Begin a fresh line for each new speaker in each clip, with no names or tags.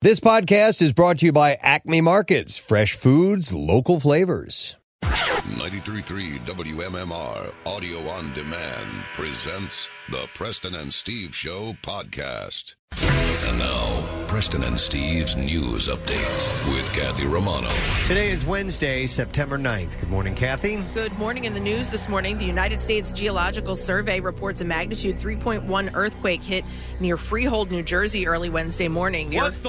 This podcast is brought to you by Acme Markets, fresh foods, local flavors.
933 WMMR Audio on Demand presents the Preston and Steve Show podcast. And now, Preston and Steve's news update with Kathy Romano.
Today is Wednesday, September 9th. Good morning, Kathy.
Good morning. In the news this morning, the United States Geological Survey reports a magnitude 3.1 earthquake hit near Freehold, New Jersey, early Wednesday morning. The, earth-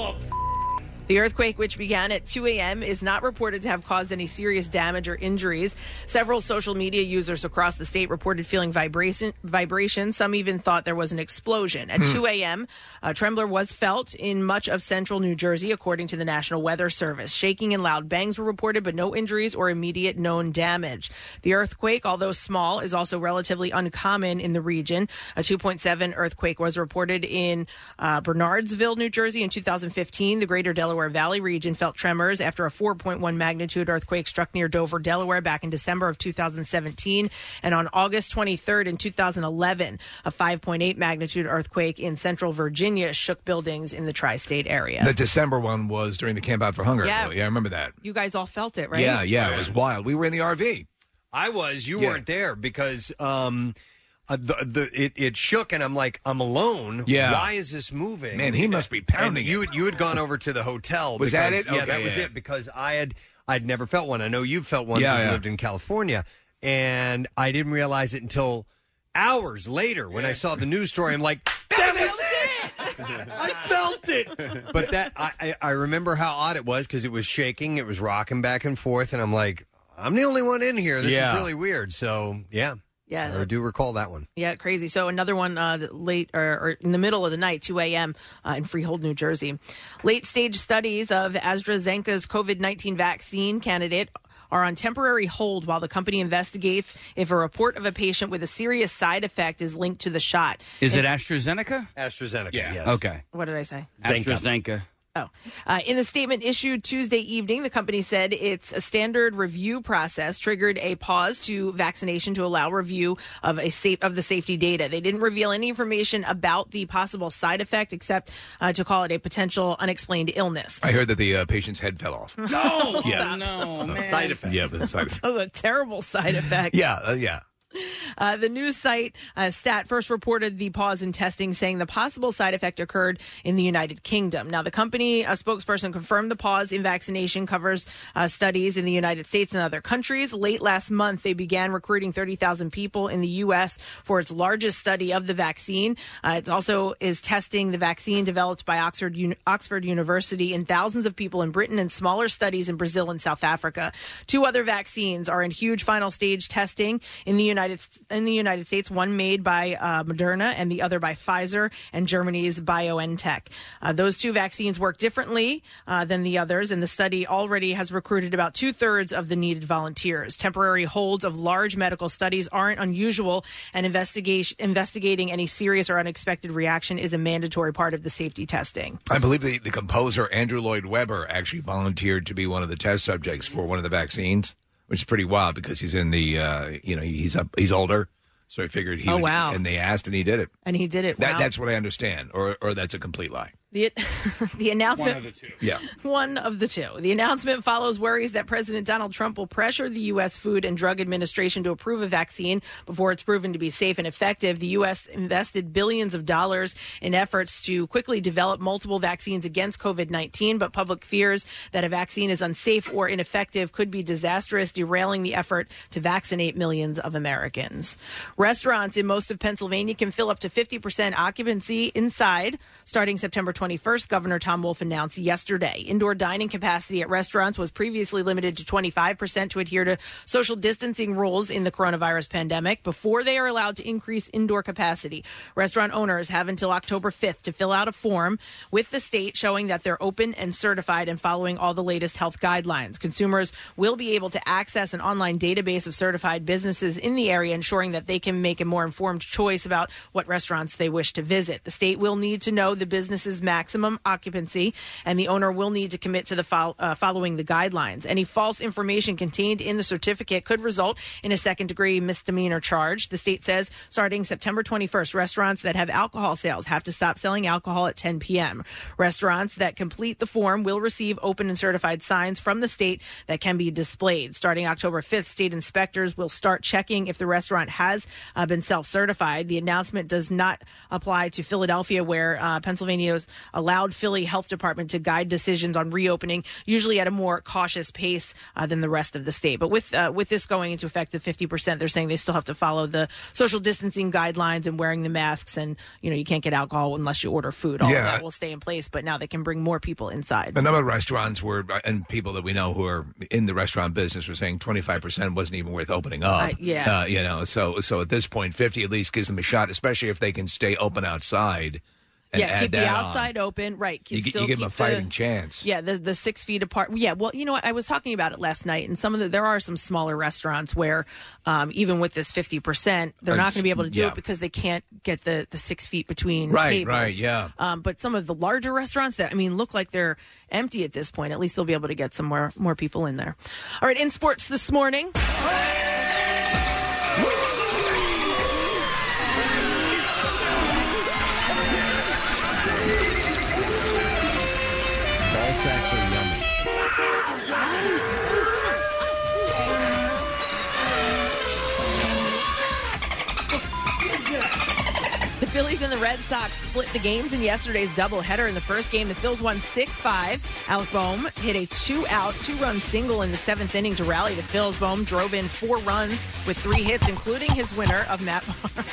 the earthquake, which began at 2 a.m., is not reported to have caused any serious damage or injuries. Several social media users across the state reported feeling vibration, vibrations. Some even thought there was an explosion. At 2 a.m., a uh, trembler was felt in much of central New Jersey, according to the National Weather Service. Shaking and loud bangs were reported, but no injuries or immediate known damage. The earthquake, although small, is also relatively uncommon in the region. A 2.7 earthquake was reported in uh, Bernardsville, New Jersey in 2015. The greater Delaware Valley region felt tremors after a 4.1 magnitude earthquake struck near Dover, Delaware back in December of 2017. And on August 23rd in 2011, a 5.8 magnitude earthquake in central Virginia shook buildings in the tri state area.
The December one was during the Camp Out for Hunger.
Yeah.
Yeah, yeah I remember that.
you guys all felt it, right?
Yeah, yeah, it was wild. We were in the RV.
I was. You
Yeah.
weren't there because um, uh, the, the it, it shook, and I'm like, I'm alone.
Yeah.
Why is this moving?
Man, he must be pounding
And you you had gone over to the hotel.
Was that
because-
it?
Yeah,
Okay,
that was
yeah.
it. Because I had I'd never felt one. I know you felt one.
Yeah,
because you
yeah.
lived in California, and I didn't realize it until hours later when I saw the news story. I'm like. That was it! I felt it. But that I, I, I remember how odd it was because it was shaking, it was rocking back and forth, and I'm like, I'm the only one in here. This
Yeah.
is really weird. So yeah,
Yeah.
I do recall that one.
Yeah, crazy. So another one uh, that late or, or in the middle of the night, 2 a.m. Uh, in Freehold, New Jersey. Late stage studies of AstraZeneca's COVID 19 vaccine candidate are on temporary hold while the company investigates if a report of a patient with a serious side effect is linked to the shot.
Is it AstraZeneca?
AstraZeneca.
Yeah.
Yes.
Okay.
What did I say?
AstraZeneca.
Oh. Uh, in a statement issued Tuesday evening, the company said its standard review process triggered a pause to vaccination to allow review of a safe of the safety data. They didn't reveal any information about the possible side effect, except uh, to call it a potential unexplained illness.
I heard that the uh, patient's head fell off.
No. yeah. No, man.
Side effect.
yeah, but it's like,
That was a terrible side effect.
yeah, uh, yeah.
Uh, the news site uh, Stat first reported the pause in testing, saying the possible side effect occurred in the United Kingdom. Now, the company a spokesperson confirmed the pause in vaccination covers uh, studies in the United States and other countries. Late last month, they began recruiting 30,000 people in the U.S. for its largest study of the vaccine. Uh, it also is testing the vaccine developed by Oxford, Uni- Oxford University in thousands of people in Britain and smaller studies in Brazil and South Africa. Two other vaccines are in huge final stage testing in the United in the United States. One made by uh, Moderna and the other by Pfizer and Germany's BioNTech. Uh, those two vaccines work differently uh, than the others, and the study already has recruited about two thirds of the needed volunteers. Temporary holds of large medical studies aren't unusual, and investigation investigating any serious or unexpected reaction is a mandatory part of the safety testing.
I believe the, the composer Andrew Lloyd Webber actually volunteered to be one of the test subjects for one of the vaccines, which is pretty wild because he's in the uh, you know he's up he's older, so I figured he.
Oh,
would-
wow.
And they asked, and he did it.
And he did it.
That,
Wow.
That's what I understand, or or that's a complete lie.
the, the announcement.
Yeah.
One of the two. The announcement follows worries that President Donald Trump will pressure the U.S. Food and Drug Administration to approve a vaccine before it's proven to be safe and effective. The U.S. invested billions of dollars in efforts to quickly develop multiple vaccines against COVID 19, but public fears that a vaccine is unsafe or ineffective could be disastrous, derailing the effort to vaccinate millions of Americans. Restaurants in most of Pennsylvania can fill up to 50% occupancy inside starting September 21st, Governor Tom Wolf announced yesterday. Indoor dining capacity at restaurants was previously limited to 25% to adhere to social distancing rules in the coronavirus pandemic before they are allowed to increase indoor capacity. Restaurant owners have until October 5th to fill out a form with the state showing that they're open and certified and following all the latest health guidelines. Consumers will be able to access an online database of certified businesses in the area, ensuring that they can make a more informed choice about what restaurants they wish to visit. The state will need to know the business's maximum occupancy, and the owner will need to commit to the fol- uh, following the guidelines. Any false information contained in the certificate could result in a second degree misdemeanor charge. The state says starting September 21st, restaurants that have alcohol sales have to stop selling alcohol at 10 p.m. Restaurants that complete the form will receive open and certified signs from the state that can be displayed. Starting October 5th, state inspectors will start checking if the restaurant has uh, been self certified. The announcement does not apply to Philadelphia, where uh, Pennsylvania's allowed Philly Health Department to guide decisions on reopening, usually at a more cautious pace uh, than the rest of the state. But with uh, with this going into effect of 50%, they're saying they still have to follow the social distancing guidelines and wearing the masks. And, you know, you can't get alcohol unless you order food. All
Yeah.
of that will stay in place, but now they can bring more people inside.
A number of restaurants were, and people that we know who are in the restaurant business were saying 25% wasn't even worth opening up.
Uh, yeah.
Uh, you know, so so at this point, 50 at least gives them a shot, especially if they can stay open outside and
yeah,
add
keep
that
the
on.
outside open, right?
You, gi-
still
you give them a
keep the-
fighting chance.
Yeah, the the six feet apart. Yeah, well, you know what? I was talking about it last night, and some of the there are some smaller restaurants where, um, even with this fifty percent, they're not going to be able to do
Yeah.
it because they can't get the the six feet between
Right,
tables.
right, yeah.
Um, but some of the larger restaurants that I mean look like they're empty at this point. At least they'll be able to get some more more people in there. All right, in sports this morning.
Ball sacks are yummy.
The Phillies and the Red Sox split the games in yesterday's doubleheader. In the first game, the Phils won 6 5. Alec Bohm hit a two out, two run single in the seventh inning to rally the Phils. Bohm drove in four runs with three hits, including his winner of Matt Barnes,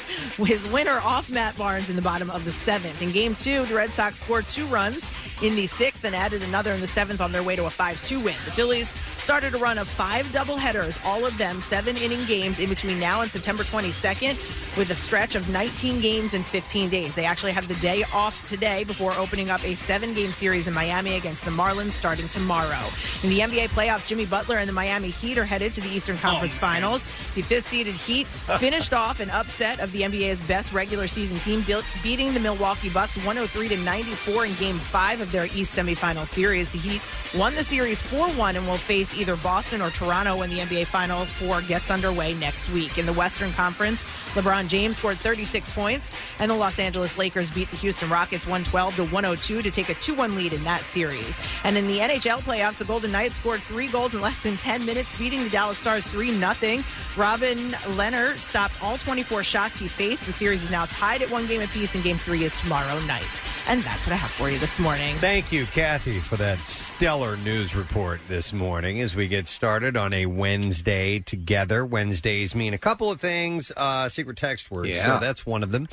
his winner off Matt Barnes in the bottom of the seventh. In game two, the Red Sox scored two runs in the sixth and added another in the seventh on their way to a 5 2 win. The Phillies started a run of five doubleheaders, all of them seven inning games in between now and September 22nd, with a stretch of 19 games in 15 days. They actually have the day off today before opening up a seven game series in Miami against the Marlins starting tomorrow. In the NBA playoffs, Jimmy Butler and the Miami Heat are headed to the Eastern Conference Finals. The fifth seeded Heat finished off an upset of the NBA's best regular season team, built, beating the Milwaukee Bucks 103 to 94 in Game Five of their East semifinal series. The Heat won the series 4-1 and will face either Boston or Toronto when the NBA Final Four gets underway next week. In the Western Conference, LeBron James scored 36 points, and the Los Angeles Lakers beat the Houston Rockets 112 to 102 to take a 2-1 lead in that series. And in the NHL playoffs, the Golden Knights scored three goals in less than 10 minutes, beating the Dallas Stars 3-0. Robin Leonard stopped all 24 shots he faced. The series is now tied at one game apiece, and Game Three is tomorrow night. And that's what I have for you this morning.
Thank you, Kathy, for that stellar news report this morning as we get started on a Wednesday together. Wednesdays mean a couple of things uh, secret text words.
Yeah.
So that's one of them.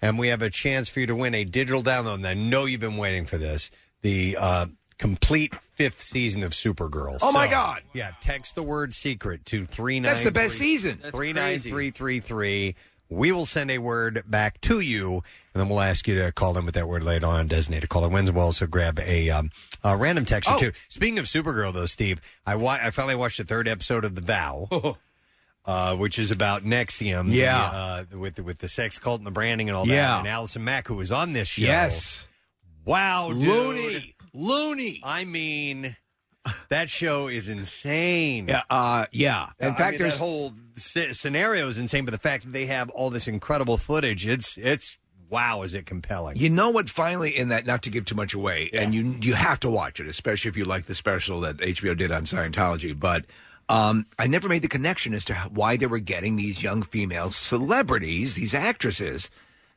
And we have a chance for you to win a digital download. And I know you've been waiting for this the uh, complete fifth season of Supergirl.
Oh, my
So,
God.
Yeah, text the word secret to 393.
That's the best season. That's crazy.
39333. We will send a word back to you, and then we'll ask you to call in with that word later on. Designate a caller wins. We'll also grab a, um, a random
Oh.
text or two. Speaking of Supergirl, though, Steve, I wa- I finally watched the third episode of The Vow, uh, which is about Nexium. the,
Oh. Yeah.
uh, with the- with the sex cult and the branding and all
Yeah.
that. And Allison Mack, who was on this show.
Yes.
Wow, dude.
Looney. Looney.
I mean, that show is insane.
Yeah. Uh, yeah. In
I
fact,
mean,
there's
that whole sce- scenario is insane, but the fact that they have all this incredible footage, it's it's wow, is it compelling?
You know what? Finally, in that, not to give too much away, and you you have to watch it, especially if you like the special that HBO did on Scientology. But um, I never made the connection as to how- why they were getting these young female celebrities, these actresses.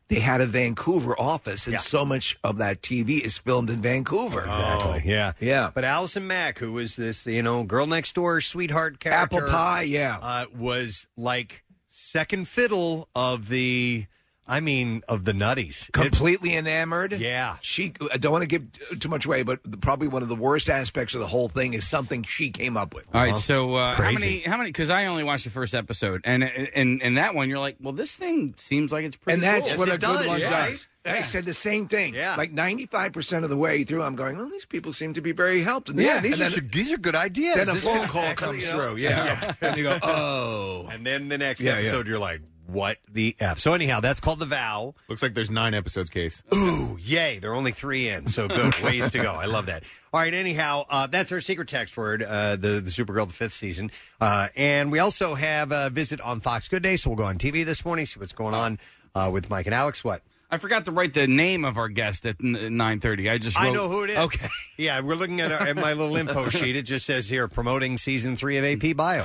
They had a Vancouver office, and so much of that TV is filmed in Vancouver.
Oh. Exactly. yeah.
Yeah.
But Allison Mack, who was this, you know, girl next door sweetheart character,
Apple pie, yeah.
uh, was like second fiddle of the, I mean, of the nutties. It's-
completely enamored.
Yeah.
She, I don't want to give too much away, but probably one of the worst aspects of the whole thing is something she came up with.
All right, so uh, how
Crazy.
many? How many? Because I only watched the first episode, and and and that one, you're like, well, this thing seems like it's pretty.
And that's
cool.
what
Yes,
a
it
good
does,
one
yeah.
does. I said the same thing.
Yeah.
Like 95% of the way through, I'm going, well, these people seem to be very helped. And
yeah,
then-
these,
and
are,
then,
su- these are good ideas.
then a
This
phone
could
call
actually,
comes
you know-
through. Yeah. and you go, oh.
And then the next
Yeah, yeah.
episode, you're like, what the F. So, anyhow, that's called The Vow.
Looks like there's nine episodes, Case.
Ooh, yay. There are only three in. So good. Ways to go. I love that. All right. Anyhow, uh, that's our secret text word, uh, the, the Supergirl, the fifth season. Uh, and we also have a visit on Fox Good Day. So we'll go on TV this morning, see what's going on uh, with Mike and Alex. What?
I forgot to write the name of our guest at nine thirty. I just
I
wrote,
know who it is.
Okay,
Yeah, we're looking at, our, at my little info sheet. It just says here promoting season three of AP Bio,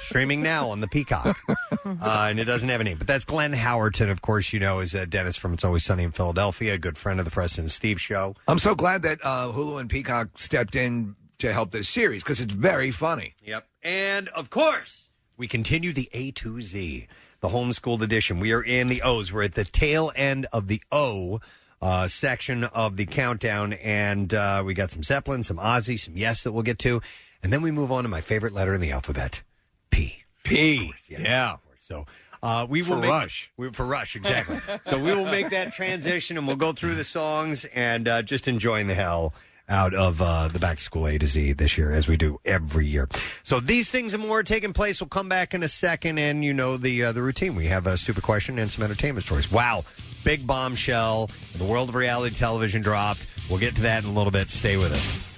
streaming now on the Peacock, uh, and it doesn't have any. But that's Glenn Howerton, of course. You know, is uh, Dennis from It's Always Sunny in Philadelphia, a good friend of the President Steve Show.
I'm so glad that uh, Hulu and Peacock stepped in to help this series because it's very funny.
Yep. And of course, we continue the A to Z, the homeschooled edition. We are in the O's. We're at the tail end of the O uh, section of the countdown, and uh, we got some Zeppelin, some Ozzy, some Yes that we'll get to, and then we move on to my favorite letter in the alphabet, P. P. yeah. So. Uh, we
For
will make-
Rush.
we, for Rush, exactly. so we will make that transition, and we'll go through the songs and uh, just enjoying the hell out of uh, the back to school A to Z this year, as we do every year. So these things and more are taking place. We'll come back in a second, and you know the uh, the routine. We have a stupid question and some entertainment stories. Wow, big bombshell! The world of reality television dropped. We'll get to that in a little bit. Stay with us.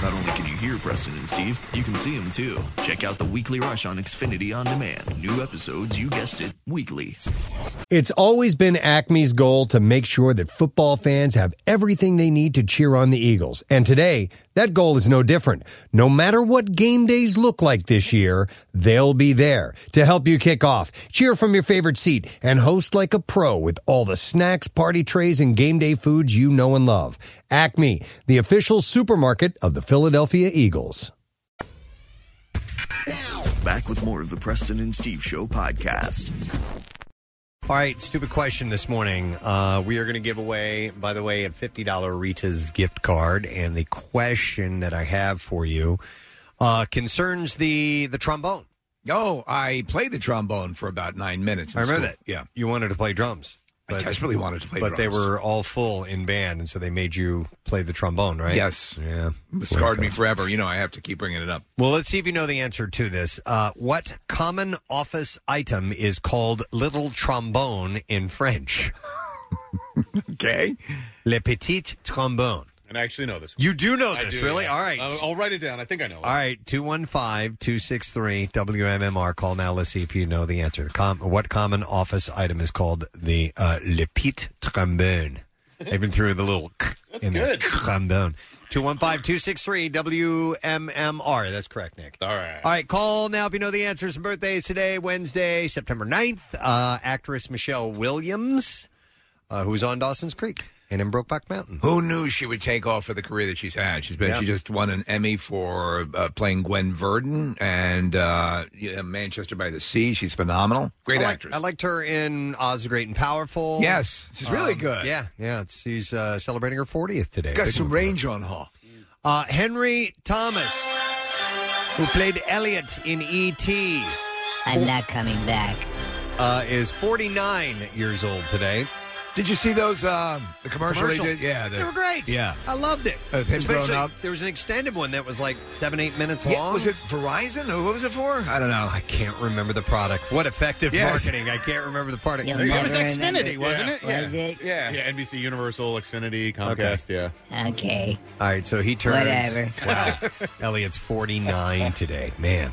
Not only can you hear Preston and Steve, you can see them too. Check out the weekly rush on Xfinity On Demand. New episodes, you guessed it, weekly.
It's always been Acme's goal to make sure that football fans have everything they need to cheer on the Eagles. And today, that goal is no different. No matter what game days look like this year, they'll be there to help you kick off, cheer from your favorite seat, and host like a pro with all the snacks, party trays, and game day foods you know and love. Acme, the official supermarket of the Philadelphia Eagles.
Back with more of the Preston and Steve Show podcast.
All right, stupid question this morning. Uh, we are going to give away, by the way, a $50 Rita's gift card. And the question that I have for you uh, concerns the, the trombone.
Oh, I played the trombone for about nine minutes. in
I remember
school.
that. Yeah. You wanted to play drums.
I desperately wanted to play
But they
drums.
were all full in band, and so they made you play the trombone, right?
Yes.
Yeah.
It scarred me forever. You know, I have to keep bringing it up.
Well, let's see if you know the answer to this. Uh, what common office item is called little trombone in French?
okay.
Le petit trombone.
And I actually know this one.
You do know
I
this,
do,
really?
yeah. Uh,
All right.
I'll, I'll write it down. I think I know.
All right, 215 263 WMMR. Call now. Let's see if you know the answer. Com- what common office item is called the uh, Le Petit Trombone? I even threw the little in there.
good.
Trombone. 215 263 WMMR. That's correct, Nick.
All right.
All right, call now if you know the answers. Some birthdays today, Wednesday, September 9th. Uh, actress Michelle Williams, uh, who's on Dawson's Creek and in Brokeback Mountain.
Who knew she would take off for the career that she's had? She's been
Yeah.
she just won an Emmy for uh, playing Gwen Verdon and uh, yeah, Manchester by the Sea. She's phenomenal, great
I liked-
actress.
I liked her in Oz the Great and Powerful. Um,
Yes, she's really good.
Yeah, yeah. It's, she's uh, celebrating her 40th today.
Got
Big
some
one.
range on her.
Uh, Henry Thomas, who played Elliot in E E.T.,
I'm not coming back.
uh, is 49 years old today.
Did you see those um, the commercial they
Commercials.
did? Yeah,
they were great.
Yeah.
I loved it.
Of him growing
Especially,
up.
there was an extended one that was like seven, eight minutes long.
Yeah, was it Verizon or what was it for? I don't know.
I can't remember the product. What effective
Yes.
marketing! I can't remember the product.
You'll
There you go.
never remember.
wasn't it?
Was it?
Yeah.
Yeah, NBC Universal, Xfinity, Comcast, yeah.
Okay.
All right, so he turns.
Whatever.
Wow. Elliot's 49 today. Man.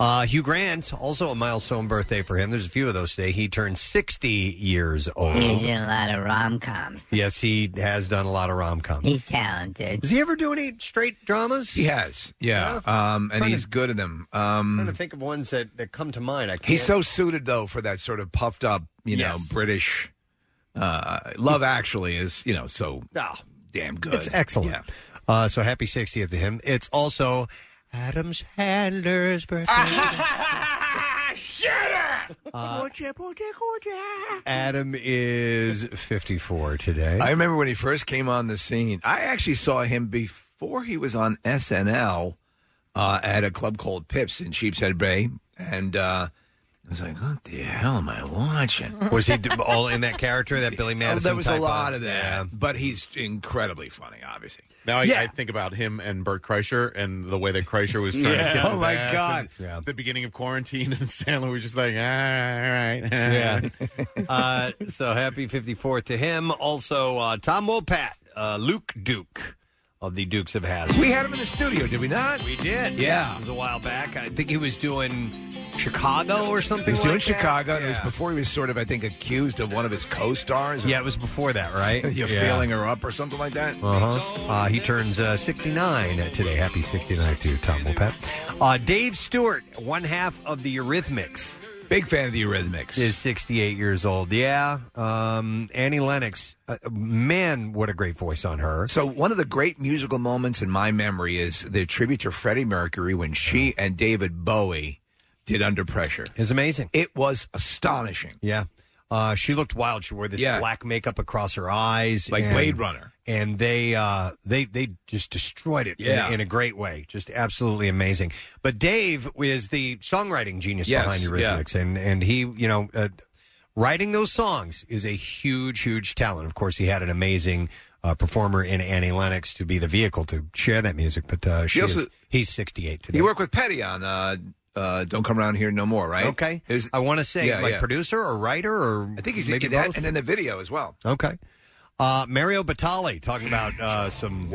Uh, Hugh Grant, also a milestone birthday for him. There's a few of those today. He turned 60 years
He's
old.
in a lot of rom coms.
yes, he has done a lot of rom coms.
He's talented.
Does he ever do any straight dramas?
He has, yeah, um, and
Trying
he's
to-
good in them.
I'm trying
Um,
to think of ones that, that come to mind. I can't.
he's so suited though for that sort of puffed up, you know,
Yes.
British. Uh, Love Actually is, you know, so
Ah,
damn good.
it's excellent.
Yeah.
Uh, so happy 60th to him. It's also Adam Sandler's birthday. Adam is 54 today.
I remember when he first came on the scene. I actually saw him before he was on SNL uh, at a club called Pips in Sheepshead Bay, and uh, I was like, what the hell am I watching? Oh,
Was he d- all in that character, that Billy Madison?
there was a
type
lot of that, but he's incredibly funny, obviously.
Now I,
Yeah.
I think about him and Bert Kreischer and the way that Kreischer was trying
Yeah.
to kiss
Oh,
his
my
ass
God.
and The beginning of quarantine and Sandler was just like, ah, all right.
Yeah. uh, so happy 54th to him. Also, uh, Tom Wopat, uh, Luke Duke of the Dukes of Hazzard.
We had him in the studio, did we not?
We did.
Yeah.
It was a while back. I think he was doing Chicago or something.
He was doing
like that.
Chicago. and It was
Yeah.
before he was sort of, I think, accused of one of his co-stars.
Yeah, it was before that, right?
You're
Yeah.
feeling her up or something like that.
Uh-huh. Uh, he turns uh, 69 today. Happy 69 to Tom Wopat. Uh, Dave Stewart, one half of the Eurythmics.
Big fan of the Eurythmics.
Is 68 years old. Yeah. Um, Annie Lennox. Uh, man, what a great voice on her.
So one of the great musical moments in my memory is the tribute to Freddie Mercury when she
Uh-huh.
and David Bowie did Under Pressure.
It's amazing.
It was astonishing.
Yeah. Uh, she looked wild. She wore this
Yeah.
black makeup across her eyes.
Like
and-
Blade Runner.
And they uh, they they just destroyed it in-
Yeah.
in, a great way. Just absolutely amazing. But Dave is the songwriting genius
Yes,
behind
yeah.
Eurythmics. And, and he, you know, uh, writing those songs is a huge, huge talent. Of course, he had an amazing uh, performer in Annie Lennox to be the vehicle to share that music. But uh, she
He also-
is, he's 68 today.
You work with Petty on uh, uh, Don't Come Around Here No More, right?
Okay.
There's-
I want to say,
Yeah,
like,
yeah.
producer or writer or
I think he's
maybe
that,
both?
and then the video as well.
Okay. Uh, Mario Batali talking about uh, some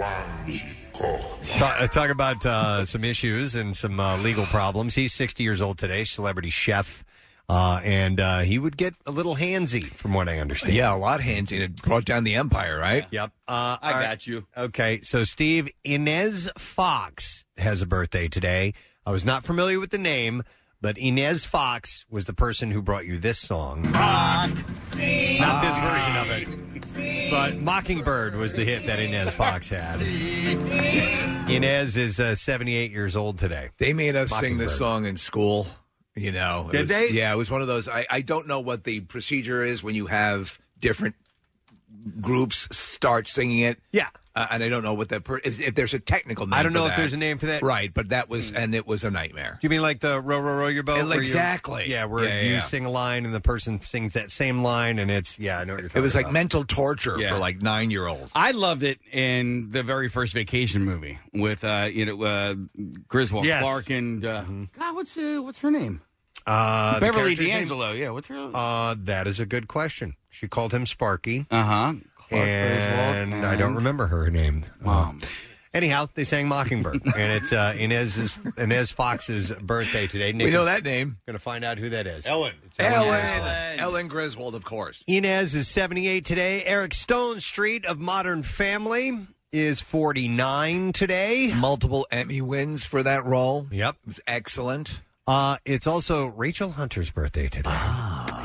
Ta- uh, talk about uh, some issues and some uh, legal problems. He's 60 years old today, celebrity chef, uh, and uh, he would get a little handsy, from what I understand.
Yeah, a lot of hands in it brought down the empire, right?
Yep. Uh,
I
all right.
got you.
Okay, so Steve Inez Fox has a birthday today. I was not familiar with the name, but Inez Fox was the person who brought you this song. Not this version of it. But Mockingbird was the hit that Inez Fox had. Inez is uh, 78 years old today.
They made us sing
Mockingbird.
this song in school. You know, It
Did
was-
they?
Yeah, it was one of those. I, I don't know what the procedure is when you have different groups start singing it.
Yeah.
Uh, and I don't know what that per- if, if there's a technical name.
I don't
for
know if
that.
there's a name for that. Hmm.
Right, but that was and it was a nightmare.
Do you mean like the row, row, row your boat?
And
where you-
exactly.
yeah, where
Yeah, yeah,
you
yeah.
sing a line and the person sings that same line, and it's, yeah, I know what you're talking
It was like
about.
mental torture
Yeah.
for like nine year olds.
I loved it in the very first Vacation movie with uh, you know uh, Griswold
Yes.
Clark and uh,
Mm-hmm.
God, what's uh, what's her name?
Uh, the
Beverly
character's name?
D'Angelo. Yeah, what's her? Uh
Uh, that is a good question. She called him Sparky,
Uh-huh.
huh.
and I don't remember her name. Um, anyhow, they sang Mockingbird, and it's uh, Inez's Inez Fox's birthday today. Nick
we know
is
that name.
Going to find out who that is.
Ellen.
It's
Ellen,
Griswold.
Ellen, Griswold, of course.
Inez is 78 today. Eric Stone Street of Modern Family is 49 today.
Multiple Emmy wins for that role. It
Yep.
was excellent. Ah.
Uh, it's also Rachel Hunter's birthday today.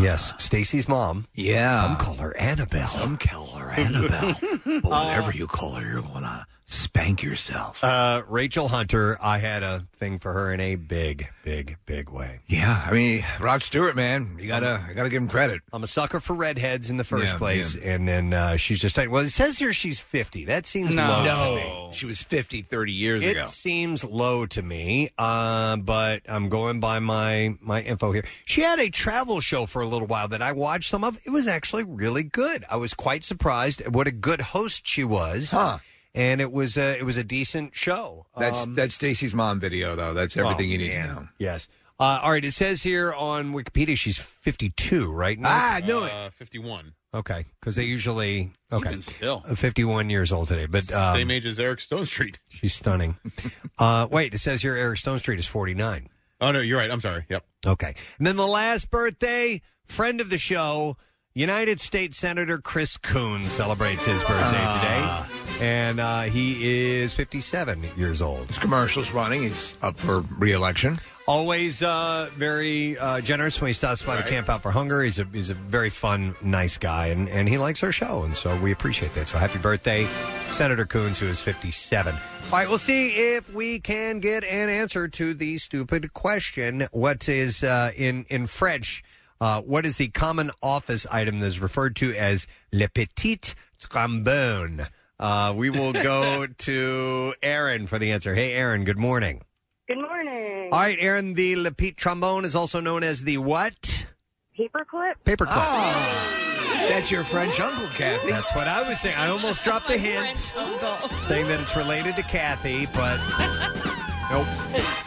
Yes, Stacy's mom. Some
Yeah.
call her Annabelle.
Some kill her Annabelle. but whatever you call her, you're going to spank yourself.
Uh, Rachel Hunter, I had a thing for her in a big, big, big way.
yeah, I mean, Rod Stewart, man, you gotta, I gotta give him credit.
I'm a sucker for redheads in the first
Yeah,
place, and then uh, she's just like, well, it says here she's 50. That seems low to me.
she was 50, 30 years
It
ago.
seems low to me, uh, but I'm going by my my info here. She had a travel show for a little while that I watched some of. It was actually really good. I was quite surprised at what a good host she was,
Huh.
and it was a, it was a decent show.
That's
Um,
that's Stacy's mom video though. That's everything
Oh,
you need to
man.
know.
Yes. Uh, all right. It says here on Wikipedia she's 52, right?
Ah, I
now.
knew it.
Uh, 51.
Okay. Because they usually okay.
Even still.
Uh, 51 years old today, but um,
Same age as Eric Stone Street.
she's stunning. uh, wait, it says here Eric Stone Street is 49.
Oh, no, you're right. I'm sorry. Yep.
Okay. And then the last birthday, friend of the show, United States Senator Chris Coons celebrates his birthday
Ah.
today. And uh, he is 57 years old.
His commercial's running. He's up for re-election.
Always uh, very uh, generous when he stops by the Camp Out for Hunger. He's a he's a very fun, nice guy, and, and he likes our show, and so we appreciate that. So happy birthday, Senator Coons, who is 57. All right, we'll see if we can get an answer to the stupid question. What is uh, in in French? Uh, what is the common office item that is referred to as le petit trombone? Uh, we will go to Aaron for the answer. Hey, Aaron. Good morning.
Good morning.
All right, Aaron, the Lapeet trombone is also known as the what?
Paperclip?
Paperclip. Oh.
That's your French uncle, Kathy.
That's what I was saying. I almost dropped the hint saying that it's related to Kathy, but nope.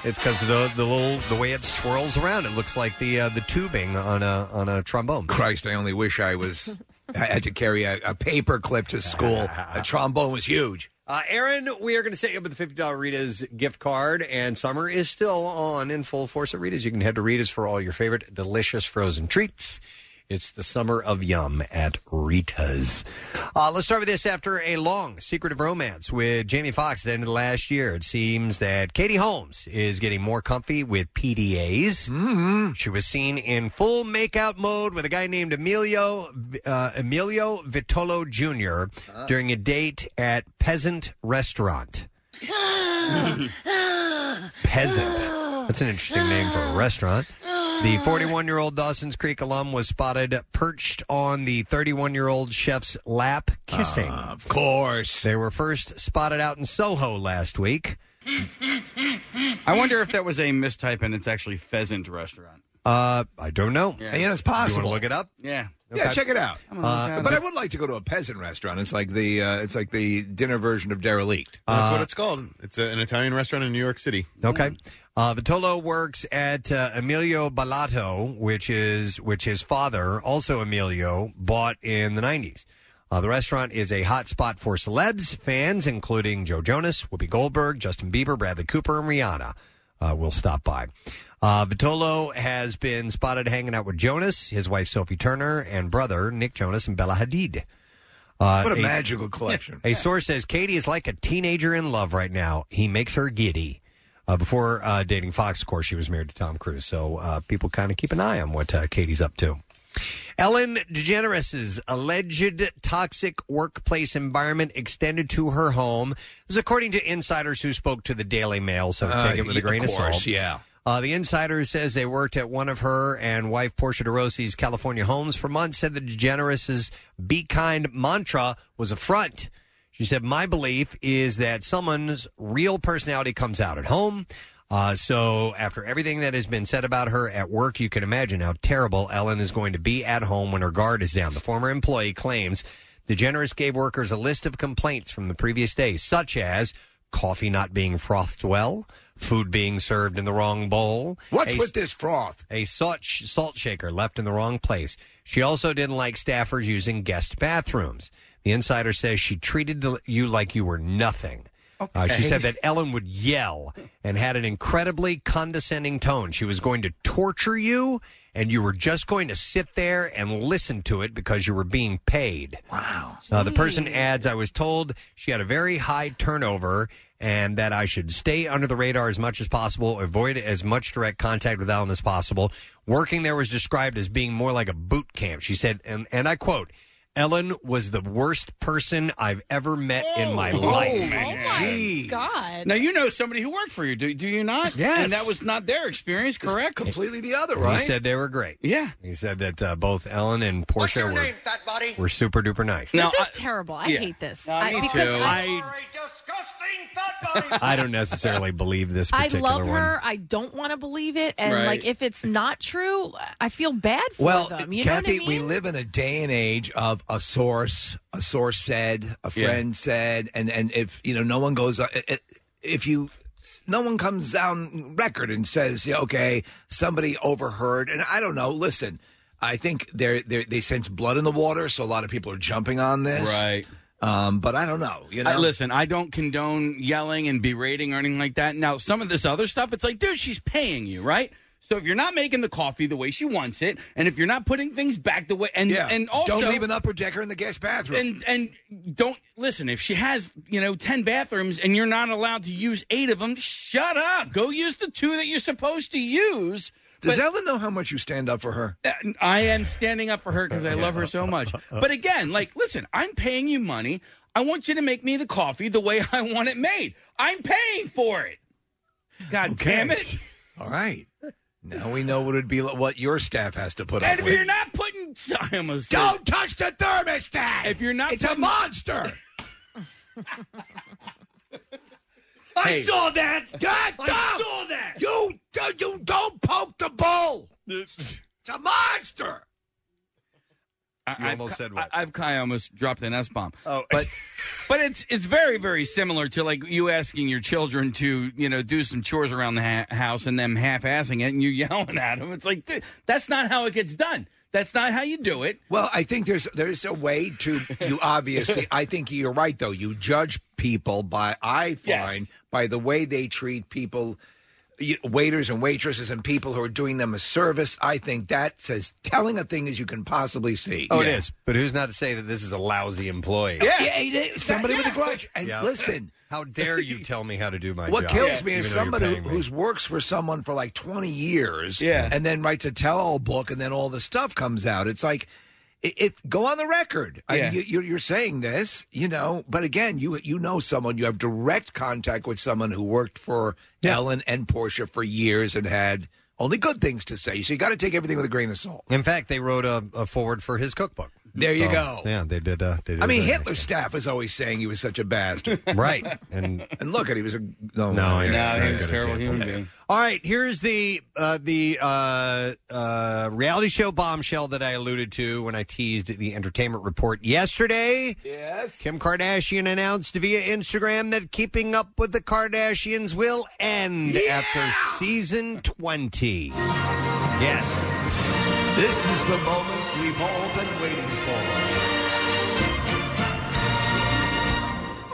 It's because of the the little the way it swirls around. It looks like the uh, the tubing on a on a trombone.
Christ, I only wish I was. I had to carry a, a paper clip to school. A trombone was huge.
Uh, Aaron, we are going to set you up with a fifty dollars Rita's gift card, and summer is still on in full force at Rita's. You can head to Rita's for all your favorite delicious frozen treats. It's the summer of yum at Rita's. Uh, let's start with this. After a long secretive romance with Jamie Foxx at the end of last year, it seems that Katie Holmes is getting more comfy with PDAs. She was seen in full makeout mode with a guy named Emilio uh, Emilio Vitolo Jr. during a date at Peasant Restaurant. Peasant. That's an interesting name for a restaurant. The 41 year old Dawson's Creek alum was spotted perched on the 31 year old chef's lap, kissing. of
course.
They were first spotted out in Soho last week.
I wonder if that was a mistype and it's actually pheasant restaurant.
Uh, I don't know.
Yeah. Yeah, it's
You
possible.
want to look it up?
Yeah.
Yeah, check it out.
I'm gonna look
Uh,
it up.
but I would like to go to a peasant restaurant. It's like the uh, it's like the dinner version of derelict. Uh,
That's what it's called. It's a, an Italian restaurant in New York City.
Okay. Uh, Vitolo works at uh, Emilio Balato, which is which his father, also Emilio, bought in the 90s. Uh, the restaurant is a hot spot for celebs, fans, including Joe Jonas, Whoopi Goldberg, Justin Bieber, Bradley Cooper, and Rihanna uh, will stop by. Uh, Vitolo has been spotted hanging out with Jonas, his wife Sophie Turner, and brother Nick Jonas and Bella Hadid. Uh,
what a, magical collection.
a source says Katie is like a teenager in love right now. He makes her giddy. Uh, before uh, dating Fox, of course, she was married to Tom Cruise. So uh, people kind of keep an eye on what uh, Katie's up to. Ellen DeGeneres' alleged toxic workplace environment extended to her home. This is according to insiders who spoke to the Daily Mail, so
Uh,
take it with a
of
grain of,
course,
salt.
yeah.
Uh, the insider says they worked at one of her and wife Portia de Rossi's California homes for months. Said the DeGeneres' "Be kind" mantra was a front. She said, "My belief is that someone's real personality comes out at home." Uh, so, after everything that has been said about her at work, you can imagine how terrible Ellen is going to be at home when her guard is down. The former employee claims DeGeneres gave workers a list of complaints from the previous day, such as coffee not being frothed well, food being served in the wrong bowl.
What's
a-
with this froth?
A salt, sh- salt shaker left in the wrong place. She also didn't like staffers using guest bathrooms. The insider says she treated the- you like you were nothing. Uh, she
Okay.
said that Ellen would yell and had an incredibly condescending tone. She was going to torture you, and you were just going to sit there and listen to it because you were being paid. Wow. Uh, the person adds, I was told she had a very high turnover and that I should stay under the radar as much as possible, avoid as much direct contact with Ellen as possible. Working there was described as being more like a boot camp. She said, and, and I quote, Ellen was the worst person I've ever met in my life.
Oh God. Now you know somebody who worked for you, do, do you not?
Yes.
And that was not their experience, correct?
completely the other,
He said they were great.
Yeah.
He said that uh, both Ellen and Portia were, were super duper nice.
This is terrible. I
yeah.
hate this.
No,
I,
me
because
too.
I,
I don't necessarily believe this
I
particular
love
one.
her. I don't want to believe it. And
Right.
like, if it's not true, I feel bad for
Well,
them. You know
Kathy,
what I
we
mean?
live in a day and age of a source, a source said, a
Yeah.
friend said, and and if you know, no one goes, uh, uh, if you. No one comes down record and says, yeah, "Okay, somebody overheard." And I don't know. Listen, I think they they they sense blood in the water, so a lot of people are jumping on this,
Right.
Um, but I don't know. You know,
I, listen, I don't condone yelling and berating or anything like that. Now, some of this other stuff, it's like, dude, she's paying you, right? So if you're not making the coffee the way she wants it, and if you're not putting things back the way, and
yeah,
and also
don't leave an upper decker in the guest bathroom.
and and don't listen. If she has you know ten bathrooms and you're not allowed to use eight of them, shut up. Go use the two that you're supposed to use.
Does
But-
Ellen know how much you stand up for her?
I am standing up for her because I love her so much. But again, like, listen, I'm paying you money. I want you to make me the coffee the way I want it made. I'm paying for it. God damn it.
All right. Now we know what it'd be like, what your staff has to put up
And if
with.
you're not putting, I almost said-
Don't touch the thermostat. If
you're not,
it's a
putting-
monster.
I Hey. saw
that. God, I saw that. You Don't- You don't poke the bull. it's a monster.
I, almost said what? I, have kind of almost dropped an S bomb.
Oh,
but but it's it's very very similar to like you asking your children to you know do some chores around the ha- house and them half assing it and you yelling at them. It's like dude, that's not how it gets done. That's not how you do it.
Well, I think there's there's a way to you obviously. I think you're right though. You judge people by I find by the way they treat people, you- waiters and waitresses and people who are doing them a service. I think that's as telling a thing as you can possibly see.
Oh, it is. But who's not to say that this is a lousy employee?
Yeah. Yeah, it is. Somebody with a grudge. And listen-
how dare you tell me how to do my
what
job?
kills me is
even though you're
somebody
paying
who,
me.
who's works for someone for like 20 years
Yeah.
and then writes a tell-all book and then all the stuff comes out it's like it, it go on the record I-
Yeah.
you, you're, you're saying this you know but again you you know someone you have direct contact with someone who worked for ellen and portia for years and had only good things to say so you got to take everything with a grain of salt
In fact, they wrote a, a forward for his cookbook.
There you
So,
go.
Yeah, they did. Uh, they did
I mean,
that.
Hitler's staff was always saying he was such a bastard,
right? And
and look at he was a no,
No,
he's
he's
not
not
a
good
good
at
example.
example. All right, here's the uh, the uh, uh, reality show bombshell that I alluded to when I teased the Entertainment Report yesterday.
Yes,
Kim Kardashian announced via Instagram that Keeping Up with the Kardashians will end after season twenty. Yes.
This is the moment we've all been waiting for.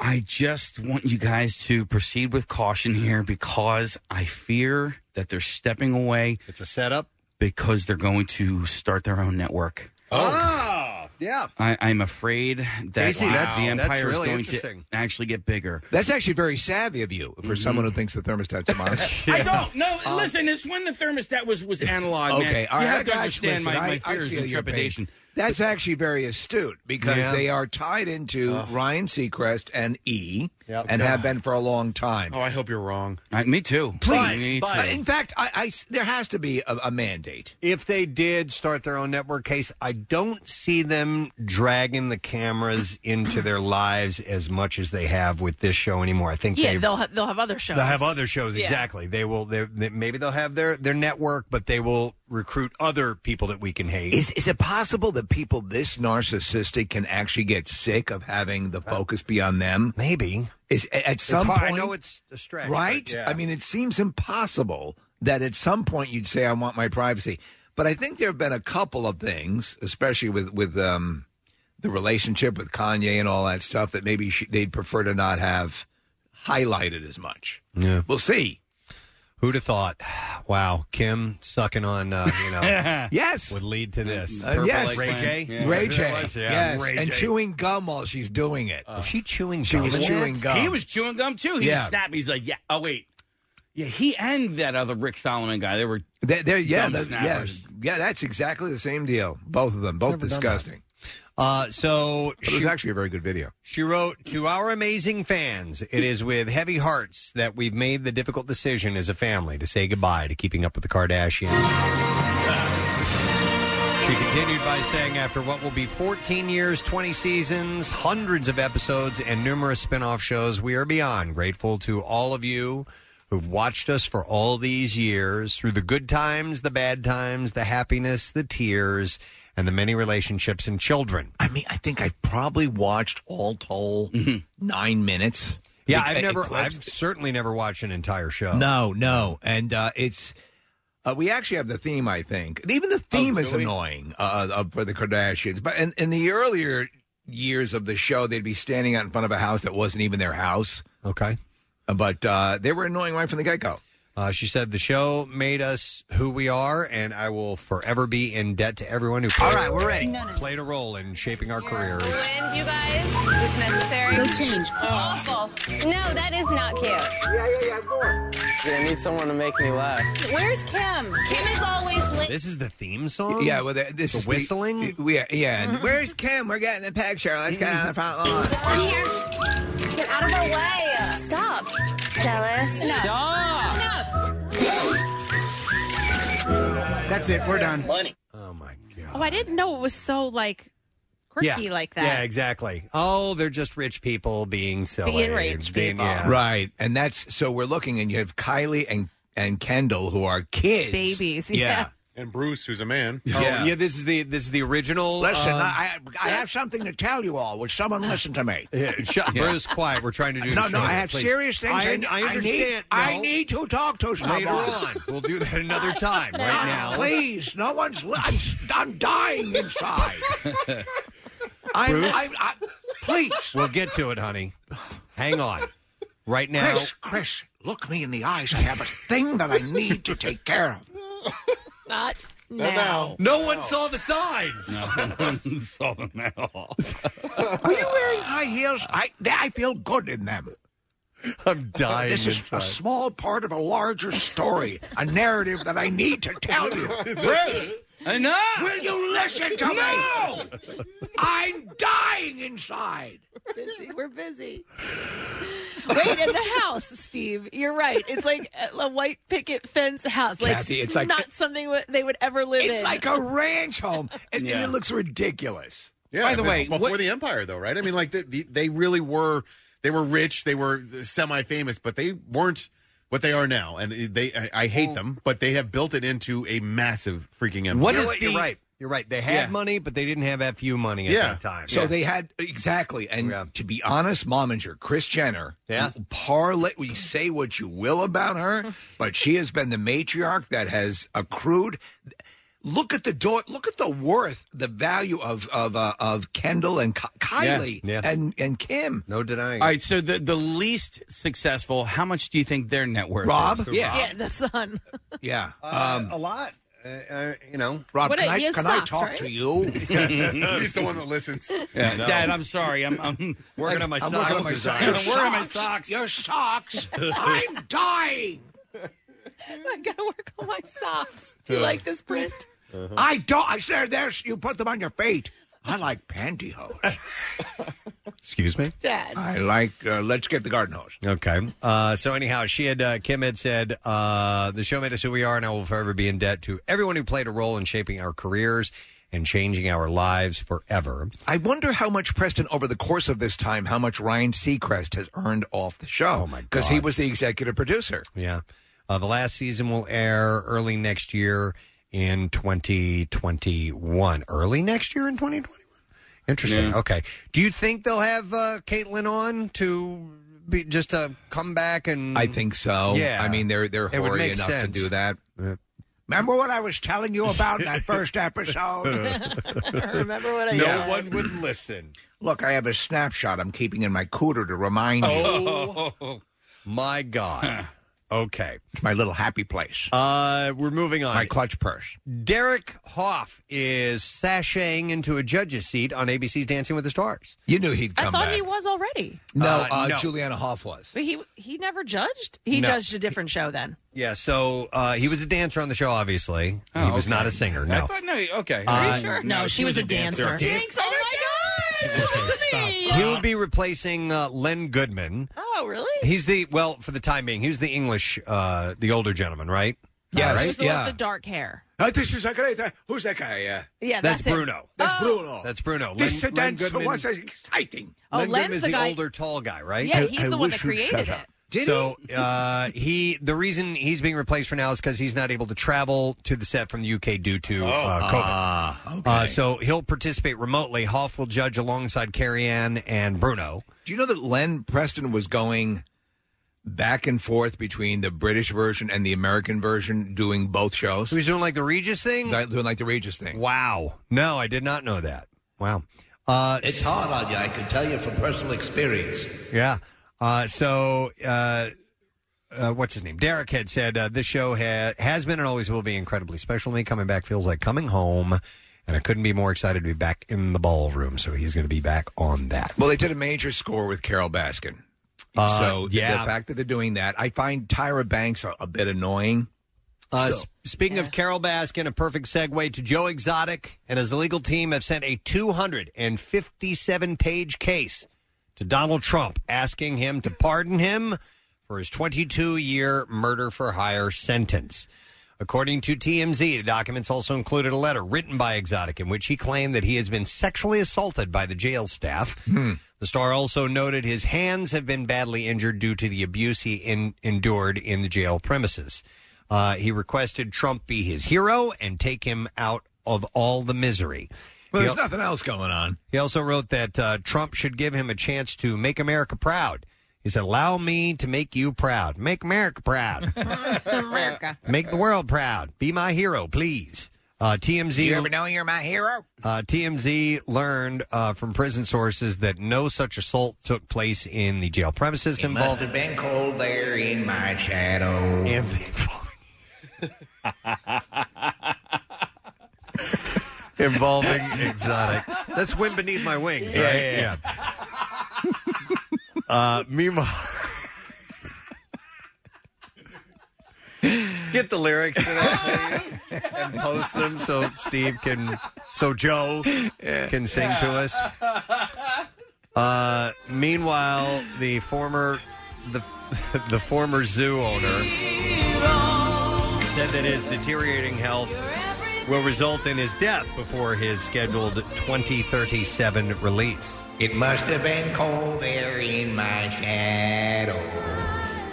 I just want you guys to proceed with caution here because I fear that they're stepping away.
It's a setup
because they're going to start their own network.
Ah,
Oh, yeah.
I, I'm afraid that
Casey, that's-
the
that's
empire
really
is going
interesting.
to actually get bigger.
That's actually very savvy of you for
Mm-hmm.
Mhm.
someone who thinks the thermostat's a monster.
I don't. No, listen. It's when the thermostat was was analog. man.
Okay, all right.
you
I
have to
got
understand
listen,
my,
I-
my
I
fears
feel
and
your pain.
trepidation.
That's actually very astute because
Yeah.
they are tied into
Uh.
Ryan Seacrest and E,
Yep.
and
Yeah.
have been for a long time. Oh, I hope you're wrong.
me too.
Please,
Uh, Me too.
Uh, in fact, I, I s- there has to be a, a mandate.
If they did start their own network case, I don't see them dragging the cameras into their lives as much as they have with this show anymore. I think
Yeah,
they've-
they'll ha- they'll have other shows.
They'll have other shows
Yeah.
exactly. They will. They, they, maybe they'll have their their network, but they will recruit other people that we can hate.
Is is it possible that people this narcissistic can actually get sick of having the focus be on them?
Uh. Maybe
is a- at
It's
some
hard-
point.
I know it's a stretch, but
right?
yeah.
I mean, it seems impossible that at some point you'd say, "I want my privacy." But I think there have been a couple of things, especially with with um, the relationship with Kanye and all that stuff, that maybe she, they'd prefer to not have highlighted as much.
Yeah.
We'll see.
Who'd have thought? Wow, Kim sucking on uh, you know.
yes,
would lead to this.
Uh, yes,
Ray J.
Ray J.
It was, yeah. Uh,
Yes,
Ray
and
J.
chewing gum while she's doing it.
was she chewing?
She was chewing gum.
He was chewing gum too. He
Yeah.
snapped. He's like, yeah. Oh wait, yeah. He and that other Rick Solomon guy. They were.
They're, they're- yeah,
Gum
that- yeah,
snappers.
yeah. That's exactly the same deal. Both of them, both
Never done that.
disgusting.
Uh, so
it was actually a very good video.
She wrote to our amazing fans. It is with heavy hearts that we've made the difficult decision as a family to say goodbye to keeping up with the Kardashians. She continued by saying, after what will be 14 years, 20 seasons, hundreds of episodes, and numerous spin off shows, we are beyond grateful to all of you who've watched us for all these years through the good times, the bad times, the happiness, the tears, and the many relationships and children.
I mean, I think I've probably watched all told nine minutes.
Yeah,
Like,
I've
uh,
never,
clips.
I've certainly never watched an entire show.
No, no, and uh, it's uh, we actually have the theme. I think even the
Oh,
theme is annoying uh, uh, for the Kardashians. But in, in the earlier years of the show, they'd be standing out in front of a house that wasn't even their house.
Okay,
but uh, they were annoying right from the get go.
Uh, she said the show made us who we are, and I will forever be in debt to everyone who. All right, we're ready. Played a role in shaping our careers.
And you guys, is this necessary?
Go change.
Oh, Awful. No, that is not cute. Yeah, yeah, yeah, of course.
I need someone to make me laugh.
Where's Kim? Kim is always late.
This is the theme song.
Yeah, well, the- this
The
is
whistling? Mm-hmm.
The, yeah, yeah.
Mm-hmm.
And where's Kim? We're getting the picture. Let's get on the front lawn.
here. Get out of our way. Stop. Jealous. Enough.
Stop.
Enough.
That's it. We're done.
Oh, I didn't know it was so like quirky
yeah.
like that.
Yeah, exactly. Oh, they're just rich people being silly.
Being rich
Being- yeah.
Right. And that's so we're looking, and you have Kylie and and Kendall, who are kids.
And Bruce, who's a man.
Yeah.
Oh, yeah, this is the this is the original.
Listen,
um,
I, I I have something to tell you all. Will someone listen to me?
Yeah, shut, Bruce, quiet. We're trying to do.
No,
the
no,
show
I
here,
have
please.
serious things.
I,
I,
I
I
understand.
Need, I
No.
need to talk to someone.
Later on, we'll do that another time. Right now,
Please, no one's. li- I'm, I'm dying inside. I'm,
Bruce?
I'm, I, please,
We'll get to it, honey. Hang on. Right now,
Chris, Chris, look me in the eyes. I have a thing that I need to take care of.
Not
No one saw the signs.
No, saw them at all.
Are you wearing high heels? I I feel good in them.
I'm dying.
This is a small part of a larger story, a narrative that I need to tell you.
Bruce, enough!
Will you listen to
No!
me? I'm dying inside.
busy. We're busy. Wait, in the house, Steve. You're right. It's like a white picket fence house. Like,
Kathy, it's like-
not something wha- they would ever live in.
It's like a ranch home, and, and
Yeah.
it looks ridiculous.
Yeah, I mean, it's before the Empire, though, right? I mean, like the, the, they really were. They were rich. They were semi-famous, but they weren't what they are now. And they, I, I hate them, but they have built it into a massive freaking empire.
You're right, You're right. You're right. They had
Yeah.
money, but they didn't have fu money at
Yeah.
that time.
So they had exactly, and to be honest, Mominger, Chris Jenner, yeah, parlay. We say what you will about her, but she has been the matriarch that has accrued. Look at the door. Look at the worth, the value of of uh, of Kendall and Ki- Kylie
Yeah. Yeah.
and and Kim.
No denying.
All right, so the, the least successful, how much do you think their net worth
Rob?
is?
Yeah.
yeah, the sun.
Yeah. Um,
Uh,
Um,
a lot. Uh, uh, you know,
Rob,
What,
can I,
he has
can I
socks,
talk
right?
to you?
He's the one that listens.
Yeah,
No.
Dad, I'm sorry. I'm, I'm
Working
like-
on my
I'm
sock
working on my
design.
socks. I'm wearing my
Socks.
socks.
Your socks. I'm dying.
I gotta work on my socks. Do you like this print?
I don't. I said there's. You put them on your feet. I like pantyhose.
Excuse me.
Dad.
I like. Uh, let's get the garden hose.
Okay. Uh, so anyhow, she had uh, Kim had said uh, the show made us who we are, and I will forever be in debt to everyone who played a role in shaping our careers and changing our lives forever.
I wonder how much Preston, over the course of this time, how much Ryan Seacrest has earned off the show. Oh my Because he was the executive producer.
Yeah. Uh, the last season will air early next year in 2021. Early next year in 2021. Interesting.
Yeah.
Okay. Do you think they'll have uh, Caitlin on to be just to come back and?
I think so.
Yeah.
I mean, they're they're
It would
hoary
make
enough to
sense.
do that. Remember what I was telling you about in that first episode?
Remember what I
No
said?
one
would listen.
Look, I have a snapshot I'm keeping in my cooter to remind
Oh.
you.
My God. okay.
It's my little happy place.
Uh, we're moving on.
My clutch purse.
Derek Hoff is sashaying into a judge's seat on ABC's Dancing with the Stars.
You knew he'd
I thought he was already.
No,
Uh,
uh,
no.
Juliana
Hoff was.
But he he never judged. He
No.
judged a different show then.
Yeah, so uh, he was a dancer on the show, obviously.
Oh,
he was
okay.
not a singer,
I
no. Uh,
thought, no, okay.
Are you sure?
No, she was a dancer. Jinx, oh my God!
He will be replacing uh, Len Goodman.
Oh, really?
He's the, well, for the time being, he was the English, uh, the older gentleman, right?
Yes,
All
He's
right?
the one with the dark hair.
Uh, this is that guy. that- Who's that guy? Uh,
Yeah,
That's
that's, it. Oh.
Bruno.
That's Bruno.
That's Bruno.
This
Len- Len
dance
Goodman-
was exciting.
Oh,
Len
Len's
Goodman is
the
the
guy-
older tall guy, right?
Yeah, I- he's I the one wish that you'd created shut it. up. Did
so uh, he, the reason he's being replaced for now is because he's not able to travel to the set from the UK due
Oh.
to uh, COVID.
Ah,
Uh, so he'll participate remotely. Hoff will judge alongside Carrie Ann and Bruno.
Do you know that Len Preston was going back and forth between the British version and the American version, doing both shows? He
was doing like the Regis thing.
Doing like the Regis thing.
Wow. No, I did not know that. Wow. Uh,
It's hard on you, I can tell you from personal experience.
Yeah. Uh, so, uh, uh, what's his name? Derek had said uh, this show ha- has been and always will be incredibly special to me. Coming back feels like coming home, and I couldn't be more excited to be back in the ballroom. So he's going to be back on that.
Well, they did a major score with Carol Baskin.
Uh,
so the-
yeah.
the fact that they're doing that, I find Tyra Banks a, a bit annoying.
Uh,
So-
s- speaking of Carol Baskin, a perfect segue to Joe Exotic and his legal team have sent a 257 page case to Donald Trump asking him to pardon him for his 22 year murder for hire sentence. According to TMZ, the documents also included a
Hmm.
letter written by Exotic in which he claimed that he has been sexually assaulted by the jail staff. The star also noted his hands have been badly injured due to the abuse he en- endured in the jail premises. Uh, he requested Trump be his hero and take him out of all the misery.
Well,
He
there's
al-
nothing else going on.
he also wrote that uh, Trump should give him a chance to make America proud. He said, Allow me to make you proud. Make America proud.
America.
make the world proud. Be my hero, please. Uh, TMZ.
You ever know you're my hero?
Uh, TMZ learned uh, from prison sources that no such assault took place in the jail premises
It
involved.
must have been cold there in my shadow.
involving exotic. That's wind beneath my wings, right?
Yeah, yeah,
Yeah. uh, meanwhile, get the lyrics to that please, and post them so Steve can, so Joe can sing to us. Uh, meanwhile, the former the the former zoo owner said that his deteriorating health will result in his death before his scheduled 2037 release.
It must have been cold there in my shadow.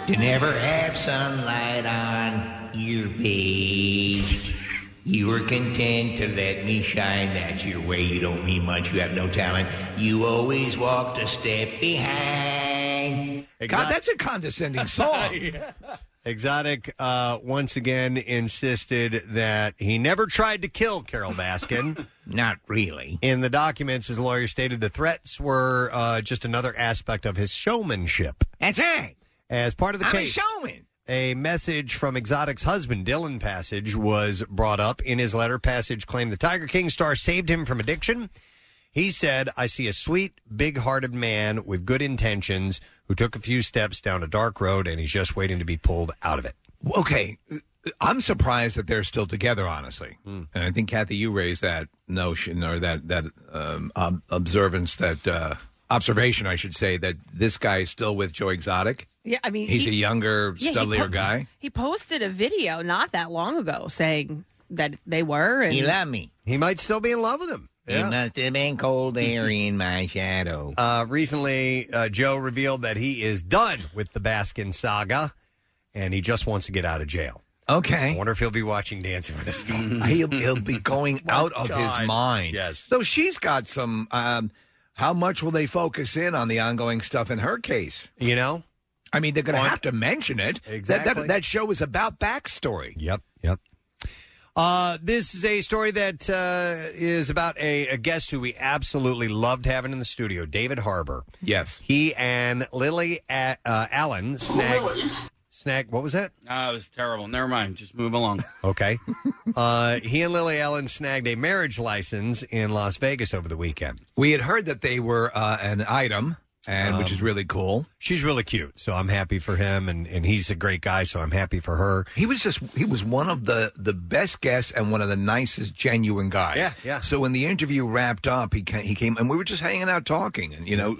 To never have sunlight on your page. You were content to let me shine. That's your way. You don't mean much. You have no talent. You always walked a step behind.
God, that's a condescending song.
Exotic uh, once again insisted that he never tried to kill Carol Baskin.
Not really.
In the documents, his lawyer stated the threats were uh, just another aspect of his showmanship.
That's right.
As part of the
I'm
case,
a showman.
A message from Exotic's husband, Dylan Passage, was brought up in his letter. Passage claimed the Tiger King star saved him from addiction. He said, I see a sweet, big hearted man with good intentions who took a few steps down a dark road and he's just waiting to be pulled out of it.
Okay, I'm surprised that they're still together. Honestly,
Hmm.
and I think Kathy, you raised that notion or that that um, ob- observance, that uh, observation, I should say, that this guy is still with Joe Exotic.
Yeah, I mean,
He's
he-
a younger,
yeah, he
studlier
po-
guy.
He posted a video not that long ago saying that they were. And
You love me.
He might still be in love with him.
It must have been cold there in my shadow.
Uh, recently, uh, Joe revealed that he is done with the Baskin saga and he just wants to get out of jail.
Okay.
I wonder if he'll be watching Dancing with the Stars.
he'll, he'll be going
My
out of
God.
his mind.
Yes.
Though she's got some. Um, how much will they focus in on the ongoing stuff in her case?
You know?
I mean, they're going to
On-
have to mention it. That-
Exactly.
That, that, show is about backstory.
Yep, yep. Uh, this is a story that uh, is about a, a guest who we absolutely loved having in the studio, David Harbour.
Yes.
He and Lily A- uh, Allen snag. Snag, what was that?
Ah, it was terrible. Never mind. Just move along.
Okay. uh, he and Lily Allen snagged a marriage license in Las Vegas over the weekend.
We had heard that they were uh, an item, and which
Um,
is really cool.
She's really cute, so I'm happy for him, and, and he's a great guy, so I'm happy for her.
He was just he was one of the the best guests and one of the nicest genuine guys.
Yeah, yeah.
So when the interview wrapped up, he came, he came and we were just hanging out talking, and you know,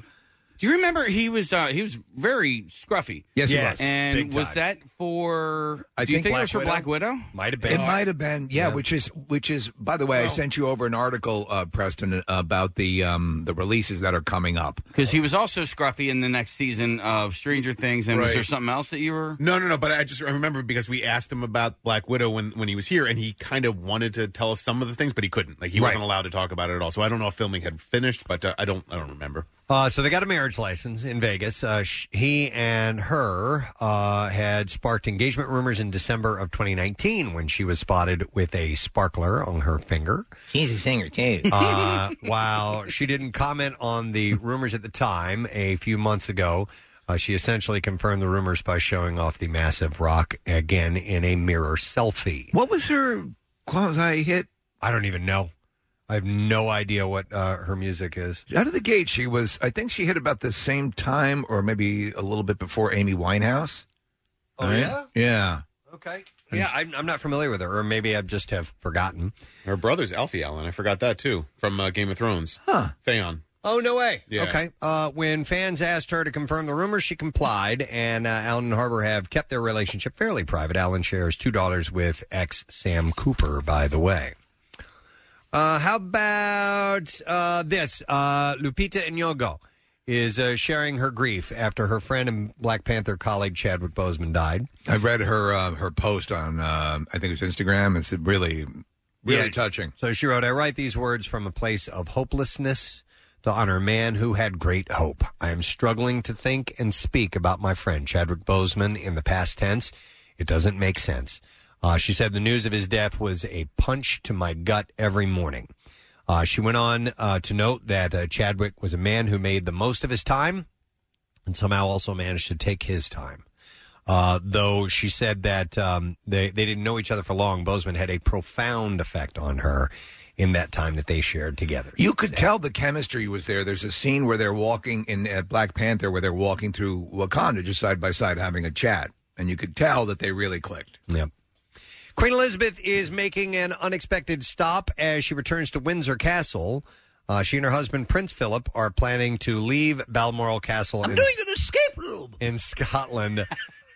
Do you remember he was uh, he was very scruffy?
Yes, he Yes, was.
And
big
was
time.
that for?
I
do you
think
think it
Black
was for
Widow?
Black Widow?
Might have
It might have been, yeah, Which is, which is. By the way, I sent you over an article, uh, Preston, about the um, the releases that are coming up.
Because he was also scruffy in the next season of Stranger Things. And was
Right.
there something else that you were?
No, no, no. But I just I remember because we asked him about Black Widow when, when he was here, and he kind of wanted to tell us some of the things, but he couldn't. Like he wasn't
Right.
allowed to talk about it at all. So I don't know if filming had finished, but uh, I don't. I don't remember.
Uh, so they got a marriage license in Vegas. Uh, sh- he and her uh, had sparked engagement rumors in December of 2019 when she was spotted with a sparkler on her finger.
She's a singer, too.
Uh, while she didn't comment on the rumors at the time, a few months ago, uh, she essentially confirmed the rumors by showing off the massive rock again in a mirror selfie.
What was her quasi hit?
I don't even know. I have no idea what uh, her music is.
Out of the gate, she was. I think she hit about the same time, or maybe a little bit before Amy Winehouse.
Oh, yeah?
yeah.
Okay. Yeah, I'm, I'm not familiar with her, or maybe I just have forgotten.
Her brother's Alfie Allen. I forgot that too from uh, Game of Thrones. Huh? Theon.
Oh, no way.
Yeah.
Okay. Uh, when fans asked her to confirm the rumors, she complied, and uh, Allen and Harbour have kept their relationship fairly private. Allen shares two daughters with ex Sam Cooper, by the way. Uh, how about uh, this? Uh, Lupita Nyong'o is uh, sharing her grief after her friend and Black Panther colleague Chadwick Boseman died.
I read her uh, her post on uh, I think it was Instagram. It's really really
Yeah.
touching.
So she wrote, I write these words from a place of hopelessness to honor a man who had great hope. I am struggling to think and speak about my friend Chadwick Boseman in the past tense. It doesn't make sense. Uh, she said the news of his death was a punch to my gut every morning. Uh, she went on uh, to note that uh, Chadwick was a man who made the most of his time and somehow also managed to take his time. Uh, though she said that um, they, they didn't know each other for long, Bozeman had a profound effect on her in that time that they shared together.
You could tell the chemistry was there. There's a scene where they're walking in uh, Black Panther, where they're walking through Wakanda, just side by side having a chat, and you could tell that they really clicked.
Yep. Queen Elizabeth is making an unexpected stop as she returns to Windsor Castle. Uh, she and her husband, Prince Philip, are planning to leave Balmoral Castle in,
an escape room.
in Scotland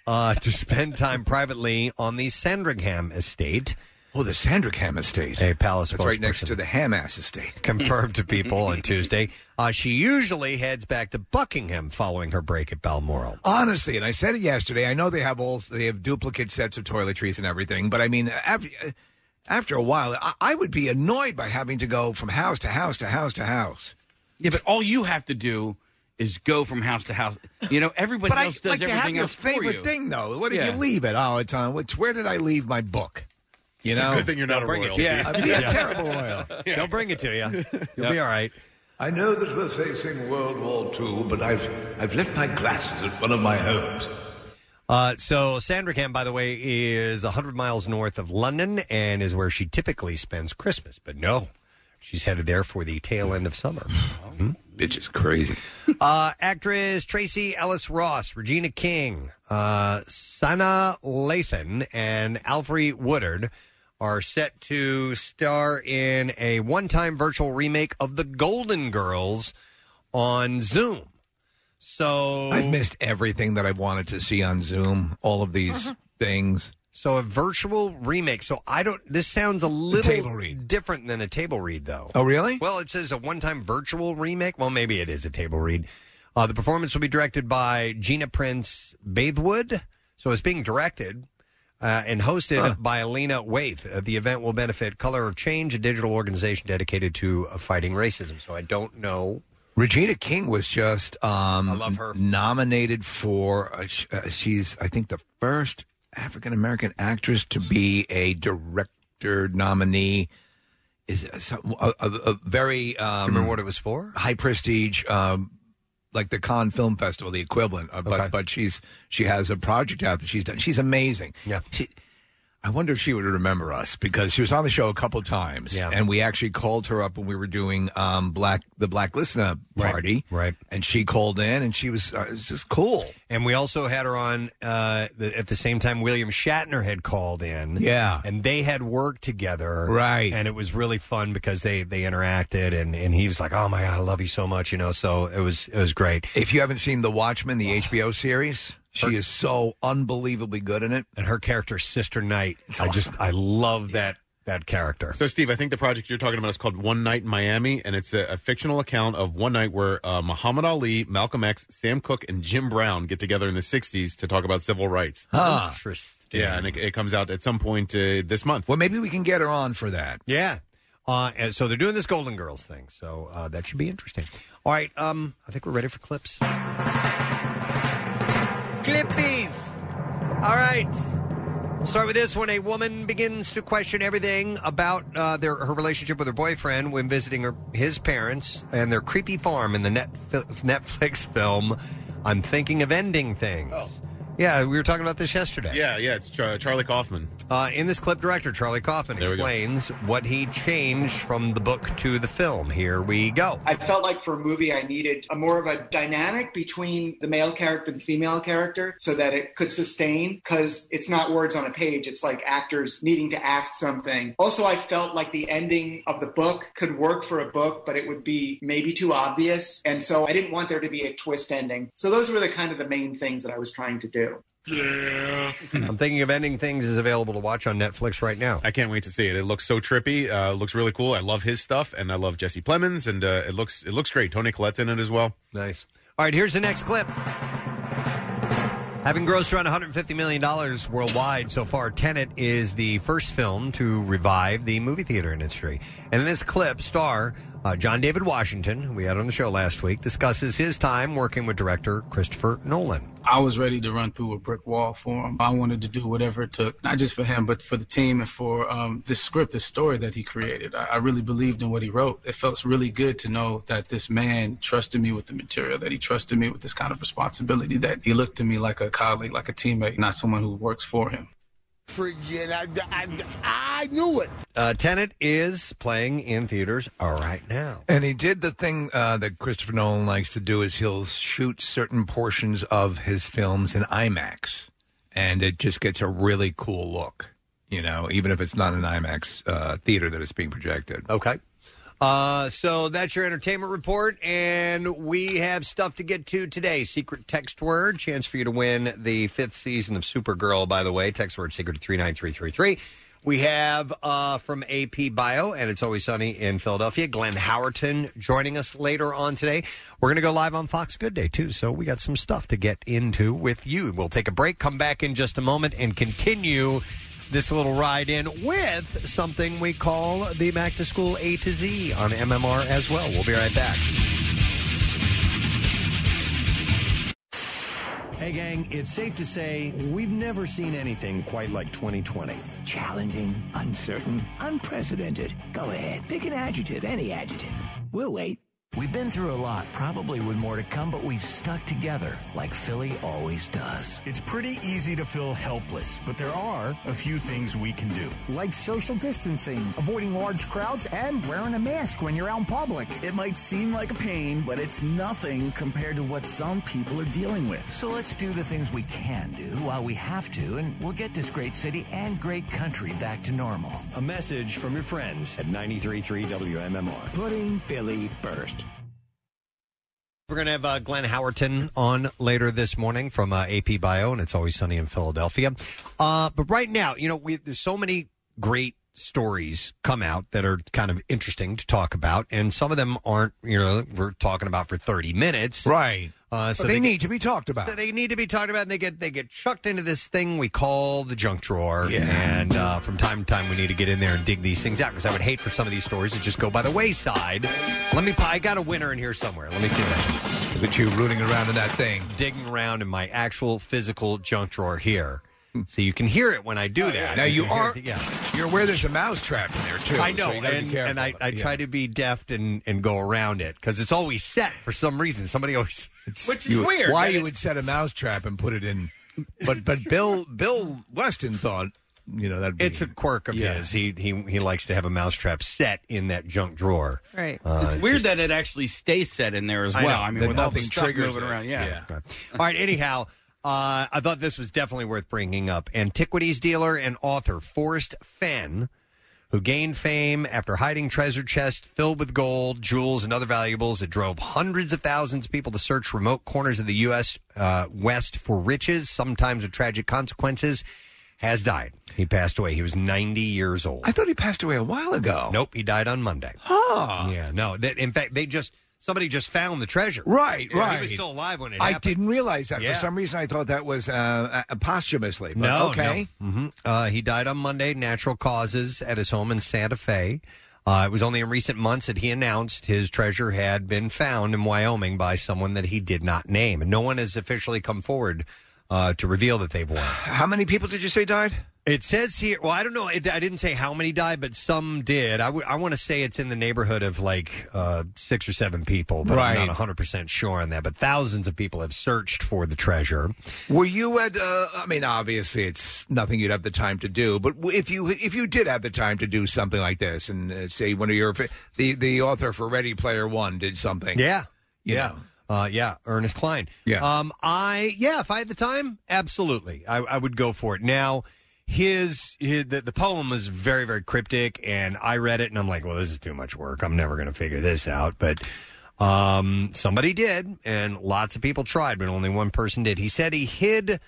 uh, to spend time privately on the Sandringham estate.
Oh, the Sandringham estate.
A palace
That's right next
spokesperson
to the Hamass estate.
confirmed to people on Tuesday. Uh, she usually heads back to Buckingham following her break at Balmoral.
Honestly, and I said it yesterday. I know they have all they have duplicate sets of toiletries and everything, but I mean, after, after a while, I, I would be annoyed by having to go from house to house to house to house.
Yeah, but all you have to do is go from house to house. You know, everybody
but
else
I
does
like to
everything
have your
else for
favorite
you.
thing, though. What if
Yeah.
you leave it? Oh, it's on. Which, where did I leave my book? You
It's a
know,
good thing you're not They'll a bring it royal. to you.
Yeah, I'd be
Yeah.
a terrible royal.
Yeah. They'll bring it to you. You'll be all right.
I know that we're facing World War II, but I've I've left my glasses at one of my homes.
Uh, so Sandringham, by the way, is 100 miles north of London and is where she typically spends Christmas. But no, she's headed there for the tail end of summer.
Bitch is crazy.
Uh, actress Tracy Ellis Ross, Regina King, uh, Sana Lathan, and Alfre Woodard are set to star in a one time virtual remake of The Golden Girls on Zoom. So
I've missed everything that I've wanted to see on Zoom. All of these things.
Mm-hmm. So a virtual remake. So I don't. This sounds a little different than a table read, though.
Oh, really?
Well, it says a one-time virtual remake. Well, maybe it is a table read. Uh, the performance will be directed by Gina Prince Bathewood. So it's being directed uh, and hosted by Alina Waith. Uh, the event will benefit Color of Change, a digital organization dedicated to uh, fighting racism. So I don't know.
Regina King was just um, I love her. nominated for uh, sh- uh, she's I think the first African American actress to be a director nominee is uh, some, a, a, a very um,
remember what it was for
high prestige um, like the Cannes Film Festival the equivalent of, but but she's she has a project out that she's done she's amazing yeah she, I wonder if she would remember us because she was on the show a couple times,
Yeah.
and we actually called her up when we were doing um, black the Black Listener party, right? And she called in, and she was uh, it was just cool.
And we also had her on uh, the, at the same time. William Shatner had called in,
Yeah.
and they had worked together,
Right.
And it was really fun because they they interacted, and and he was like, "Oh my god, I love you so much," you know. So it was it was great.
If you haven't seen The Watchmen, the HBO series, she is so unbelievably good in it.
And her character, Sister Knight, I just I love that that character.
So, Steve, I think the project you're talking about is called One Night in Miami, and it's a, a fictional account of one night where uh, Muhammad Ali, Malcolm X, Sam Cooke, and Jim Brown get together in the 60s to talk about civil rights.
Huh.
Interesting.
Yeah, and it, it comes out at some point uh, this month.
Well, maybe we can get her on for that.
Yeah. Uh, and so they're doing this Golden Girls thing, so uh, that should be interesting. All right, um, I think we're ready for clips. Clippies. All right. We'll start with this one. A woman begins to question everything about uh, their her relationship with her boyfriend when visiting her, his parents and their creepy farm in the Netf- Netflix film. I'm thinking of ending things.
Oh.
Yeah, we were talking about this yesterday.
Yeah, yeah, it's Char- Charlie Kaufman.
Uh, in this clip, director Charlie Kaufman
There we go.
explains what he changed from the book to the film. Here we go.
I felt like for a movie, I needed a more of a dynamic between the male character and the female character so that it could sustain because it's not words on a page. It's like actors needing to act something. Also, I felt like the ending of the book could work for a book, but it would be maybe too obvious. And so I didn't want there to be a twist ending. So those were the kind of the main things that I was trying to do.
I'm thinking of ending things is available to watch on Netflix right now.
I can't wait to see it. It looks so trippy. Uh, it looks really cool. I love his stuff, and I love Jesse Plemons, and uh, it looks it looks great. Tony Collette's in it as well.
Nice. All right, here's the next clip. Having grossed around $150 million worldwide so far, Tenet is the first film to revive the movie theater industry. And in this clip, star uh, John David Washington, who we had on the show last week, discusses his time working with director Christopher Nolan.
I was ready to run through a brick wall for him. I wanted to do whatever it took, not just for him, but for the team and for um, this script, this story that he created. I, I really believed in what he wrote. It felt really good to know that this man trusted me with the material, that he trusted me with this kind of responsibility, that he looked to me like a colleague, like a teammate, not someone who works for him.
Forget, I, I, I knew it.
Uh, Tenet is playing in theaters all right now.
And he did the thing uh, that Christopher Nolan likes to do is he'll shoot certain portions of his films in IMAX, and it just gets a really cool look. You know, even if it's not an IMAX uh, theater that it's being projected.
Okay. Uh, so that's your entertainment report, and we have stuff to get to today. Secret text word, chance for you to win the fifth season of Supergirl, by the way. Text word secret to 39333. We have uh, from AP Bio, and it's always sunny in Philadelphia, Glenn Howerton joining us later on today. We're going to go live on Fox Good Day, too, so we got some stuff to get into with you. We'll take a break, come back in just a moment, and continue this little ride in with something we call the Back to School A to Z on MMR as well. We'll be right back.
Hey, gang, it's safe to say we've never seen anything quite like 2020.
Challenging, uncertain, unprecedented. Go ahead, Eh, pick an adjective, any adjective. We'll wait.
We've been through a lot, probably with more to come, but we've stuck together like Philly always does.
It's pretty easy to feel helpless, but there are a few things we can do.
Like social distancing, avoiding large crowds, and wearing a mask when you're out in public.
It might seem like a pain, but it's nothing compared to what some people are dealing with.
So let's do the things we can do while we have to, and we'll get this great city and great country back to normal.
A message from your friends at 933 WMMR.
Putting Philly first.
We're going to have uh, Glenn Howerton on later this morning from uh, AP Bio, and it's always sunny in Philadelphia. Uh, but right now, you know, we, there's so many great stories come out that are kind of interesting to talk about, and some of them aren't, you know, we're talking about for 30 minutes.
Right.
Uh, so
But they
get-
need to be talked about.
So they need to be talked about, and they get they get chucked into this thing we call the junk drawer.
Yeah.
And uh, from time to time, we need to get in there and dig these things out because I would hate for some of these stories to just go by the wayside. Let me. I got a winner in here somewhere. Let me see that.
Look at you rooting around in that thing.
Digging around in my actual physical junk drawer here. So you can hear it when I do that.
Oh, Now you
can hear
are
it- Oh, yeah.
you're aware there's a mouse trap in there too.
I know,
so you gotta be
and,
careful.
and I, I try to be deft and, and go around it because it's always set for some reason. Somebody always,
which
You- Why you would set a mouse trap and put it in? But but Bill Bill Weston thought you know that
it's a quirk of his. He he he likes to have a mousetrap set in that junk drawer.
Right.
Uh,
it's weird that it actually stays set in there as
I
well.
know,
I, mean,
that
with all the
nothing
stuff
triggers
moving
it.
around, yeah.
Yeah. All right. Anyhow, uh, I thought this was definitely worth bringing up. Antiquities dealer and author Forrest Fenn, who gained fame after hiding treasure chests filled with gold, jewels, and other valuables that drove hundreds of thousands of people to search remote corners of the U.S. Uh, West for riches, sometimes with tragic consequences, has died. He passed away. He was 90 years old. I
thought he passed away a while ago.
Nope, he died on Monday.
Huh.
Yeah, no. That, in fact, they just somebody just found the treasure.
Right,
Yeah,
right.
He was still alive when it
I
happened.
didn't realize that.
Yeah.
For some reason, I thought that was uh, uh, posthumously. But
no,
okay.
no. Mhm. Uh, he died on Monday, natural causes, at his home in Santa Fe. Uh, it was only in recent months that he announced his treasure had been found in Wyoming by someone that he did not name, and no one has officially come forward uh, to reveal that they've won.
How many people did you say died?
It says here. Well, I don't know. It, I didn't say how many died, but some did. I want to say it's in the neighborhood of like uh, six or seven people, but I'm
Right.
not 100 percent sure on that. But thousands of people have searched for the treasure.
Were you at? Uh, I mean, obviously, it's nothing you'd have the time to do. But w- if you if you did have the time to do something like this, and uh, say one of your fa- the the author for Ready Player One did something,
Yeah.
You
yeah. Uh, yeah, Ernest Klein.
Yeah.
Um, I yeah, if I had the time, absolutely, I, I would go for it. Now, his, his the, the poem was very very cryptic, and I read it, and I'm like, well, this is too much work. I'm never going to figure this out. But um, somebody did, and lots of people tried, but only one person did. He said he hid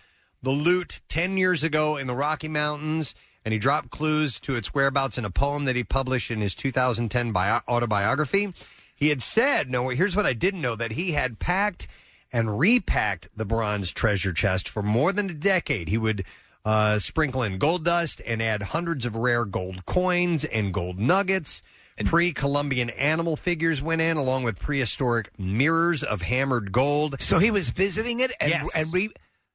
the loot 10 years ago in the Rocky Mountains, and he dropped clues to its whereabouts in a poem that he published in his 2010 bio- autobiography. He had said, no, here's what I didn't know, that he had packed and repacked the bronze treasure chest for more than a decade. He would uh, sprinkle in gold dust and add hundreds of rare gold coins and gold nuggets. Pre Columbian animal figures went in, along with prehistoric mirrors of hammered gold.
So he was visiting it and, and re.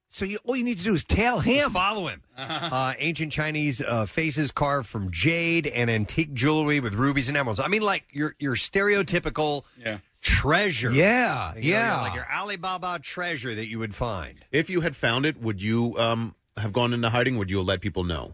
So you, all you need to do is tail him,
follow him. Uh, ancient Chinese uh, faces carved from jade and antique jewelry with rubies and emeralds. I mean, like your your stereotypical
yeah.
treasure.
Yeah,
You know,
yeah.
like your Alibaba treasure that you would find.
If you had found it, would you um, have gone into hiding? Would you have let people know?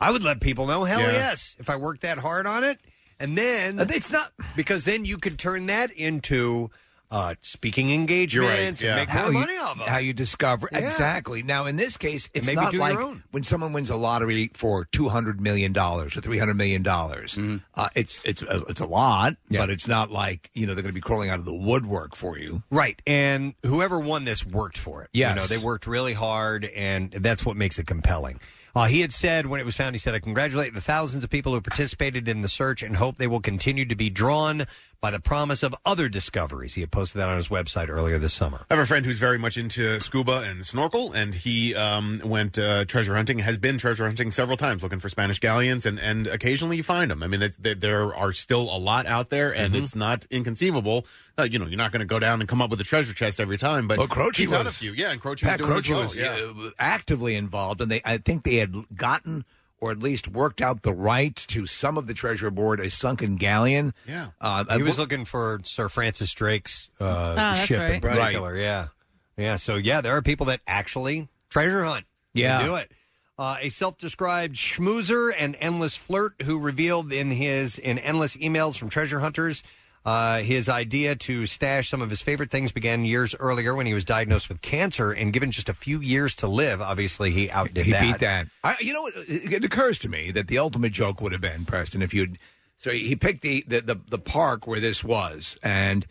I would let people know. "Oh, Hell
Yeah.
yes, if I worked that hard on it, and then
Uh, it's not
because then you could turn that into uh, speaking engagements and make more
you,
money off of.
How you discover
Yeah.
exactly. Now in this case,
And
it's
maybe
not
do your
like
own.
when someone wins a lottery for two hundred million dollars or three hundred million dollars.
Mm-hmm.
Uh, it's it's uh, it's a lot, but it's not like you know they're going to be crawling out of the woodwork for you.
Right, and whoever won this worked for it. You know,
Yes.
they worked really hard, and that's what makes it compelling. Uh, he had said when it was found, he said, I congratulate the thousands of people who participated in the search and hope they will continue to be drawn by the promise of other discoveries. He had posted that on his website earlier this summer.
I have a friend who's very much into scuba and snorkel, and he um, went uh, treasure hunting. Has been treasure hunting several times, looking for Spanish galleons, and, and occasionally you find them. I mean, it's, there- there are still a lot out there, and
Mm-hmm.
it's not inconceivable. Uh, you know, you're not going to go down and come up with a treasure chest every time, but
Well, Croce
he found
was-
a few. Yeah, and Croce
Pat
was doing as
Croce
well,
was
yeah.
uh, actively involved, and they I think they had gotten or at least worked out the rights to some of the treasure aboard a sunken galleon.
Yeah.
Uh,
he was
uh,
looking for Sir Francis Drake's uh,
Ah, that's
ship in
right. Right.
particular. Yeah. Yeah. So, yeah, there are people that actually treasure hunt. They
Yeah.
do it. Uh, a self-described schmoozer and endless flirt who revealed in his in endless emails from treasure hunters uh, his idea to stash some of his favorite things began years earlier when he was diagnosed with cancer and given just a few years to live. Obviously, he outdid
he
that.
beat that. I, you know, it, it occurs to me that the ultimate joke would have been Preston if you'd. So he picked the the, the the park where this was, and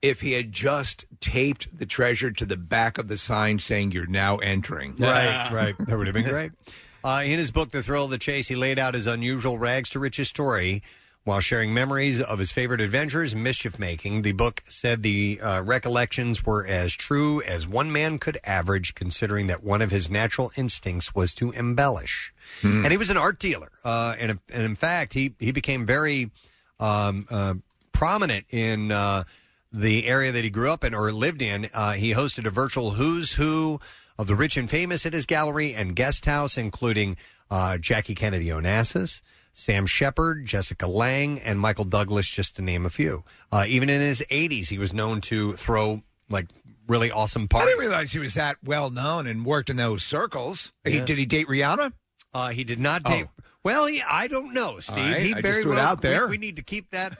if he had just taped the treasure to the back of the sign saying "You're now entering,"
Right, right. That would have been great. Uh, in his book, The Thrill of the Chase, he laid out his unusual rags to riches story while sharing memories of his favorite adventures, mischief making. The book said the uh, recollections were as true as one man could average, considering that one of his natural instincts was to embellish. And he was an art dealer. Uh, and, and in fact, he, he became very um, uh, prominent in. Uh, the area that he grew up in or lived in. Uh, he hosted a virtual who's who of the rich and famous at his gallery and guest house, including uh, Jackie Kennedy Onassis, Sam Shepard, Jessica Lang, and Michael Douglas, just to name a few. Uh, even in his 80s, he was known to throw like really awesome
I
parties.
didn't realize he was that well known and worked in those circles. He-
Yeah.
did he date Rihanna? Oh.
Uh, he did not date- Well, he, I don't know, Steve. he
I
very
just threw
well-
it out there.
We, we need to keep that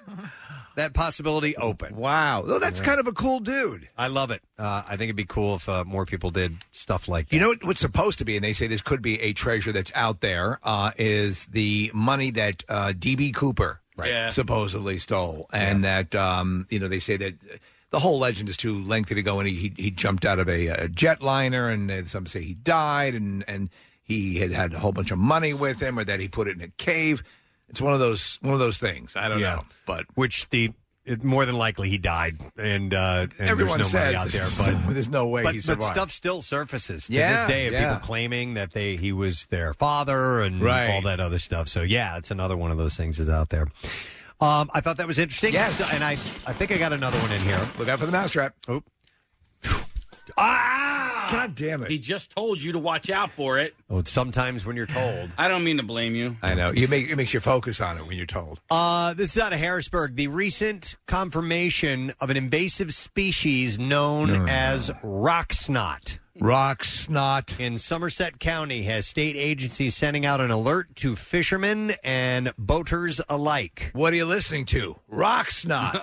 that possibility open.
Wow, well, that's kind of a cool dude.
I love it. Uh, I think it'd be cool if uh, more people did stuff like
You know what- what's supposed to be, and they say this could be a treasure that's out there, uh, is the money that uh, DB Cooper
Right. Yeah.
supposedly stole, and that um, you know they say that uh, the whole legend is too lengthy to go, and he he jumped out of a, a jetliner, and uh, some say he died, and and he had had a whole bunch of money with him, or that he put it in a cave. It's one of those one of those things. I don't know, but
which the it, more than likely he died, and, uh, and
everyone
there's no
says
money out
there's,
there.
no,
But
there's no way
but,
he
but
survived.
stuff still surfaces to
Yeah,
this day of
yeah.
people claiming that they he was their father and
Right.
all that other stuff. So yeah, it's another one of those things that's out there. Um, I thought that was interesting.
Yes.
So- and I I think I got another one in here.
Look out for the mousetrap.
Oop.
God damn it.
He just told you to watch out for it.
Oh, it's sometimes when you're told.
I don't mean to blame you.
I know you make it makes you focus on it when you're told.
Uh, this is out of Harrisburg. The recent confirmation of an invasive species known as rock snot.
Rock snot.
In Somerset County, has state agencies sending out an alert to fishermen and boaters alike.
What are you listening to? Rock snot.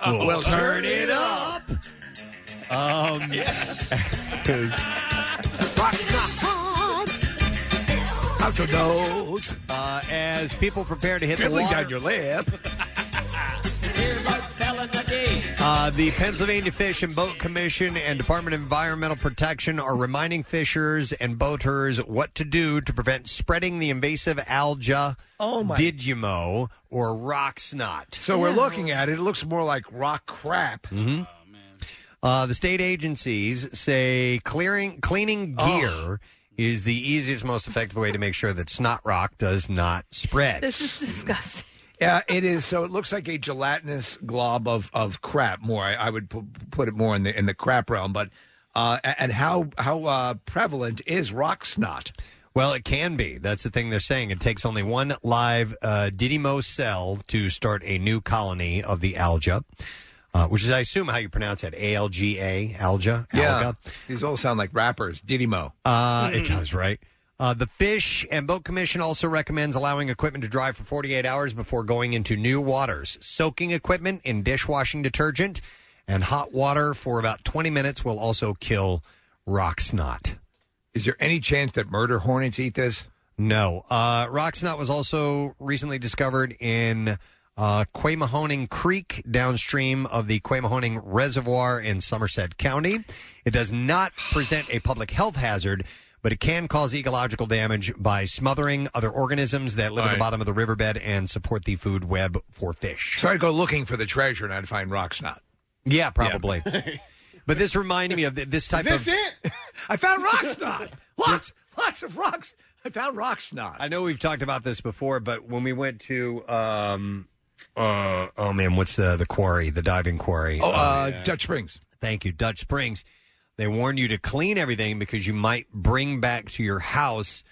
Well,
Well,
uh, turn
turn
it
it
up. Um,
Out your nose.
Uh, as people prepare to hit
Dribbling
the water,
down your lip.
Uh, the Pennsylvania Fish and Boat Commission and Department of Environmental Protection are reminding fishers and boaters what to do to prevent spreading the invasive alga Digimo or rock snot.
So we're looking at it. It looks more like rock crap.
Mhm. Uh, the state agencies say clearing cleaning gear is the easiest, most effective way to make sure that snot rock does not spread.
This is disgusting.
Yeah, it is. So it looks like a gelatinous glob of, of crap. More, I, I would pu- put it more in the in the crap realm. But uh, a- and how how uh, prevalent is rock snot?
Well, it can be. That's the thing they're saying. It takes only one live uh, Didimo cell to start a new colony of the alga, uh, which is, I assume, how you pronounce it. A L G A, alga.
Yeah,
alga.
these all sound like rappers. Didimo.
Uh, It does, right? Uh, the Fish and Boat Commission also recommends allowing equipment to dry for 48 hours before going into new waters. Soaking equipment in dishwashing detergent and hot water for about 20 minutes will also kill rock snot.
Is there any chance that murder hornets eat this?
No. Uh, rock snot was also recently discovered in uh, Quemahoning Creek, downstream of the Quemahoning Reservoir in Somerset County. It does not present a public health hazard, but it can cause ecological damage by smothering other organisms that live at the
Right.
bottom of the riverbed and support the food web for fish.
So I'd go looking for the treasure and I'd find rock snot.
Yeah, probably. but this reminded me of th- this type of.
it? I found rock snot. Lots, lots of rocks. I found rock snot.
I know we've talked about this before, but when we went to, um, uh, oh man, what's the the quarry, the diving quarry?
Oh, uh, Dutch Springs.
Thank you, Dutch Springs. They warn you to clean everything because you might bring back to your house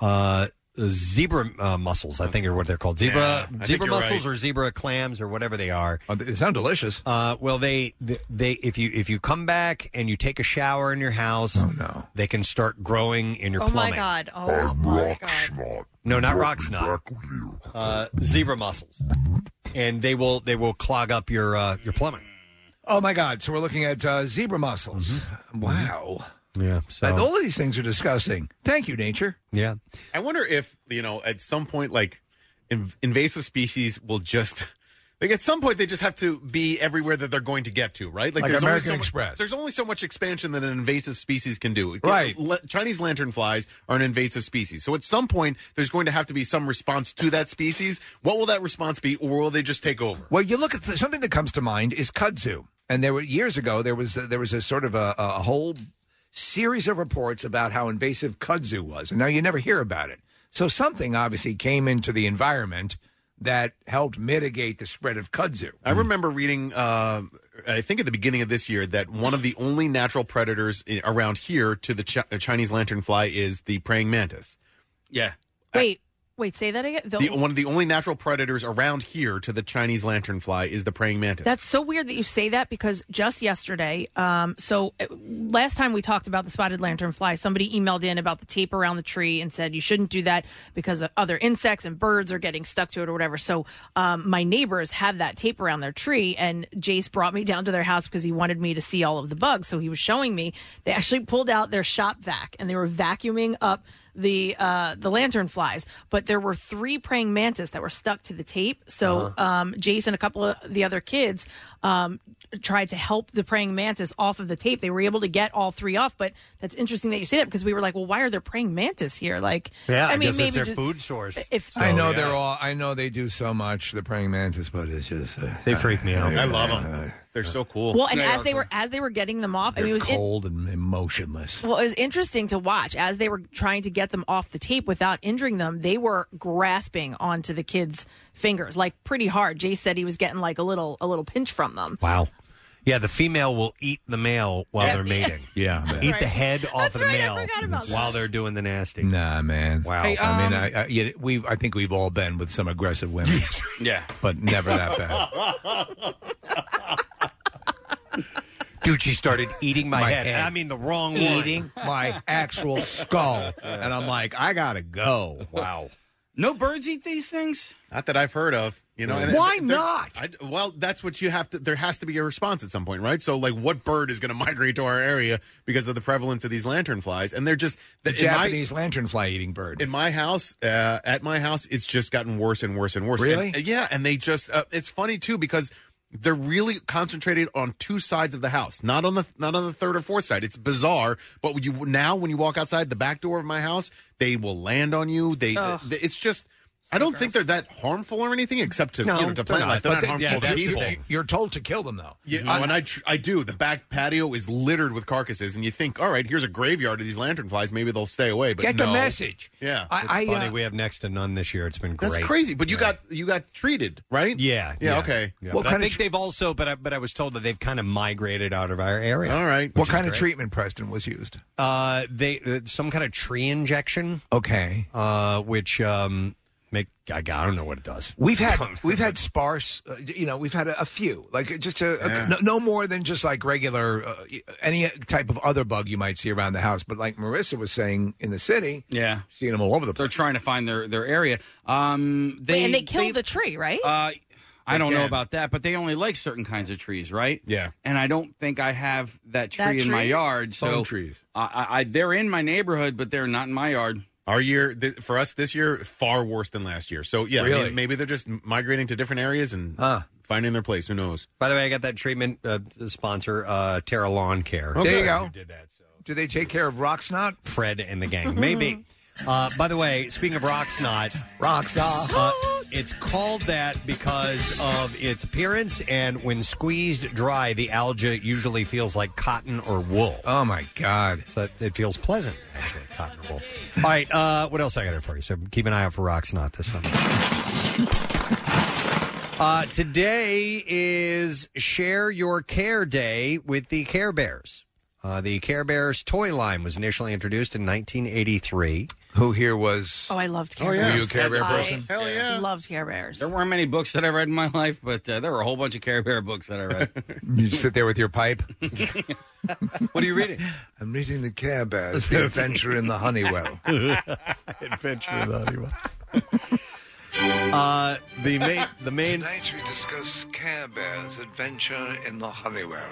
uh, zebra uh, mussels. I think are what they're called,
Yeah, I
zebra
think
zebra
you're
mussels
right.
or zebra clams or whatever they are.
they sound delicious.
Uh, well, they, they they if you if you come back and you take a shower in your house, oh no, they can start growing in your
oh
plumbing.
my god. Oh my god.
No, not rock snot. Uh, zebra mussels, and they will they will clog up your uh, your plumbing.
Oh my God! So we're looking at uh, zebra mussels. Wow.
Yeah.
And all of these things are disgusting. Thank you, nature.
Yeah.
I wonder if you know at some point, like inv- invasive species will just like at some point they just have to be everywhere that they're going to get to, right?
Like
there's only
American
so mu-
Express.
there's only so much expansion that an invasive species can do.
Right.
Le- Chinese lanternflies are an invasive species, so at some point there's going to have to be some response to that species. What will that response be, or will they just take over?
Well, you look at the, something that comes to mind is kudzu, and there were years ago there was a, there was a sort of a, a whole series of reports about how invasive kudzu was, and now you never hear about it. So something obviously came into the environment that helped mitigate the spread of kudzu.
I remember reading, uh, I think at the beginning of this year, that one of the only natural predators i- around here to the chi- uh, Chinese lanternfly is the praying mantis.
Yeah.
Wait, wait, say that again. The-
The, one of the only natural predators around here to the Chinese lanternfly is the praying mantis.
That's so weird that you say that because just yesterday, um, so uh, last time we talked about the spotted lanternfly, somebody emailed in about the tape around the tree and said you shouldn't do that because other insects and birds are getting stuck to it or whatever. So um, my neighbors have that tape around their tree, and Jace brought me down to their house because he wanted me to see all of the bugs. So he was showing me. They actually pulled out their shop vac and they were vacuuming up the uh, the lantern flies, but there were three praying mantis that were stuck to the tape. So um, Jason, a couple of the other kids, um, tried to help the praying mantis off of the tape. They were able to get all three off, but that's interesting that you say that because we were like, well, why are there praying mantis here? Like,
Yeah, I
I mean,
guess that's
maybe
their
just-
food source.
If
I know
there
they're all. I know they do so much. The praying mantis, but it's just uh,
they freak me out.
I love them. They're so cool.
well, and as they were as they were getting them off, I
They're
mean, it was in-
cold and emotionless.
Well, it was interesting to watch as they were trying to get them off the tape without injuring them. They were grasping onto the kids' fingers like pretty hard. Jay said he was getting like a little a little pinch from them.
Wow. Yeah, the female will eat the male while
Yeah.
they're mating.
Yeah, man.
eat
right.
the head
That's
off of the
right, I
male
forgot about that.
while they're doing the nasty.
Nah, man. Wow.
Hey,
I mean,
um,
I, I, yeah, we. I think we've all been with some aggressive women.
yeah,
but never that bad.
Dude, she started eating my, head. and I mean the wrong one.
Eating my actual skull, and I'm like, I gotta go. Wow.
No birds eat these things.
Not that I've heard of. You know, and
Why
they're-
not?
I, well, that's what you have to. There has to be a response at some point, right? So, like, what bird is going to migrate to our area because of the prevalence of these lanternflies? And they're just
The
in my-
Japanese lanternfly eating bird.
in my house uh, at my house it's just gotten worse and worse and worse
Really?
And- yeah and they just uh, it's funny too because they're really concentrated on two sides of the house not on the not on the third or fourth side it's bizarre but you now when you walk outside the back door of my house they will land on you they
Ugh.
it's just I don't think they're that harmful or anything, except to
No,
you know,
they're
to plant
not.
life. They're
But
not
they-
harmful
yeah,
to
that's-
people.
they- You're told to kill them though.
Yeah,
Mhm.
and I tr- I do. The back patio is littered with carcasses, and you think, all right, here's a graveyard of these lanternflies. Maybe they'll stay away. But
Get the
no.
message.
Yeah,
I, it's funny. we have next to none this year. It's been great.
that's crazy. But you got you got treated, right?
Yeah.
Yeah. Okay.
Yeah. But I think they've also, but I, but I was told that they've kind of migrated out of our area.
All right. What
which is
kind of
great.
treatment, Preston, was used?
Uh, they uh, some kind of tree injection.
Okay.
Uh, which um make I, I don't know what it does.
We've had we've had sparse, uh, you know, we've had a, a few, like uh, just a, a-
Yeah.
no, no more than just like regular uh, any type of other bug you might see around the house. But like Marissa was saying in the city,
yeah,
seeing them all over the place.
They're trying to find their their area. Um, they
Wait, and they killed the tree, right?
Uh, I don't know
Again.
about that, but they only like certain kinds of trees, right?
Yeah.
And I don't think I have that tree
That
in my
tree?
yard. So
Phone trees.
I, I, I they're in my neighborhood, but they're not in my yard.
Our year th- for us this year far worse than last year. So yeah, I mean,
Really?
maybe they're just migrating to different areas and finding their place. Who knows?
By the way, I got that treatment uh, sponsor, uh, Terra Lawn Care.
There you go. Do they take care of rock snot?
Fred and the gang. Maybe. Uh, by the way, speaking of rock snot,
rock snot.
Uh, it's called that because of its appearance, and when squeezed dry, the algae usually feels like cotton or wool.
Oh my god!
But it feels pleasant, actually, cotton or wool. All right, uh, what else I got here for you? So keep an eye out for rock snot this summer. Uh, today is Share Your Care Day with the Care Bears. Uh, the Care Bears toy line was initially introduced in 1983.
Who here was?
Oh, I loved Care
Oh, yeah.
Bears.
Were you a Care Bear
I
person? Hell yeah.
Loved Care Bears.
There weren't many books that I read in my life, but uh, there were a whole bunch of Care Bear books that I read.
You sit there with your pipe.
what are you reading?
I'm reading the Care Bears: The Adventure in the Honeywell.
Adventure in the Honeywell. Uh, the main, the main.
Tonight we discuss Care Bears' Adventure in the Honeywell.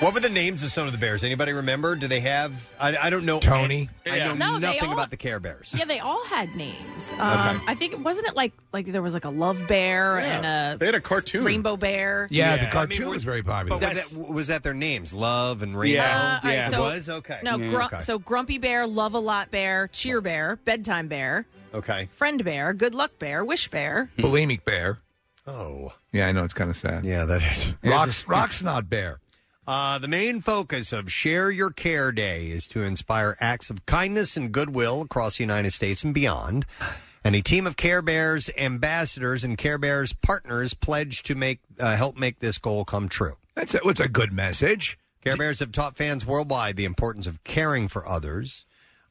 What were the names of some of the bears? Anybody remember? Do they have? I, I don't know.
Tony.
I know
No, they
nothing
all-
about the Care Bears.
Yeah, they all had names. Um,
Okay.
I think it wasn't it like like there was like a love bear and a
They had a cartoon.
rainbow bear.
Yeah, the cartoon was very popular.
But were that, was that their names? Love and Rainbow.
Uh, all right,
It
so-
was okay.
No,
Mm,
gru-
okay.
so grumpy bear, love a lot bear, cheer bear, bedtime bear,
okay.
friend bear, good luck bear, wish bear.
Bulimic Bear.
Oh.
Yeah, I know it's kind of sad.
Yeah, that is.
Rocks, rock snot bear.
Uh, the main focus of Share Your Care Day is to inspire acts of kindness and goodwill across the United States and beyond. And a team of Care Bears ambassadors and Care Bears partners pledge to make uh, help make this goal come true.
That's a, what's a good message.
Care Bears have taught fans worldwide the importance of caring for others.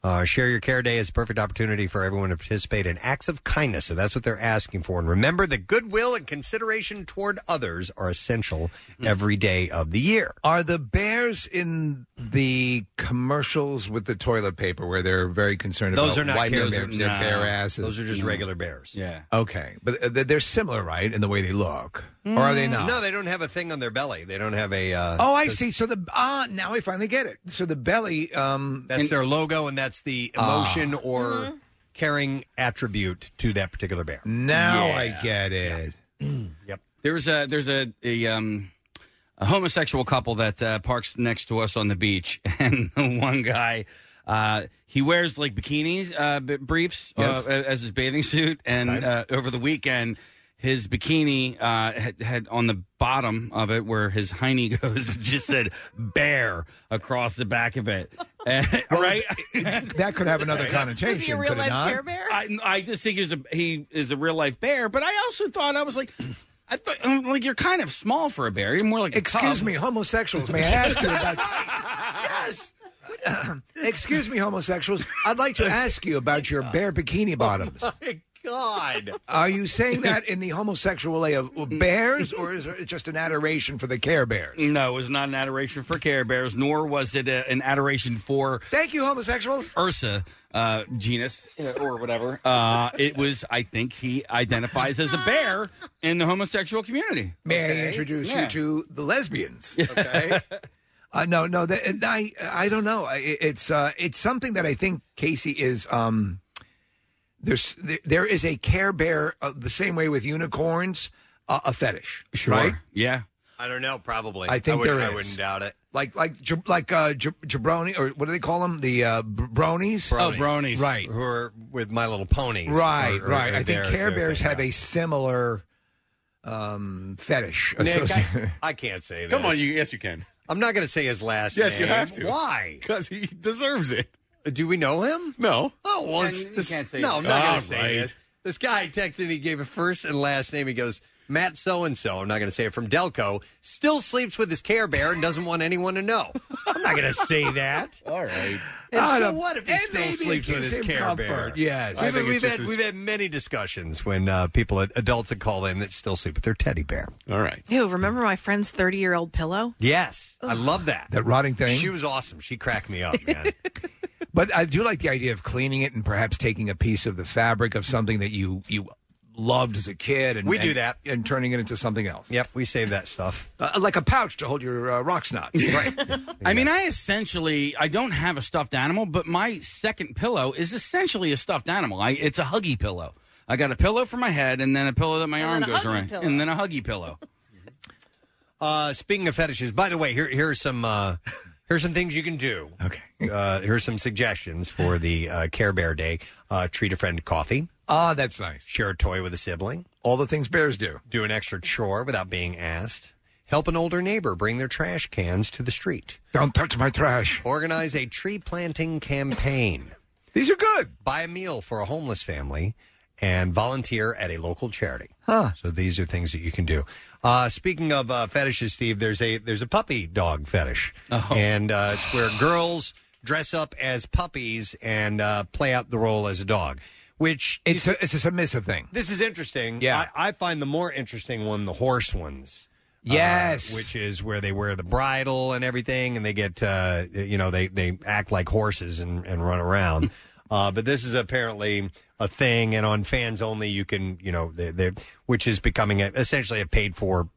Uh, Share Your Care Day is a perfect opportunity for everyone to participate in acts of kindness. So that's what they're asking for. And remember that goodwill and consideration toward others are essential every day of the year.
Hmm. Are the bears in the commercials with the toilet paper where they're very concerned
Those
about
are not
wiping
Care
their,
Bears.
their
No.
bare asses?
Those are just regular bears.
Yeah.
Okay, but uh, they're similar, right, in the way they look, or are they not?
Mm. No, they don't have a thing on their belly. They don't have a. Uh,
oh, I
this-
see. So the ah, now I finally get it. So the belly. Um, Ah.
That's their logo, and that's the emotion or
Mm-hmm.
caring attribute to that particular bear.
Now I get it. Mm,
yep.
There was a there's a a, um, a homosexual couple that uh, parks next to us on the beach, and one guy. Uh, he wears like bikinis, uh, b- briefs
Yes.
uh, as his bathing suit, and uh, over the weekend, his bikini uh, had, had on the bottom of it where his hiney goes, it just said "bear" across the back of it. And- right?
that could have another connotation. could it not?
Bear?
I, I just think he was a he is a real life bear. But I also thought I was like, I thought I'm like you're kind of small for a bear. You're more like
Excuse me, homosexuals. May I ask you about? yes. Excuse me, homosexuals. I'd like to ask you about your bare bikini bottoms.
My God.
Are you saying that in the homosexual way of bears, or is it just an adoration for the Care Bears?
No, it was not an adoration for Care Bears, nor was it a, an adoration for
Thank you, homosexuals.
Ursa uh, genus uh, or whatever. Uh, it was, I think, he identifies as a bear in the homosexual community.
May I introduce
Yeah.
you to the lesbians? Okay. uh, no, no, that, and I, I don't know. I- It's, uh, it's something that I think Casey is. Um, there's, there, there is a Care Bear uh, the same way with unicorns, uh, a fetish,
Sure.
right?
Yeah.
I don't know. Probably.
I think
would,
there is.
I wouldn't doubt it.
Like like jab- like uh, jab- jabroni or what do they call them? The uh, br- bronies.
Oh,
Right.
Who are with My Little Ponies.
Right.
Oh, or- or-
right.
or
I think
their-
Care
their
Bears
thing.
have a similar um, fetish.
Nick,
associated-
I, I can't say this.
Come on, you. Yes, you can.
I'm not going to say his last
Yes,
name.
you have to.
Why? Uh,
Because he deserves it.
Do we know him?
No.
Oh, well,
Yeah,
it's
you
this,
can't say
No,
his
I'm
name.
not going
All
to say
right.
this. This guy texted, he gave a first and last name. He goes, Matt so and so, I'm not going to say it, from Delco, still sleeps with his Care Bear and doesn't want anyone to know. I'm not going to say that.
All right.
And
Oh,
so
no.
what if he
And
still
maybe it
sleeps with
gives
his
him
Care
comfort,
Bear?
yes. I
We've,
think
we've
it's
had,
just his-
we've had many discussions when uh, people, adults that call in that still sleep with their teddy bear.
All right.
Ew, remember my friend's 30 year old pillow?
Yes. I love that.
That rotting thing?
She was awesome. She cracked me up, man.
Oh, But I do like the idea of cleaning it and perhaps taking a piece of the fabric of something that you you loved as a kid and
We do
and-
that.
and turning it into something else.
yep, we save that stuff.
Uh, like a pouch to hold your uh, rock snot. Right.
I mean, I essentially I don't have a stuffed animal, but my second pillow is essentially a stuffed animal. I, it's a huggy pillow. I got a pillow for my head, and then a pillow that my
And
arm
then a
goes
huggy
around,
pillow.
and then a huggy pillow.
Uh, speaking of fetishes, by the way, here here are some uh, here's some things you can do.
Okay.
Uh, here's some suggestions for the uh, Care Bear Day. Uh, treat a friend to coffee.
Ah, that's nice.
Share a toy with a sibling.
All the things bears do.
Do an extra chore without being asked. Help an older neighbor bring their trash cans to the street.
Don't touch my trash.
Organize a tree planting campaign.
These are good.
Buy a meal for a homeless family and volunteer at a local charity.
Huh.
So these are things that you can do. Uh, speaking of uh, fetishes, Steve, there's a there's a puppy dog fetish,
Oh.
and uh, it's where girls dress up as puppies and uh, play out the role as a dog. Which
it's a, it's a submissive thing.
This is interesting.
Yeah.
I, I find the more interesting one the horse ones. uh,
Yes.
which is where they wear the bridle and everything, and they get uh, you know they they act like horses and and run around. uh, but this is apparently a thing, and on fans only, you can you know they, they, which is becoming a, essentially a paid for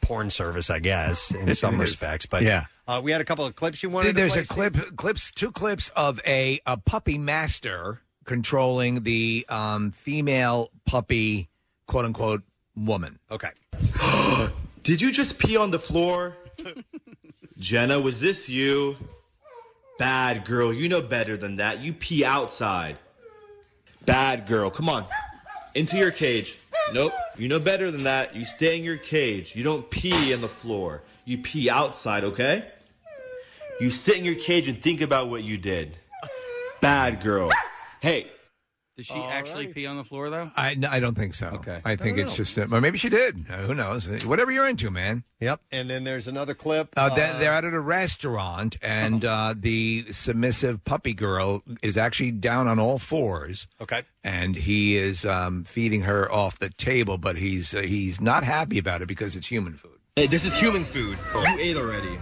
porn service, I guess, in
It
some
is.
respects. But
Yeah.
uh, we had a couple of clips you wanted.
There's
to
a clip, clips, two clips of a, a puppy master controlling the um, female puppy, quote unquote, woman.
Okay.
Did you just pee on the floor? Jenna, was this you? Bad girl, you know better than that. You pee outside. Bad girl, come on. Into your cage. Nope, you know better than that. You stay in your cage. You don't pee on the floor. You pee outside, okay? You sit in your cage and think about what you did. Bad girl. Hey,
Did she actually pee on the floor though?
I, no, I don't think so. Okay. I think
don't
it's
know.
just, uh, or maybe she did. Uh, who knows? Whatever you're into, man.
Yep. And then there's another clip.
Uh, they're, they're out at a restaurant, and uh, the submissive puppy girl is actually down on all fours.
Okay.
And he is um, feeding her off the table, but he's uh, he's not happy about it because it's human food.
Hey, this is human food. You ate already.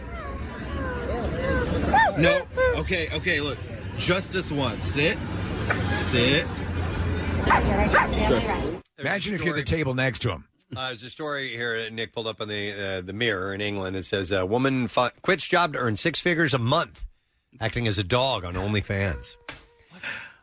No. Okay, okay, look. Just this once. Sit. Sit.
Imagine if you're at the table next to him.
Uh, there's a story here that Nick pulled up in the uh, the Mirror in England. It says a woman fi- quits job to earn six figures a month, acting as a dog on OnlyFans.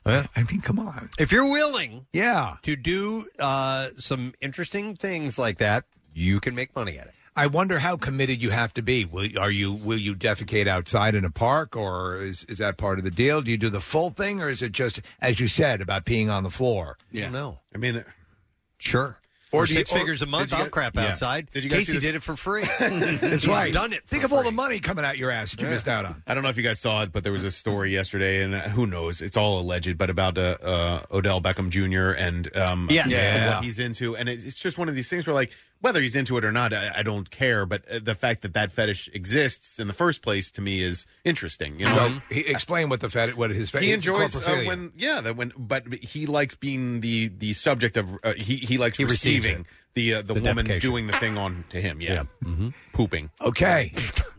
I mean, come on.
If you're willing,
yeah,
to do uh, some interesting things like that, you can make money at it.
I wonder how committed you have to be. Will, are you will you defecate outside in a park, or is is that part of the deal? Do you do the full thing, or is it just as you said about peeing on the floor?
Yeah. No.
I mean,
Oh. sure.
uh, Or
Or
do
six
you- or-
figures a
did
month,
you
I'll
guys-
crap
yeah.
outside.
Did you guys see
Casey
this-
did it for free.
That's
He's
right.
done it.
Think of all the money coming out your ass that you missed out on.
I don't know if you guys saw it, but there was a story yesterday, and uh, who knows? It's all alleged, but about uh, uh, Odell Beckham Jr. and um,
Yes.
yeah,
Yeah.
what he's into, and it- it's just one of these things where, like, whether he's into it or not, I, I don't care. But uh, the fact that that fetish exists in the first place to me is interesting. You know,
So he, explain what the fed, what his fed,
he enjoys uh,
corporophilia.
when yeah that when but he likes being the the subject of uh, he he likes
He receives
receiving
it.
the uh, the,
The
woman
defecation.
doing the thing on to him yeah,
Mm-hmm.
Mm-hmm.
pooping
Okay,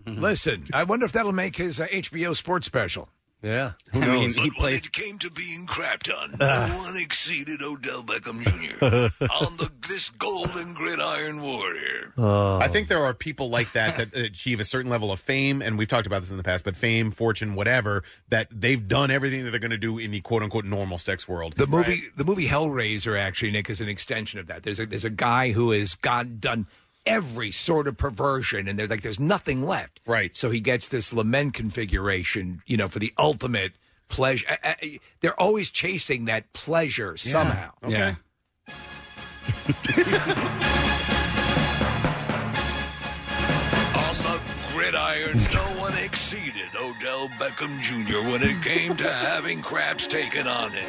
listen. I wonder if that'll make his uh, HBO sports special.
Yeah,
who
I mean,
knows?
he
But when
played-
it came to being crapped on.
Ah.
no one exceeded Odell Beckham Jr.
on
the this golden gridiron warrior.
I think there are people like that that achieve a certain level of fame, and we've talked about this in the past, but fame, fortune, whatever, that they've done everything that they're going to do in the quote unquote normal sex world.
The movie, the movie Hellraiser, actually, Nick, is an extension of that. There's a there's a guy who has got done every sort of perversion, and they're like, there's nothing left. Right. So he gets this lament configuration, you know, for the ultimate pleasure. I- I- they're always chasing that pleasure somehow.
Okay. Yeah.
On the gridiron, no one exceeded Odell Beckham Jr. when it came to having craps taken on him.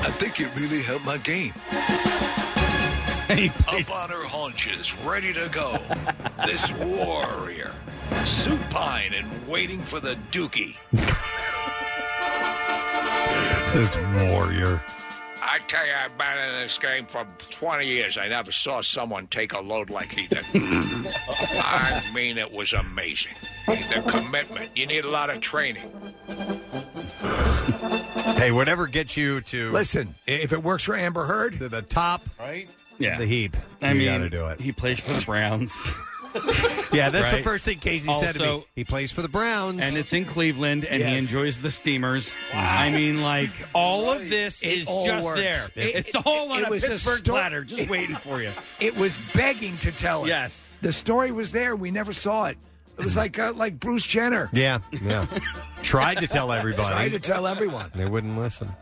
I think it really helped my game. Up on her haunches, ready to go. This warrior, supine and waiting for the dookie.
This warrior.
I tell you, I've been in this game for 20 years. I never saw someone take a load like he did. I mean, it was amazing. The commitment. You need a lot of training.
Hey, whatever gets you to
listen. If it works for Amber Heard,
to the top,
right?
Yeah.
the heap.
I
you
mean,
gotta do it.
He plays for the Browns.
Yeah, that's the
Right.
first thing Casey said to me.
Also-
He plays for the Browns,
And it's in Cleveland, and he
Yes.
enjoys the steamers. I mean, like all of this
It
is
all
just
works.
there.
It-
it's all on
it
a
was a
Pittsburgh
sto-
platter, just waiting for you.
It was begging to tell it. Yes. The story was there. We never saw it. It was like uh, like Bruce Jenner.
Yeah, yeah. Tried to tell everybody.
Tried to tell everyone.
They wouldn't listen.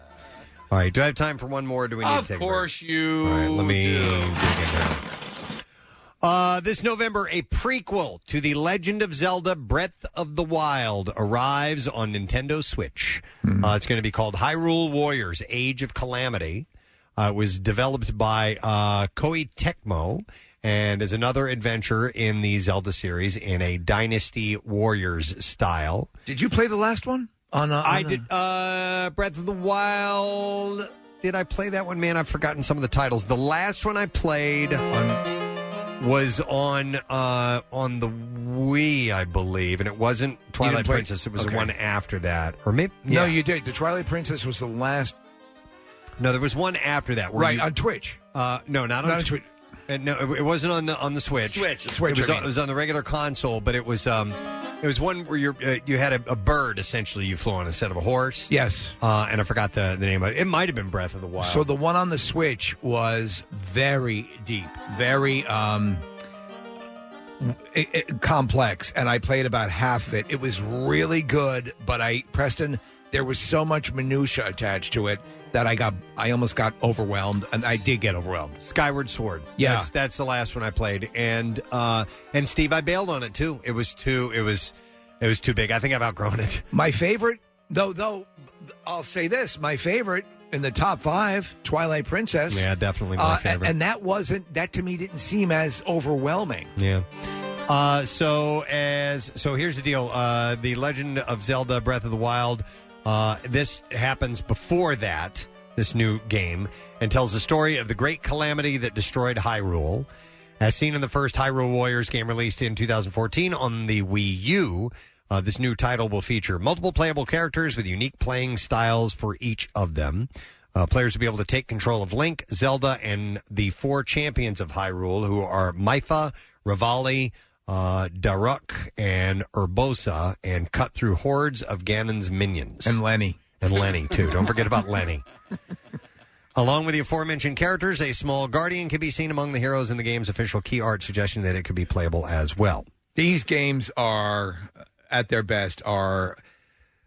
All right, do I have time for one more? Or do we need
Of
to take
course
a break? you. All right, let me dig it down. Uh, this November, a prequel to The Legend of Zelda Breath of the Wild arrives on Nintendo Switch. Uh, it's going to be called Hyrule Warriors Age of Calamity. Uh, it was developed by uh, Koei Tecmo and is another adventure in the Zelda series in a Dynasty Warriors style.
Did you play the last one? On, uh,
I
on, uh,
did. Uh, Breath of the Wild. Did I play that one? Man, I've forgotten some of the titles. The last one I played was on uh, on the Wii, I believe, and it wasn't Twilight
play-
Princess. It was
okay.
the one after that, or maybe
No,
yeah.
you did. The Twilight Princess was the last.
No, there was one after that. where
Right
you-
on Twitch.
Uh, no, not on
Not on
Tw-
Twitch.
uh, no, it- it wasn't on the on the Switch.
Switch. Switch,
It was,
I
on,
mean.
it was on the regular console, but it was um, it was one where you uh, you had a, a bird essentially you flew on instead of a horse.
Yes.
Uh, and I forgot the, the name of it. It might have been Breath of the Wild.
So the one on the Switch was very deep, very um, it, it- complex, and I played about half of it. It was really good, but I Preston, there was so much minutia attached to it that I got, I almost got overwhelmed, and I did get overwhelmed.
Skyward Sword.
Yeah.
that's, that's the last one I played, and uh, and Steve, I bailed on it too. It was too. It was it was too big. I think I've outgrown it.
My favorite, though, though, I'll say this: my favorite in the top five, Twilight Princess.
Yeah, definitely my
Uh, a-
favorite.
And that wasn't that to me didn't seem as overwhelming.
Yeah. Uh, so as so here's the deal. Uh, the Legend of Zelda: Breath of the Wild. Uh, this happens before that. This new game and tells the story of the great calamity that destroyed Hyrule. As seen in the first Hyrule Warriors game released in 2014 on the Wii U, uh, this new title will feature multiple playable characters with unique playing styles for each of them. Uh, players will be able to take control of Link, Zelda, and the four champions of Hyrule, who are Mipha, Rivali, uh, Daruk, and Urbosa, and cut through hordes of Ganon's minions. And
Lenny.
And Lenny, too. Don't forget about Lenny. Along with the aforementioned characters, a small guardian can be seen among the heroes in the game's official key art, suggesting that it could be playable as well.
These games are, at their best, are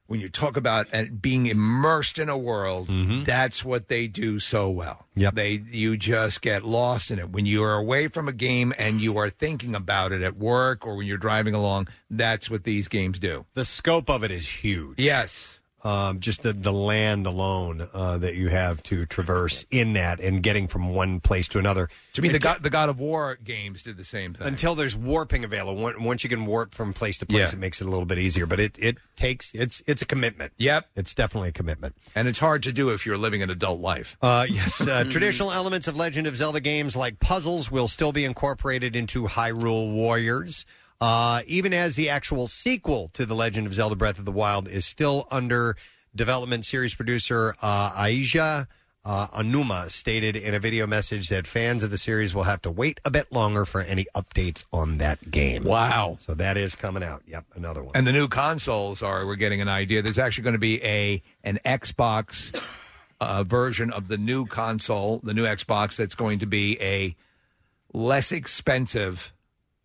when you talk about uh, being immersed in a world.
Mm-hmm.
That's what they do so well. Yep. they you just get lost in it when you are away from a game and you are thinking about it at work or when you're driving along. That's what these games do.
The scope of it is huge.
Yes.
Um, just the, the land alone uh, that you have to traverse in that and getting from one place to another.
To me, the God, the God of War games did the same thing.
Until there's warping available. Once- Once you can warp from place to place,
Yeah.
it makes it a little bit easier. But it, it takes it's it's a commitment.
Yep.
It's definitely a commitment.
And it's hard to do if you're living an adult life.
Uh, yes, uh,
Hmm.
traditional elements of Legend of Zelda games like puzzles will still be incorporated into Hyrule Warriors, uh, even as the actual sequel to The Legend of Zelda Breath of the Wild is still under development. Series producer uh, Aisha uh, Anuma stated in a video message that fans of the series will have to wait a bit longer for any updates on that game.
Wow.
So that is coming out. Yep, another one.
And the new consoles are we're getting an idea. There's actually going to be a an Xbox uh, version of the new console, the new Xbox, that's going to be a less expensive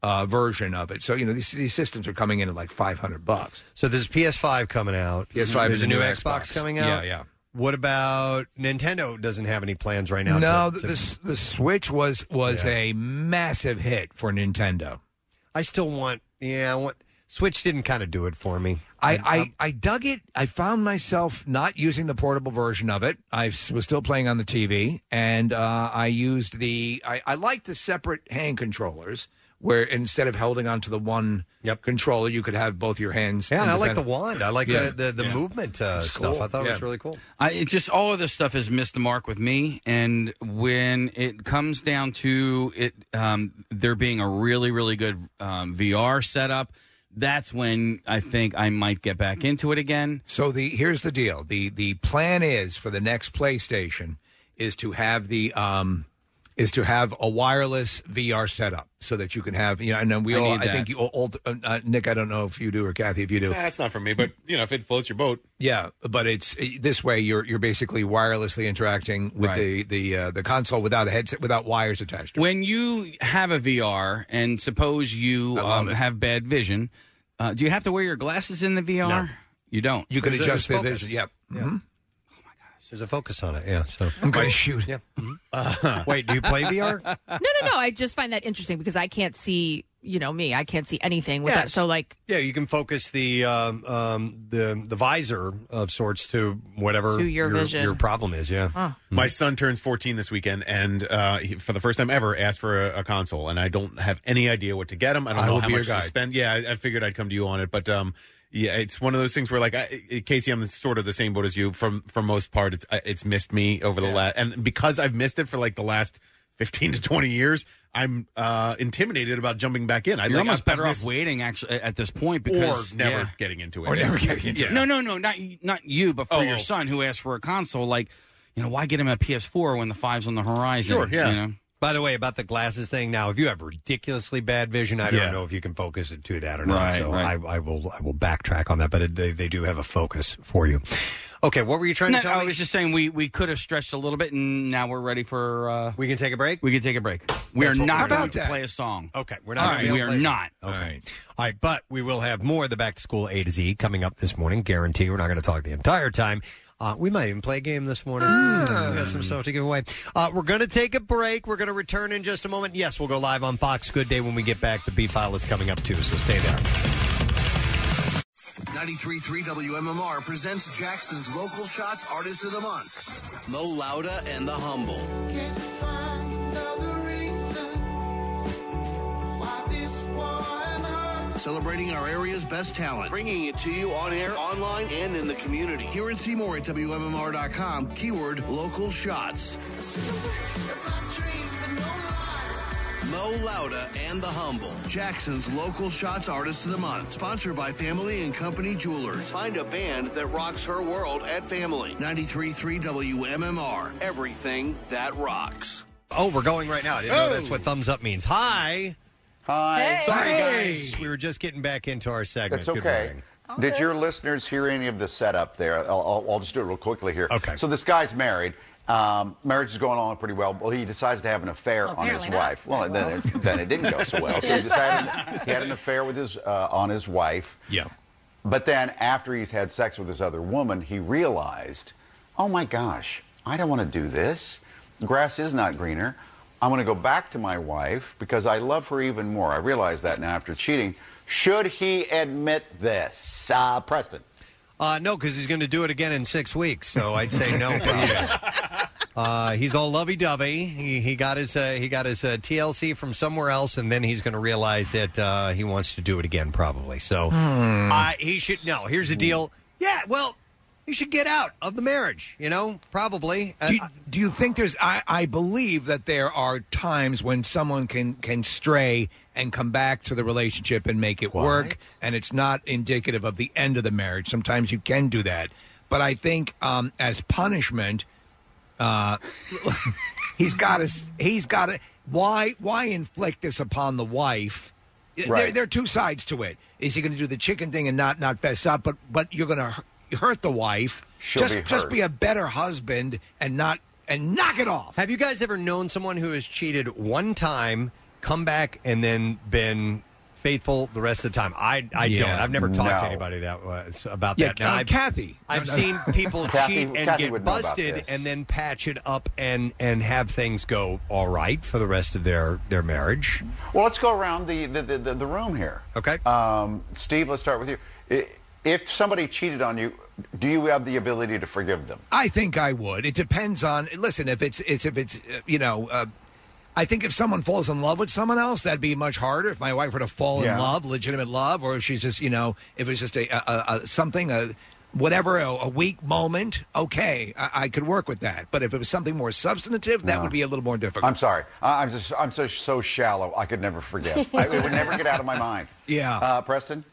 uh, version of it. So you know these these systems are coming in at like five hundred bucks.
So there's PS5 coming out.
PS5
There's
is
a
the
new
new
Xbox,
Xbox.
coming out.
Yeah, yeah.
What about Nintendo? Doesn't have any plans right now.
No,
to-
the,
to-
the s- the Switch was was a massive hit for Nintendo.
I still want. Yeah, I want. Switch didn't kind of do it for me.
I, I, I dug it. I found myself not using the portable version of it. I s- was still playing on the TV, and uh, I used the. I, I liked the separate hand controllers, where instead of holding onto the one controller, you could have both your hands.
Yeah, and I like the
independent-
wand. I like
Yeah.
the the, the movement uh,
It's
stuff.
cool.
I thought it was
Yeah.
really cool.
I, it just all of this stuff has missed the mark with me, and when it comes down to it, um, there being a really, really good um, VR setup, that's when I think I might get back into it again.
So the here's the deal. The the plan is for the next PlayStation is to have the um is to have a wireless VR setup so that you can have you know and then we
I
all
need
I
that.
think you all, all uh, uh, Nick I don't know if you do or Kathy if you do.
Nah, that's not for me, but you know, if it floats your boat,
Yeah, but it's eh, this way you're you're basically wirelessly interacting with
Right.
the the uh, the console without a headset without wires attached.
When you have a VR, and suppose you um, have bad vision, uh, do you have to wear your glasses in the VR? You don't.
You can
There's-
adjust the
there's focus.
vision. Yep. Mhm.
Oh There's a focus on it. Yeah. So
I'm going to shoot. Mm-hmm.
Yeah. Wait, do you play VR?
no, no, no. I just find that interesting because I can't see, you know, me. I can't see anything with that.
Yes.
So, like,
Yeah, you can focus the um, um, the the visor of sorts to whatever
To your vision.
your problem is. Yeah.
My son turns 14 this weekend, and uh, he, for the first time ever, asked for a, a console, and I don't have any idea what to get him. I don't
I
know
will
how
be your
much to
guide.
spend. Yeah, I, I figured I'd come to you on it, but um, yeah, it's one of those things where, like, I, I- Casey, I'm sort of the same boat as you. From for most part, it's I- it's missed me over the last, and because I've missed it for like the last 15 to 20 years, I'm uh, intimidated about jumping back in. I
You're
like,
almost
I've-
better
I've
off
missed-
waiting actually at this point
Or
because
never
yeah.
getting into it.
or never
Yeah.
getting into
Yeah.
it. No, no, no, not y- not you, but for
Oh,
your
oh.
son who asked for a console. Like, you know, why get him a PS4 when the five's on the horizon? You know?
By the way, about the glasses thing. Now, if you have ridiculously bad vision, I
Yeah.
don't know if you can focus it to that or not.
Right,
so
right.
I, I will I will backtrack on that, but it, they they do have a focus for you. Okay, what were you trying
No,
to tell
I
me?
was just saying we, we could have stretched a little bit, and now we're ready for. Uh,
we can take a break.
We can take a break. We
That's
are
what
not
we're
going
doing.
to play a song.
Okay, we're not.
All
gonna
right,
be able
we
to
are
play-
not.
Okay. All right. All right, but we will have more of the back to school A to Z coming up this morning. Guarantee we're not going to talk the entire time. Uh, we might even play a game this morning.
Ah.
We got some stuff to give away. Uh, we're going to take a break. We're going to return in just a moment. Yes, we'll go live on Fox Good Day when we get back. The B file is coming up too, so stay there.
93.3 WMMR presents Jackson's Local Shots Artist of the Month, Mo Lauda and the Humble.
Oh
Celebrating our area's best talent, bringing it to you on air, online, and in the community. Here and see more at WMMR.com, keyword local shots. Mo Lauda and the Humble. Jackson's Local Shots Artist of the Month. Sponsored by Family and Company Jewelers. Find a band that rocks her world at Family. 93.3 WMMR. Everything that rocks.
Oh, we're going right now. I didn't know
Oh.
that's what thumbs up means. Hi.
Hi. Hey.
Sorry,
Hey.
guys. We were just getting back into our segment.
That's
Good
okay.
morning.
Did your listeners hear any of the setup there? I'll, I'll, I'll just do it real quickly here. Okay. So this guy's married. Um, marriage is going on pretty well. Well, he decides to have an affair
Well,
on his
Oh, apparently not.
wife. Well, and then it, then it didn't go so well. So he decided he had an affair with his uh, on his wife.
Yeah.
But then after he's had sex with this other woman, he realized, oh my gosh, I don't want to do this. The grass is not greener. I'm going to go back to my wife because I love her even more. I realize that now after cheating. Should he admit this? Uh, Preston.
Uh, no, because he's going to do it again in six weeks. So I'd say no. uh, he's all lovey dovey. He, he got his uh, he got his uh, TLC from somewhere else, and then he's going to realize that uh, he wants to do it again, probably. So
Hmm.
uh, he should no. Here's the deal. Yeah, well, he should get out of the marriage. You know, probably. Uh,
Do you, do you think there's? I, I believe that there are times when someone can can stray and come back to the relationship and make it work, and it's not indicative of the end of the marriage. Sometimes you can do that, but I think um, as punishment, uh, he's got to. He's got to. Why? Why inflict this upon the wife? There,
Right.
there are two sides to it. Is he going to do the chicken thing and not not fess up? But but you're going to hurt the wife.
She'll
just
be
just
hurt.
be a better husband and not and knock it off.
Have you guys ever known someone who has cheated one time, come back, and then been faithful the rest of the time? I I
Yeah.
don't. I've never talked to
No.
anybody that was about
Yeah,
that. Now,
uh,
I've,
Kathy.
I've
No, no.
seen people
Kathy-
cheat and
Kathy
get
would know about
busted,
this.
and then patch it up and and have things go all right for the rest of their their marriage.
Well, let's go around the the, the, the, the room here.
Okay.
Um, Steve, let's start with you. I- If somebody cheated on you, do you have the ability to forgive them?
I think I would. It depends on. Listen, if it's it's if it's uh, you know, uh, I think if someone falls in love with someone else, that'd be much harder. If my wife were to fall
Yeah.
in love, legitimate love, or if she's just you know, if it's just a, a, a something a whatever a, a weak moment, okay, I, I could work with that. But if it was something more substantive, that
No.
would be a little more difficult.
I'm sorry. I, I'm just I'm so so shallow. I could never forgive. I, it would never get out of my mind.
Yeah.
Uh, Preston.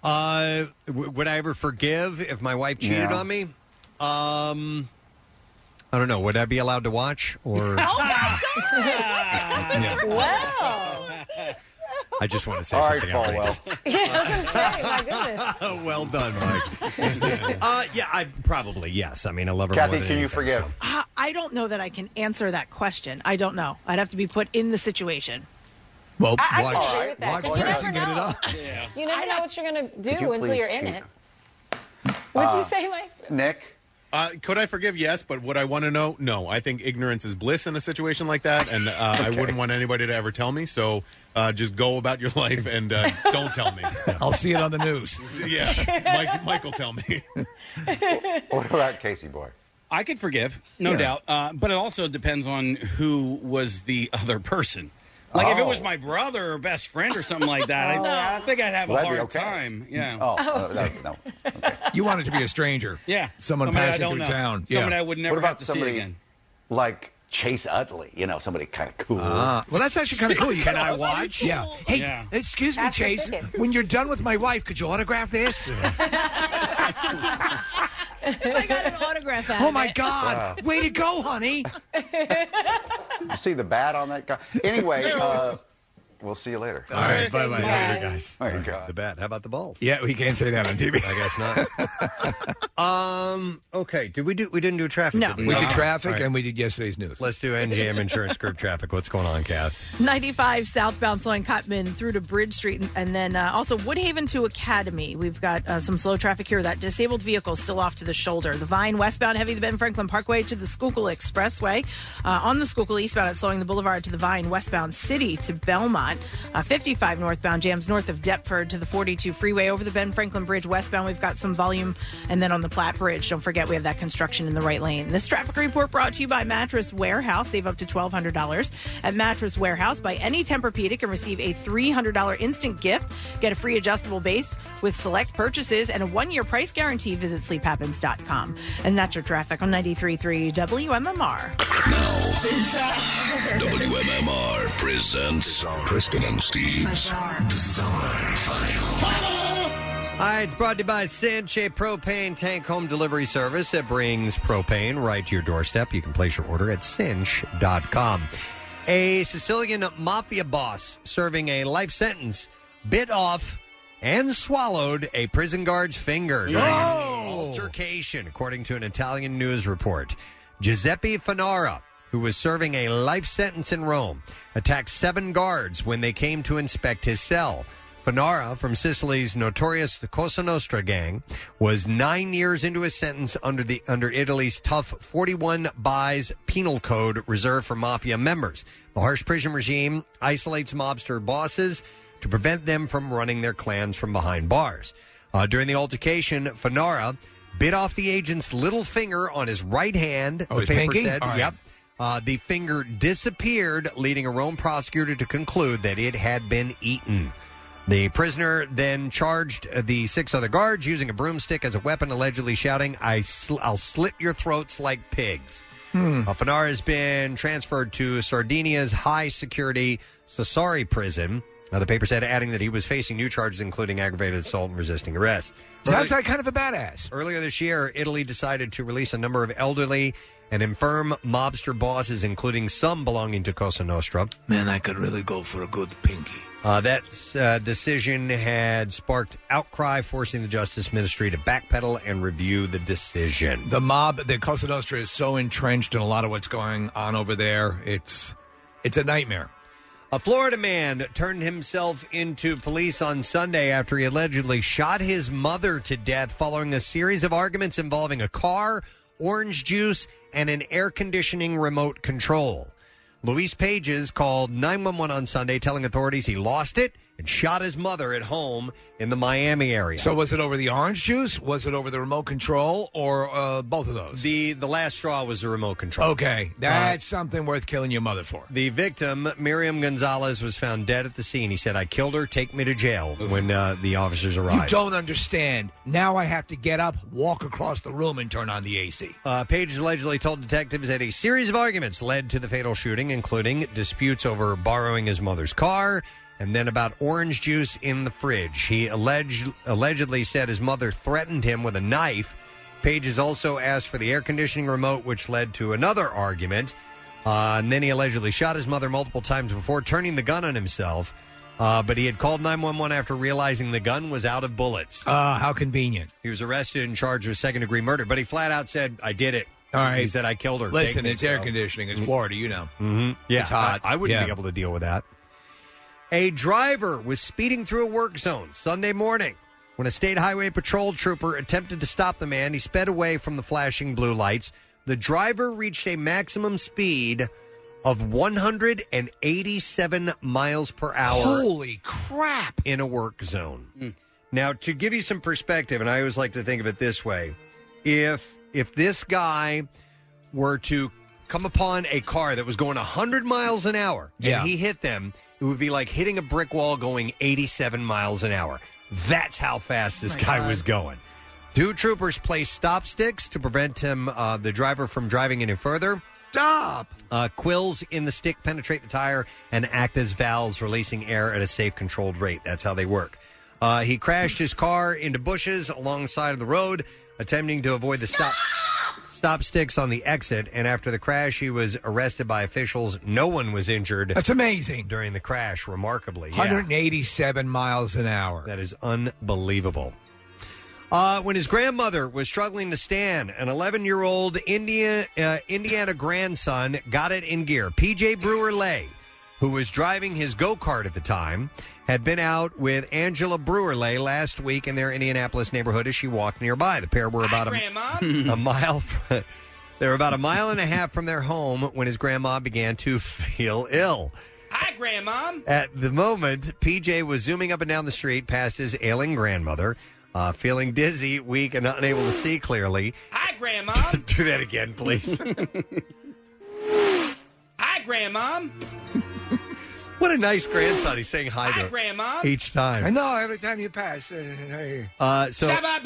Uh, w- would I ever forgive if my wife cheated
Yeah.
on me? Um, I don't know. Would I be allowed to watch, or Yeah.
Wow.
I just want to say
All right,
something
Falwell.
outrageous. well done, Mike. uh, yeah, I probably yes. I mean, I love her.
Kathy,
more than
can you
anything,
forgive?
so.
Uh, I don't know that I can answer that question. I don't know. I'd have to be put in the situation.
Well,
I- I
can
watch,
agree with that,
watch
'cause you
Preston
never
get it
know.
up.
You never know what you're going to
Could
do
you
until
please
you're in
cheat?
it. What'd
Uh,
you say, Mike?
Nick?
Uh, could I forgive? Yes, but would I want to know? No. I think ignorance is bliss in a situation like that, and uh, I
Okay.
wouldn't want anybody to ever tell me. So uh, just go about your life and uh, don't tell me.
I'll see it on the news.
yeah, Mike, Mike will tell me.
What about Casey Boy?
I could forgive, no
Yeah.
doubt, uh, but it also depends on who was the other person. Like if it was my brother or best friend or something like that,
Oh.
I, I think I'd have
Well,
a
that'd
hard
be okay.
time. Yeah.
Oh,
uh, no,
no.
You want it to be a stranger.
Yeah.
Someone
Somebody I
passing
don't
through
know.
town.
Somebody
yeah.
I would never
what about
have to see
somebody
again.
like Chase Utley? You know, somebody kind of cool.
Ah, well, that's actually kind of cool. You
Can I watch?
Yeah. Hey,
Yeah.
excuse me,
Ask for
Chase.
tickets.
When you're done with my wife, could you autograph this?
I got an autograph out
oh
of
my
it.
God! Way to go, honey.
You see the bat on that guy? Anyway, uh, we'll see you later.
All right, bye-bye. Bye. Later,
guys.
Oh, my God.
The bat. How about the balls?
Yeah, we can't say that on TV.
I guess not. um. Okay. Did we do? We didn't do traffic.
No.
did we?
We did
Okay.
traffic
All right.
and we did yesterday's news.
Let's do NJM Insurance Group traffic. What's going on, Kath?
95 southbound slowing Cotman through to Bridge Street and then uh, also Woodhaven to Academy. We've got uh, some slow traffic here. That disabled vehicle is still off to the shoulder. The Vine westbound heavy the Ben Franklin Parkway to the Schuylkill Expressway. Uh, on the Schuylkill eastbound, it's slowing the Boulevard to the Vine westbound City to Belmont. Uh, 55 northbound jams north of Deptford to the 42 freeway over the Ben Franklin Bridge westbound. We've got some volume and then on the Platte Bridge. Don't forget we have that construction in the right lane. This traffic report brought to you by Mattress Warehouse. Save up to $1,200 at Mattress Warehouse. Buy any Tempur-Pedic and receive a $300 instant gift. Get a free adjustable base with select purchases and a one-year price guarantee. Visit sleephappens.com. And that's your traffic on 93.3 WMMR. uh,
WMMR presents Preston and Steve's Bizarre File.
Hi, it's brought to you by Sanche Propane Tank Home Delivery Service that brings propane right to your doorstep. You can place your order at cinch.com. A Sicilian mafia boss serving a life sentence bit off and swallowed a prison guard's finger during an altercation, according to an Italian news report. Giuseppe Fanara, who was serving a life sentence in Rome, attacked seven guards when they came to inspect his cell. Fanara, from Sicily's notorious Cosa Nostra gang, was nine years into his sentence under the under Italy's tough 41 buys penal code reserved for mafia members. The harsh prison regime isolates mobster bosses to prevent them from running their clans from behind bars. Uh, during the altercation, Fanara bit off the agent's little finger on his right hand.
Oh,
the
his
paper
pinky?
said,
All right.
"Yep." Uh, the finger disappeared, leading a Rome prosecutor to conclude that it had been eaten. The prisoner then charged uh, the six other guards using a broomstick as a weapon, allegedly shouting, I sl- "I'll slit your throats like pigs."
Hmm.
Uh, Fanar has been transferred to Sardinia's high security Sassari prison. Now, the paper said, adding that he was facing new charges, including aggravated assault and resisting arrest.
Sounds like kind of a badass.
Earlier this year, Italy decided to release a number of elderly and infirm mobster bosses, including some belonging to Cosa Nostra.
Man, I could really go for a good pinky.
Uh, that uh, decision had sparked outcry, forcing the Justice Ministry to backpedal and review the decision.
The mob, the Cosa Nostra, is so entrenched in a lot of what's going on over there. It's it's a nightmare.
A Florida man turned himself into police on Sunday after he allegedly shot his mother to death following a series of arguments involving a car, orange juice, and an air conditioning remote control. Luis Pages called 911 on Sunday, telling authorities he lost it and shot his mother at home in the Miami area.
So was it over the orange juice? Was it over the remote control, or uh, both of those?
The the last straw was the remote control. Uh,
Okay, that's something worth killing your mother for.
The victim, Miriam Gonzalez, was found dead at the scene. He said, I killed her, take me to jail when uh, the officers
You
arrived.
don't understand. Now I have to get up, walk across the room, and turn on the AC.
Uh, Page allegedly told detectives that a series of arguments led to the fatal shooting, including disputes over borrowing his mother's car and then about orange juice in the fridge. He alleged, allegedly said his mother threatened him with a knife. Pages also asked for the air conditioning remote, which led to another argument. Uh, and then he allegedly shot his mother multiple times before turning the gun on himself. Uh, but he had called 911 after realizing the gun was out of bullets.
Uh, how convenient.
He was arrested and charged with second degree murder, but he flat out said, I did it.
All right.
He said, I killed her.
Listen, it's air conditioning. It's Florida, you know.
hmm Yeah,
It's hot.
I, I wouldn't
Yeah.
be able to deal with that. A driver was speeding through a work zone Sunday morning when a state highway patrol trooper attempted to stop the man. He sped away from the flashing blue lights. The driver reached a maximum speed of 187 miles per hour
Holy crap!
in a work zone. Now, to give you some perspective, and I always like to think of it this way: if if this guy were to come upon a car that was going 100 miles an hour
Yeah.
and he hit them, it would be like hitting a brick wall going 87 miles an hour. That's how fast this guy was going. Two troopers placed stop sticks to prevent him, uh, the driver, from driving any further.
Stop!
Uh, quills in the stick penetrate the tire and act as valves, releasing air at a safe, controlled rate. That's how they work. Uh, he crashed his car into bushes alongside of the road, attempting to avoid the stop stop sticks on the exit. And after the crash, he was arrested by officials. No one was injured.
That's amazing.
During the crash, remarkably, yeah.
187 miles an hour.
That is unbelievable. Uh, when his grandmother was struggling to stand, an 11 year old India, uh, Indiana grandson got it in gear. PJ Brewer Lay, who was driving his go kart at the time, had been out with Angela Brewer Lay last week in their Indianapolis neighborhood as she walked nearby. The pair were about a, a mile. From, they were about a mile and a half from their home when his grandma began to feel ill.
Hi, Grandmom.
At the moment, PJ was zooming up and down the street past his ailing grandmother, uh, feeling dizzy, weak, and unable to see clearly.
Hi, Grandmom.
Do that again, please.
Hi, Grandmom.
what a nice grandson. He's saying hi to her
Grandmom.
each time.
I know, every time you pass. Uh, hey.
Uh, so,
Hi,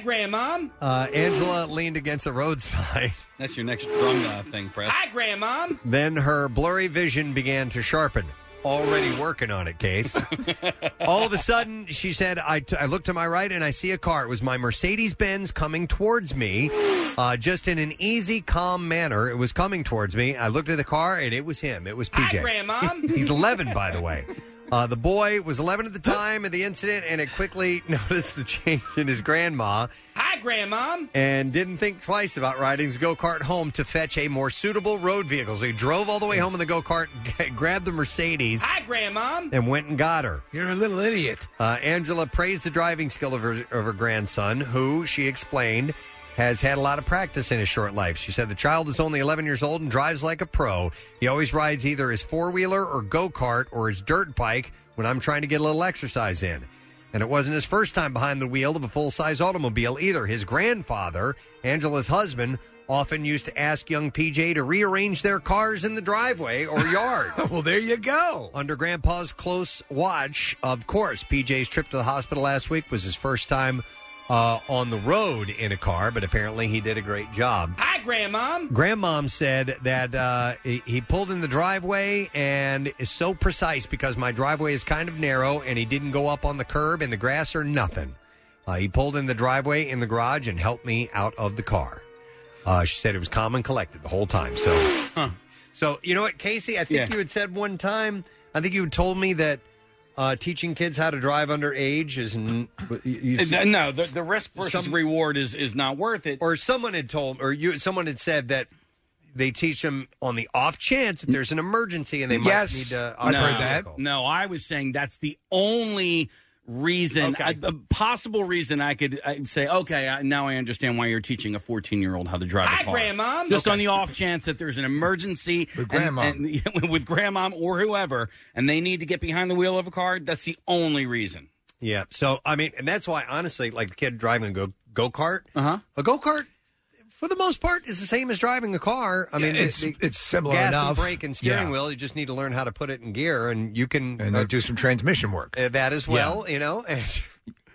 Grandmom.
uh, Angela leaned against a roadside.
That's your next drum uh, thing, Press.
Hi, Grandmom.
Then her blurry vision began to sharpen. Already working on it, Case. All of a sudden, she said, I, t- I look to my right and I see a car. It was my Mercedes Benz coming towards me, uh, just in an easy, calm manner. It was coming towards me. I looked at the car and it was him. It was PJ.
Grandmom.
He's 11, by the way. Uh, the boy was 11 at the time of the incident and had quickly noticed the change in his grandma
Hi, Grandmom.
and didn't think twice about riding his go kart home to fetch a more suitable road vehicle. So he drove all the way home in the go kart, grabbed the Mercedes,
Hi, Grandmom.
and went and got her.
You're a little idiot.
Uh, Angela praised the driving skill of her, of her grandson, who, she explained, has had a lot of practice in his short life. She said the child is only 11 years old and drives like a pro. He always rides either his four wheeler or go kart or his dirt bike when I'm trying to get a little exercise in. And it wasn't his first time behind the wheel of a full size automobile either. His grandfather, Angela's husband, often used to ask young PJ to rearrange their cars in the driveway or yard.
well, there you go.
Under Grandpa's close watch, of course, PJ's trip to the hospital last week was his first time uh, on the road in a car, but apparently he did a great job.
Hi, Grandmom.
Grandmom said that uh, he he pulled in the driveway and is so precise because my driveway is kind of narrow and he didn't go up on the curb and the grass or nothing. Uh, he pulled in the driveway in the garage and helped me out of the car. Uh, she said it was calm and collected the whole time. So So you know what, Casey? I think you had said one time. I think you had told me that uh, teaching kids how to drive underage is. N- you-
Uh, th- no, the, the risk versus reward is is not worth it.
Or someone had told, or you, someone had said that they teach them on the off chance that there's an emergency and they might need to.
no, No, I was saying that's the only reason, I- the possible reason I could i say, okay, I, now I understand why you're teaching a 14 year old how to drive a car.
grandmom.
Just
Okay.
on the off chance that there's an emergency with
grandmom.
with grandmom or whoever, and they need to get behind the wheel of a car. That's the only reason.
Yeah. So I mean, and that's why honestly, like the kid driving a go go kart, uh-huh. a go kart. For the most part, is the same as driving a car. I
Yeah,
mean,
it's-
the- the
it's similar
Gas
enough.
and brake and steering
Yeah.
wheel. You just need to learn how to put it in gear, and you can
and
uh,
uh, do some transmission work.
uh, that as well. You know, and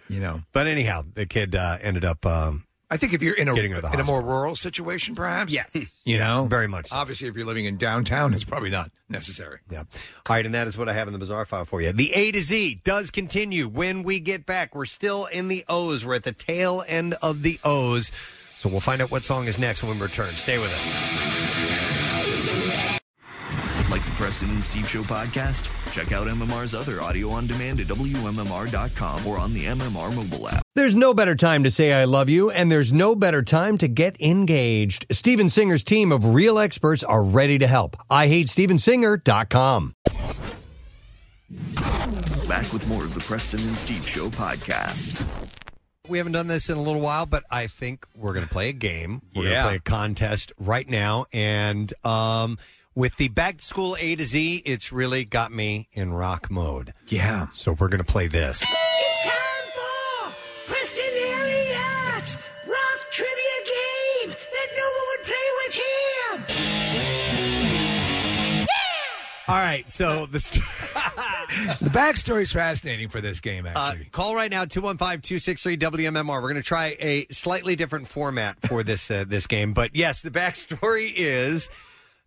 You know,
but anyhow, the kid uh, ended up. Um,
I think if you're in a
getting her to the
in a
hospital.
more rural situation, perhaps.
Yes.
Hmm.
you know,
very much.
Obviously, if you're living in downtown, it's probably not necessary.
Yeah. All right, and that is what I have in the bizarre file for you. The A to Z does continue when we get back. We're still in the O's. We're at the tail end of the O's. So we'll find out what song is next when we return. Stay with us.
Like the Preston and Steve Show podcast? Check out MMR's other audio on demand at WMMR.com or on the MMR mobile app.
There's no better time to say I love you, and there's no better time to get engaged. Steven Singer's team of real experts are ready to help. I hate Stevensinger.com.
Back with more of the Preston and Steve Show podcast.
We haven't done this in a little while, but I think we're going to play a game. We're going
Yeah.
to play a contest right now. And um, with the back to school A to Z, it's really got me in rock mode.
Yeah.
So we're going to play this.
It's time for Preston Elliott's rock trivia game that no one would play with him.
All right. So the, st-
the backstory is fascinating for this game, actually.
Uh, call right now 215-263-WMMR. We're going to try a slightly different format for this uh, this game, but yes, the backstory is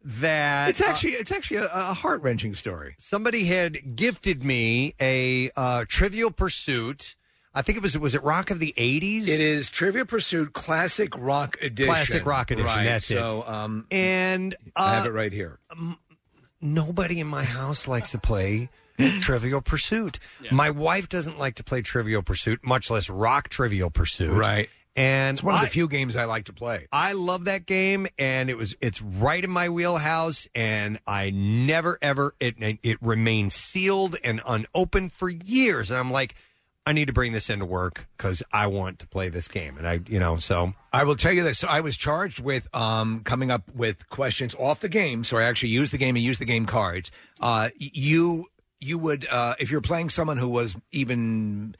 that uh,
It's actually- it's actually a, heart wrenching story.
Somebody had gifted me a uh, Trivial Pursuit. I think it was was it Rock of the Eighties.
It is Trivia Pursuit Classic Rock Edition.
Classic Rock Edition,
Right,
that's it.
So, um,
and
I have
uh,
it right here.
nobody in my house likes to play Trivial Pursuit. My wife doesn't like to play Trivial Pursuit, much less rock Trivial Pursuit.
Right.
And
It's one of the
I-
few games I like to play.
I love that game, and it was it's right in my wheelhouse, and I never ever it it remained sealed and unopened for years. And I'm like, I need to bring this into work because I want to play this game, and I you know so
I will tell you this. So I was charged with um, coming up with questions off the game. So I actually used the game and used the game cards. Uh, y- you you would uh, if you're playing someone who was even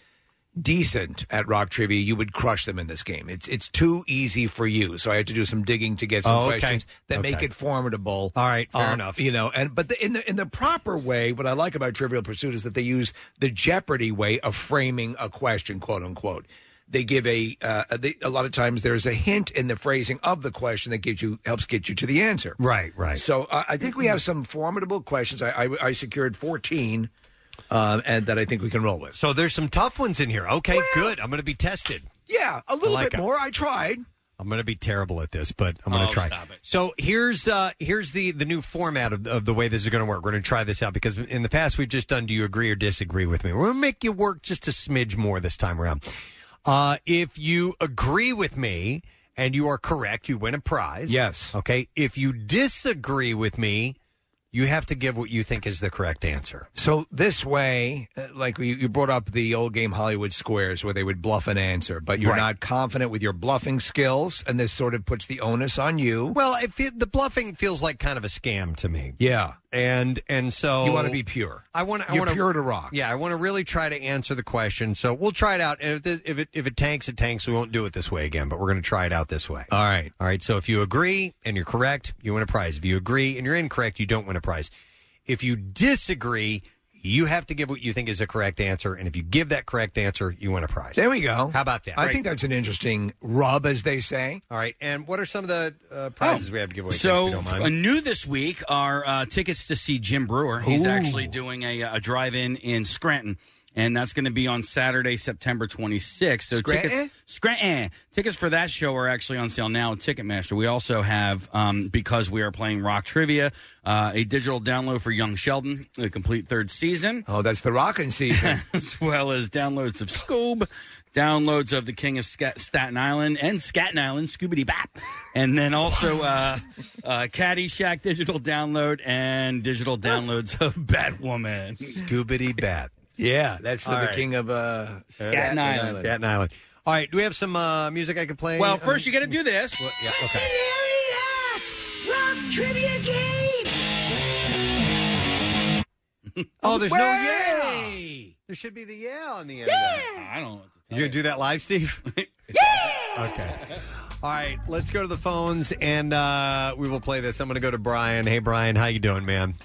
decent at rock trivia, you would crush them in this game. It's it's too easy for you. So I had to do some digging to get some
Oh, okay.
questions that make
Okay.
it formidable. Uh,
All right, fair enough.
You know, and but the, in the in the proper way, what I like about Trivial Pursuit is that they use the Jeopardy way of framing a question, quote unquote. They give a uh, they, a lot of times there's a hint in the phrasing of the question that gives you helps get you to the answer.
Right, right.
So uh, I think we have some formidable questions. I I, I secured fourteen, um, and that I think we can roll with.
so there's some tough ones in here. Okay, good. I'm going to be tested.
Yeah, a little bit more. I tried.
I'm going to be terrible at this, but I'm going to
Oh,
try.
stop it.
So here's uh, here's the the new format of, of the way this is going to work. We're going to try this out because in the past we've just done. Do you agree or disagree with me? We're going to make you work just a smidge more this time around. Uh, if you agree with me and you are correct, you win a prize. Yes. Okay. If you disagree with me, you have to give what you think is the correct answer.
So this way, uh, like you, you brought up the old game Hollywood Squares, where they would bluff an answer, but you're
Right.
not confident with your bluffing skills, and this sort of puts the onus on you.
Well, I feel, the bluffing feels like kind of a scam to me.
Yeah,
and and so
you want to be pure.
Oh. I want to.
You're pure to rock.
Yeah, I want to really try to answer the question. So we'll try it out, and if, this, if it if it tanks, it tanks. We won't do it this way again, but we're going to try it out this way.
All right,
all right. So if you agree and you're correct, you win a prize. If you agree and you're incorrect, you don't win a prize. If you disagree, you have to give what you think is the correct answer, and if you give that correct answer, you win a prize.
There we go.
How about that?
I think that's an interesting rub, as they say. Oh.
All right, and what are some of the uh, prizes we have to give away? Casey, if you
So,
don't mind?
uh, new this week are uh, tickets to see Jim Brewer. He's
Ooh.
actually doing a, a drive-in in Scranton, and that's going to be on Saturday, September 26th. So,
Scranton?
tickets Scranton. Tickets for that show are actually on sale now at Ticketmaster. We also have, um, because we are playing rock trivia, uh, a digital download for Young Sheldon, the complete third season.
Oh, that's the rockin' season.
as well as downloads of Scoob, downloads of The King of Scat- Staten Island and Staten Island, Scoobity Bap. And then also uh, uh, Caddyshack digital download and digital downloads of Batwoman.
Scoobity Bat.
Yeah, that's uh,
All
the
right.
king of uh,
Staten Island.
Staten Island. All right, do we have some uh, music I could play?
Well,
Um,
first you got to do this.
yeah, okay.
Kristen Elliott's Rock Trivia Game.
Oh, there's no
Way!
yeah. There should be the yeah on the end. Yeah.
I don't.
You gonna do that live, Steve? yeah. Okay. All right, let's go to the phones and uh, we will play this. I'm going to go to Brian. Hey, Brian, how you doing, man?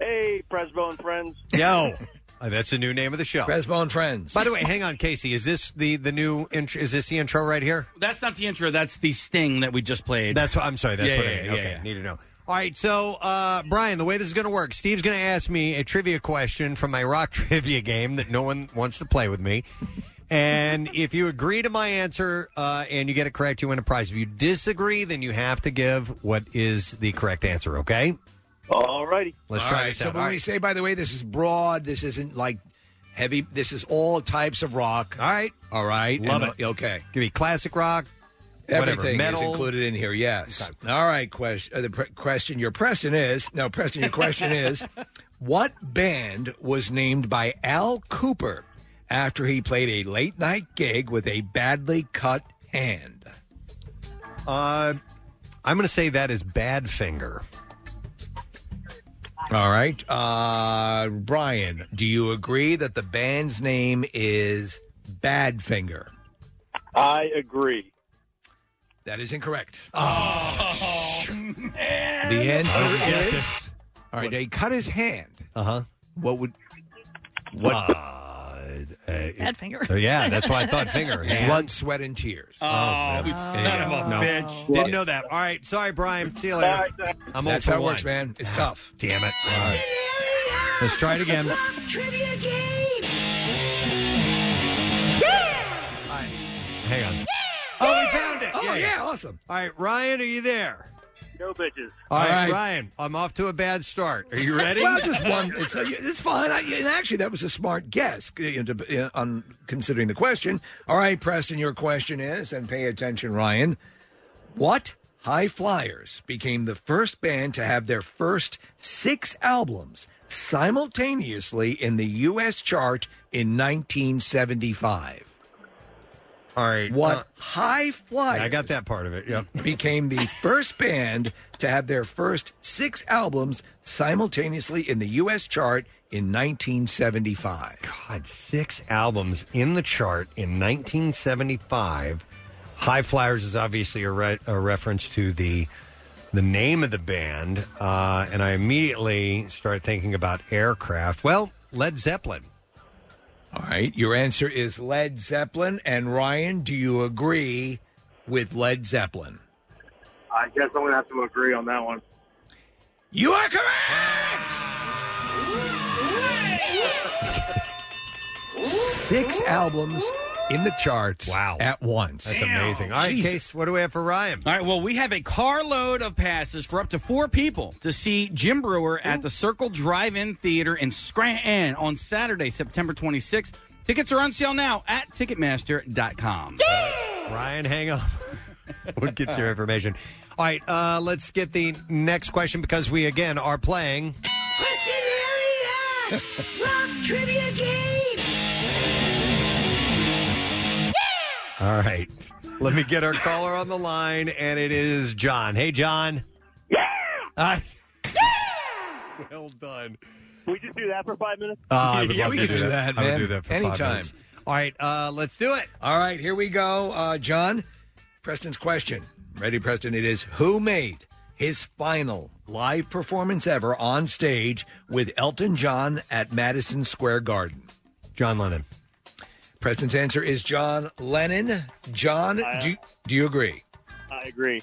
Hey, Presbo and friends.
Yo, Uh, that's the new name of the show.
Presbo and Friends.
By the way, hang on, Casey. Is this the the new intro? Is this the intro right here?
That's not the intro. That's the sting that we just played.
That's what I'm sorry. That's
Yeah,
what I
yeah,
mean.
yeah,
okay,
yeah.
need to know. All right, so uh, Brian, the way this is going to work, Steve's going to ask me a trivia question from my rock trivia game that no one wants to play with me. And if you agree to my answer uh, and you get it correct, you win a prize. If you disagree, then you have to give what is the correct answer. Okay?
All righty.
Let's
All
try
right,
this
So
out.
when
All
we
right.
say, by the way, this is broad. This isn't like heavy. This is all types of rock. All
right.
All right.
Love
And,
it.
Okay.
Give me classic rock.
Everything
whatever,
is
metal.
included in here. Yes. All right. Question. Uh, the pre- question. Your question is no. Preston. Your question is, what band was named by Al Cooper after he played a late night gig with a badly cut hand?
Uh, I'm going to say that is Bad Finger.
All right. Uh, Brian, do you agree that the band's name is Badfinger?
I agree.
That is incorrect.
Oh.
man.
The
I
answer
guess
is. All right, they cut his hand.
Uh huh.
What would. What?
Bad finger.
Uh, Oh, yeah, that's why I thought finger. Hand.
Blood, sweat, and tears.
Oh,
Oh,
you
son of a bitch.
Didn't know that. All right, sorry, Brian. See you later. I'm
That's
old
how
for
it works,
one.
man. It's tough.
Damn it. All right. Let's try it again.
Rock Trivia Game.
Hang on. Oh, we found it.
Oh, yeah,
awesome.
All right, Ryan, are you there?
No bitches.
All right,
right.
Ryan, I'm off to a bad start. Are you ready?
Well, just one. It's, uh, it's fine. I, and actually, that was a smart guess uh, you know, to- uh, on considering the question. All right, Preston, your question is, and pay attention, Ryan. What High Flyers became the first band to have their first six albums simultaneously in the U.S. chart in 1975?
All right.
What
uh,
High Flyers?
I got that part of it. Yep.
became the first band to have their first six albums simultaneously in the U.S. chart in 1975.
God, six albums in the chart in 1975. High Flyers is obviously a, re- a reference to the the name of the band, uh, and I immediately start thinking about aircraft. Well, Led Zeppelin.
All right, your answer is Led Zeppelin. And Ryan, do you agree with Led Zeppelin?
I guess I'm gonna have to agree on that one.
You are correct. Six albums in the charts. Wow, at once.
That's amazing. All right, Case, what do we have for Ryan?
All right, well, we have a carload of passes for up to four people to see Jim Brewer at the Circle Drive In Theater in Scranton on Saturday, September 26th. Tickets are on sale now at Ticketmaster.com.
Ryan, hang on. we'll get your information. All right, uh, let's get the next question because we again are playing.
Kristen Elliott's Rock Trivia Game.
All right, let me get our caller on the line, and it is John. Hey, John. Yeah. Well done.
Can we just do that for five minutes?
Uh, I would
yeah,
love
we
to
could
do
do
that.
that,
I would
man.
do that for five
anytime.
minutes. All right, uh, let's do it.
All right, here we go. Uh, John, Preston's question. Ready, Preston? It is Who made his final live performance ever on stage with Elton John at Madison Square Garden?
John Lennon.
Preston's answer is John Lennon. John, do, do you agree?
I agree.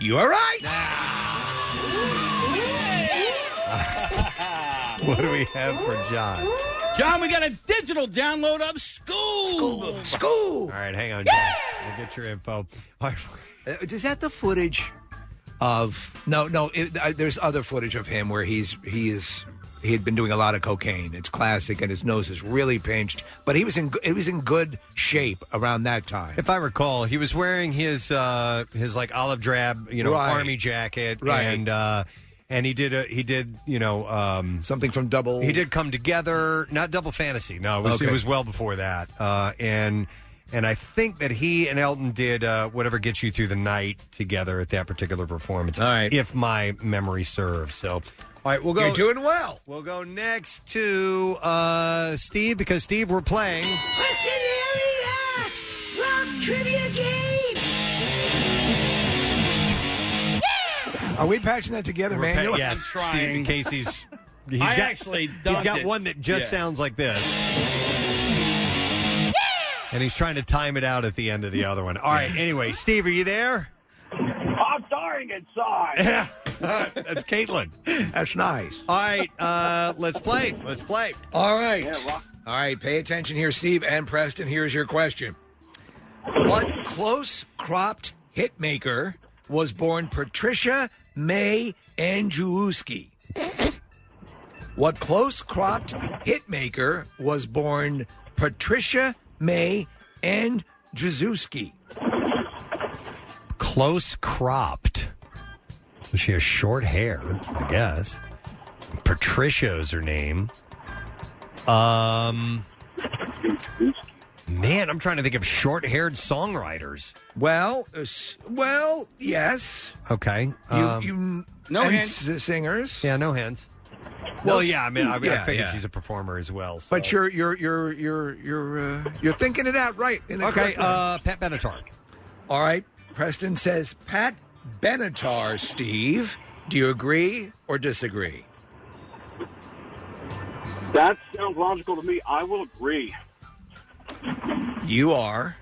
You are right.
What do we have for John?
John, we got a digital download of School. School.
All right, hang on. Jack. We'll get your info.
Is Uh, that the footage of no no it, I, there's other footage of him where he's he is he had been doing a lot of cocaine it's classic and his nose is really pinched but he was in g- it was in good shape around that time
If I recall, he was wearing his uh, his like olive drab, you know,
Right.
army jacket,
Right.
and uh, and he did a he did you know um,
something from Double.
He did come together, not Double Fantasy. No, it was it
Okay.
was well before that, uh, and and I think that he and Elton did uh, whatever gets you through the night together at that particular performance. All right, if my memory serves. So, all right, we'll go.
You're doing well.
We'll go next to uh, Steve because Steve, we're playing.
Kristen Elliott's Rock Trivia Game.
Are we patching that together,
We're
man?
pa- yes, Steve, in case he's, he's
I
got,
actually
he's
dubbed
got
it.
one that just
Yeah.
sounds like this. And he's trying to time it out at the end of the other one. All right. Anyway, Steve, are you there?
I'm starring inside.
That's Caitlin.
That's nice.
All right, uh, let's play. Let's play.
All right. All right. Pay attention here, Steve and Preston. Here's your question What close cropped hitmaker was born Patricia May Andrzejewski? what close cropped hitmaker was born Patricia May Andrzejewski?
Close cropped. So she has short hair, I guess. Patricia is her name. Um, man, I'm trying to think of short haired songwriters.
Well, uh, s- well, yes.
Okay.
You,
um,
you
No
and
hints.
s- singers.
Yeah, no hands.
No
Well,
s-
yeah, I mean, I, mean,
yeah,
I figured
yeah.
she's a performer as well. So.
But you're you're you're you're you're uh, you're thinking it out right. In the
okay,
correct way.
uh, Pat Benatar.
All right. Preston says Pat Benatar. Steve, do you agree or disagree?
That sounds logical to me. I will agree.
You are.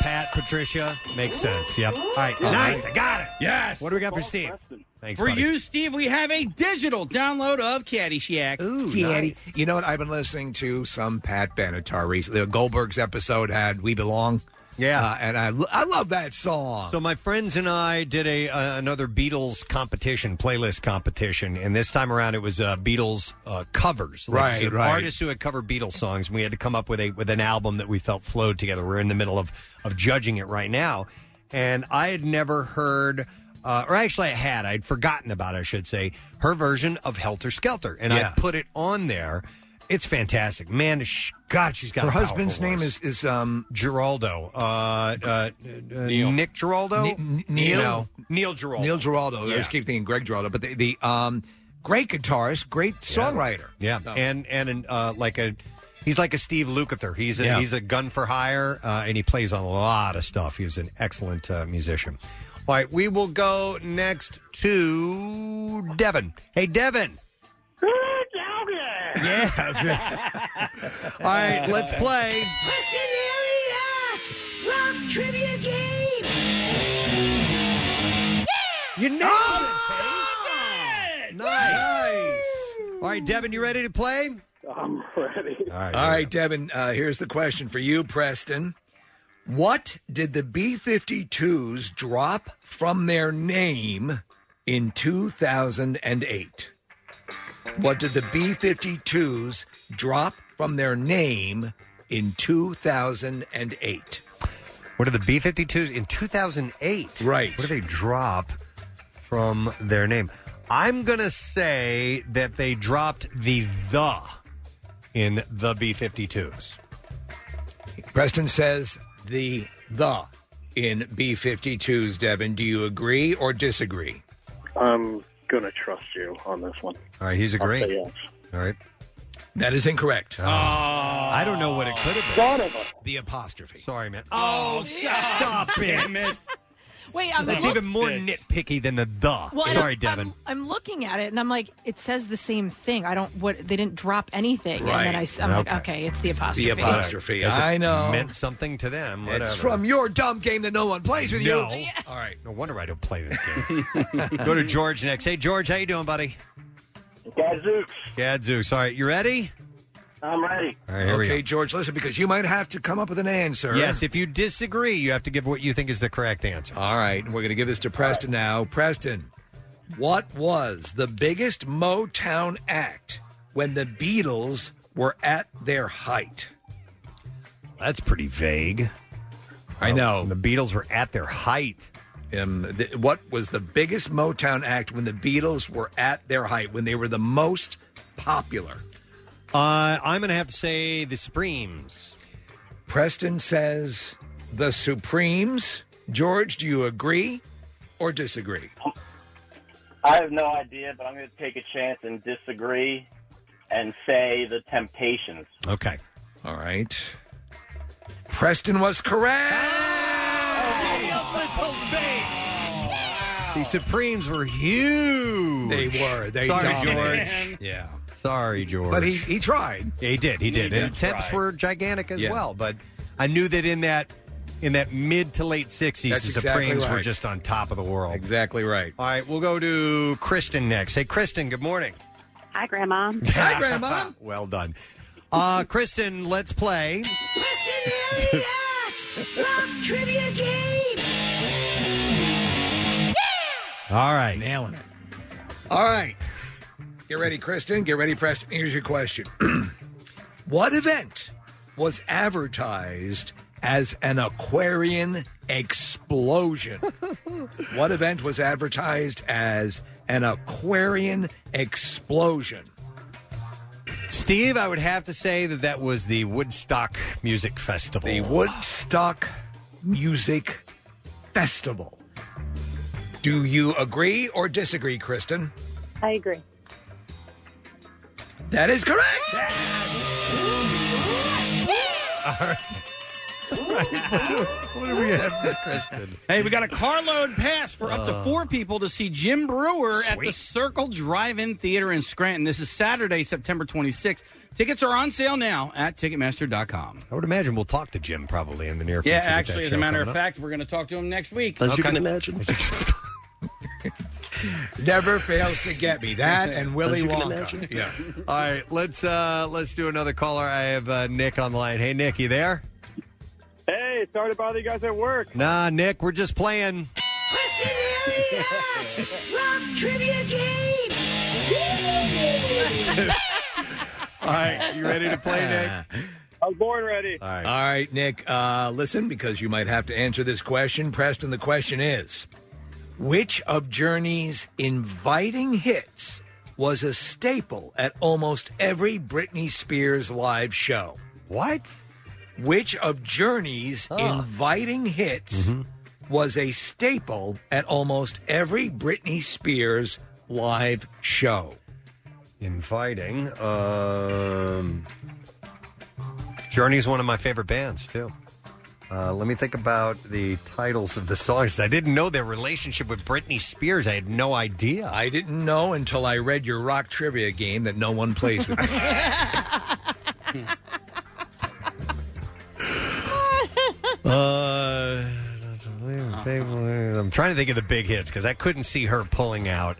Pat, Patricia, makes sense. Yep. All right,
All
nice.
right.
I got it.
Yes.
What do we got for Steve? Thanks,
For
buddy.
you, Steve, we have a digital download of Caddyshack. Ooh,
Caddy. You know what? I've been listening to some Pat Benatar recently. Goldberg's episode had "We Belong."
Yeah,
uh, and I lo- I love that song.
So my friends and I did a uh, another Beatles competition, playlist competition, and this time around it was uh, Beatles uh, covers,
Right,
some
right.
Artists who had covered Beatles songs, and we had to come up with a with an album that we felt flowed together. We're in the middle of of judging it right now, and I had never heard. Uh, or actually, I had. I'd forgotten about it, I should say, her version of Helter Skelter. And
Yeah.
I put it on there. It's fantastic. Man, sh- God, she's got
Her
a powerful
husband's name
voice.
is is um
Geraldo. Uh, uh, uh, Nick Geraldo?
N-
Neil?
Neil.
No, Neil Geraldo.
Neil Giraldo. I
Yeah.
just keep thinking Greg Giraldo, but the, the um, great guitarist, great songwriter.
Yeah, and and an, uh, like a he's like a Steve Lukather. He's a,
Yeah.
he's a gun for hire, uh, and he plays on a lot of stuff. He's an excellent uh, musician. All right, we will go next to Devin. Hey, Devin. Yeah. All right, let's play.
Kristen Elliott's Rock Trivia Game.
You nailed
it,
Ah! Nice. All right, Devin, you ready to play?
I'm ready.
All right,
All right, Devin, uh, here's the question for you, Preston. What did the B 52s drop from their name in 2008? What did the B 52s drop from their name in 2008?
What are the B 52s in 2008?
Right.
What do they drop from their name? I'm going to say that they dropped the the in the B 52s.
Preston says the the in B 52s, Devin. Do you agree or disagree?
I'm going to trust you on this one.
All right, he's
I'll
agreeing.
say yes.
All right. Ah.
That is incorrect.
Ah.
I don't know what it could have been.
The apostrophe.
Sorry, man. Oh, stop it.
Damn Wait, I'm
That's
look-
even more nitpicky than the the.
Well, I
Sorry,
don't-
Devin.
I'm looking at it and I'm like, it says the same thing. I don't what they didn't drop anything. And
Right.
then I, am like, okay, it's the apostrophe.
The apostrophe.
As it
I know.
meant something to them. Whatever.
It's from your dumb game that no one plays with
No.
you. All right.
No wonder I don't play this game. Go to George next. Hey, George, how you doing, buddy?
Gadzooks.
Gadzooks. All right, you ready?
I'm ready.
All right, here we
okay,
go.
George, listen, because you might have to come up with an answer.
Yes, if you disagree, you have to give what you think is the correct answer.
All right, and we're going to give this to Preston now. Preston, what was the biggest Motown act when the Beatles were at their height?
That's pretty vague.
I know.
The Beatles were at their height.
Um, th- what was the biggest Motown act when the Beatles were at their height, when they were the most popular?
Uh, I'm going to have to say the Supremes.
Preston says the Supremes. George, do you agree or disagree?
I have no idea, but I'm going to take a chance and disagree and say the Temptations.
Okay.
All right. Preston was correct.
The Supremes were huge.
They were. They
Sorry,
dominated.
George.
Yeah.
Sorry, George.
But he, he tried.
Yeah, he did. He did.
He
and
did
attempts
try.
were gigantic as
Yeah.
well. But I knew that in that in that mid to late sixties,
That's
the
exactly
Supremes were
right.
just on top of the world.
Exactly right.
All right, we'll go to Kristen next. Hey, Kristen. Good morning.
Hi, Grandma.
Hi, Grandma. well done. Uh, Kristen, let's play.
Kristen Arias, rock trivia game.
All right.
Nailing it. All right. Get ready, Kristen. Get ready, Preston. Here's your question What event was advertised as an Aquarian explosion? what event was advertised as an Aquarian explosion?
Steve, I would have to say that that was the Woodstock Music Festival.
The Woodstock Music Festival. Do you agree or disagree, Kristen?
I agree.
That is correct.
what do we have for Kristen?
Hey, we got a carload pass for up to
Uh.
four people to see Jim Brewer at the
Sweet.
Circle Drive-In Theater in Scranton. This is Saturday, September 26th. Tickets are on sale now at Ticketmaster.com.
I would imagine we'll talk to Jim probably in the near future.
Yeah,
with that
actually, as a
show
matter of
coming up.
fact, we're going to talk to him next week.
As you Okay. can
imagine.
Never fails to get me. That and Willy
As you can
Wonka.
imagine.
Yeah.
All right, let's uh let's do another caller. I have uh, Nick on the line. Hey, Nick, you there?
Hey, sorry to bother you guys at work.
Nah, Nick, we're just playing.
Kristen Arias, rock trivia game.
All right, you ready to play, Nick?
I was born ready.
All right.
All right, Nick, uh, listen, because you might have to answer this question. Preston, the question is Which of Journey's inviting hits was a staple at almost every Britney Spears live show?
What?
Which of Journey's inviting hits
Mm-hmm.
was a staple at almost every Britney Spears live show?
Inviting. Um Journey's one of my favorite bands, too. Uh, let me think about the titles of the songs. I didn't know their relationship with Britney Spears. I had no idea.
I didn't know until I read your rock trivia game that no one plays with me.
Uh, I'm trying to think of the big hits because I couldn't see her pulling out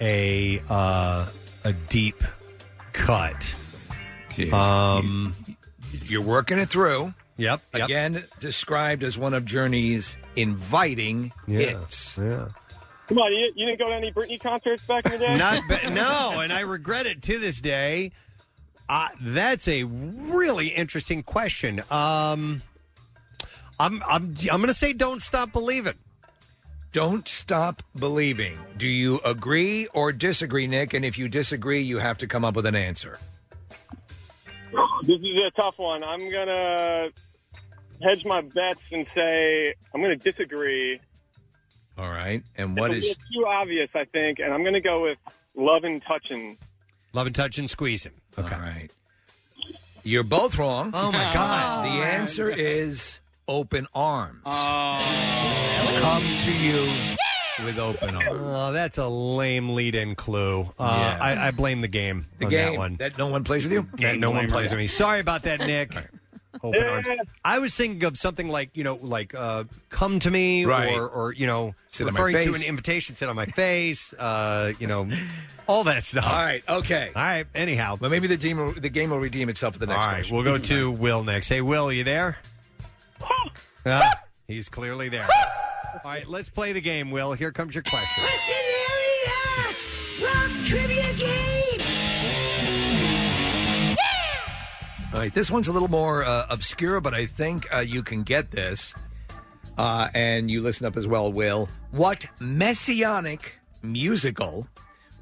a uh, a deep cut. Um,
You're working it through.
Yep.
Again, described as one of Journey's inviting hits.
Yeah.
Come on, you, you didn't go to any Britney concerts back in the day?
Not ba- no, and I regret it to this day. Uh, that's a really interesting question. Um, I'm I'm I'm going to say "Don't Stop Believing."
Don't stop believing. Do you agree or disagree, Nick? And if you disagree, you have to come up with an answer.
This is a tough one. I'm gonna hedge my bets and say I'm gonna disagree.
All right. And what
it's a
is
little too obvious, I think, and I'm gonna go with love and touching.
Love and touch and squeezing. Okay.
All right. You're both wrong.
Oh my God.
the answer is open arms. Come to you with open arms.
Oh, that's a lame lead-in clue. Uh,
Yeah.
I, I blame the game
The
on
game
that one.
no one plays with you.
That no one plays with me. Sorry about that, Nick. open arms. I was thinking of something like you know, like uh, "Come to me,"
Right.
or or you know,
Sit on my
referring to
face.
an invitation, "Sit on my face," uh, you know, all that stuff.
All right. Okay.
All right. Anyhow,
but maybe the game will, the game will redeem itself at the next.
All right,
question.
we'll go to Will next. Hey, Will, you there? Ah, he's clearly there. All right, let's play the game, Will. Here comes your question.
Kristen Elliott, rock trivia game.
All right, this one's a little more uh, obscure, but I think uh, you can get this. Uh, and you listen up as well, Will. What messianic musical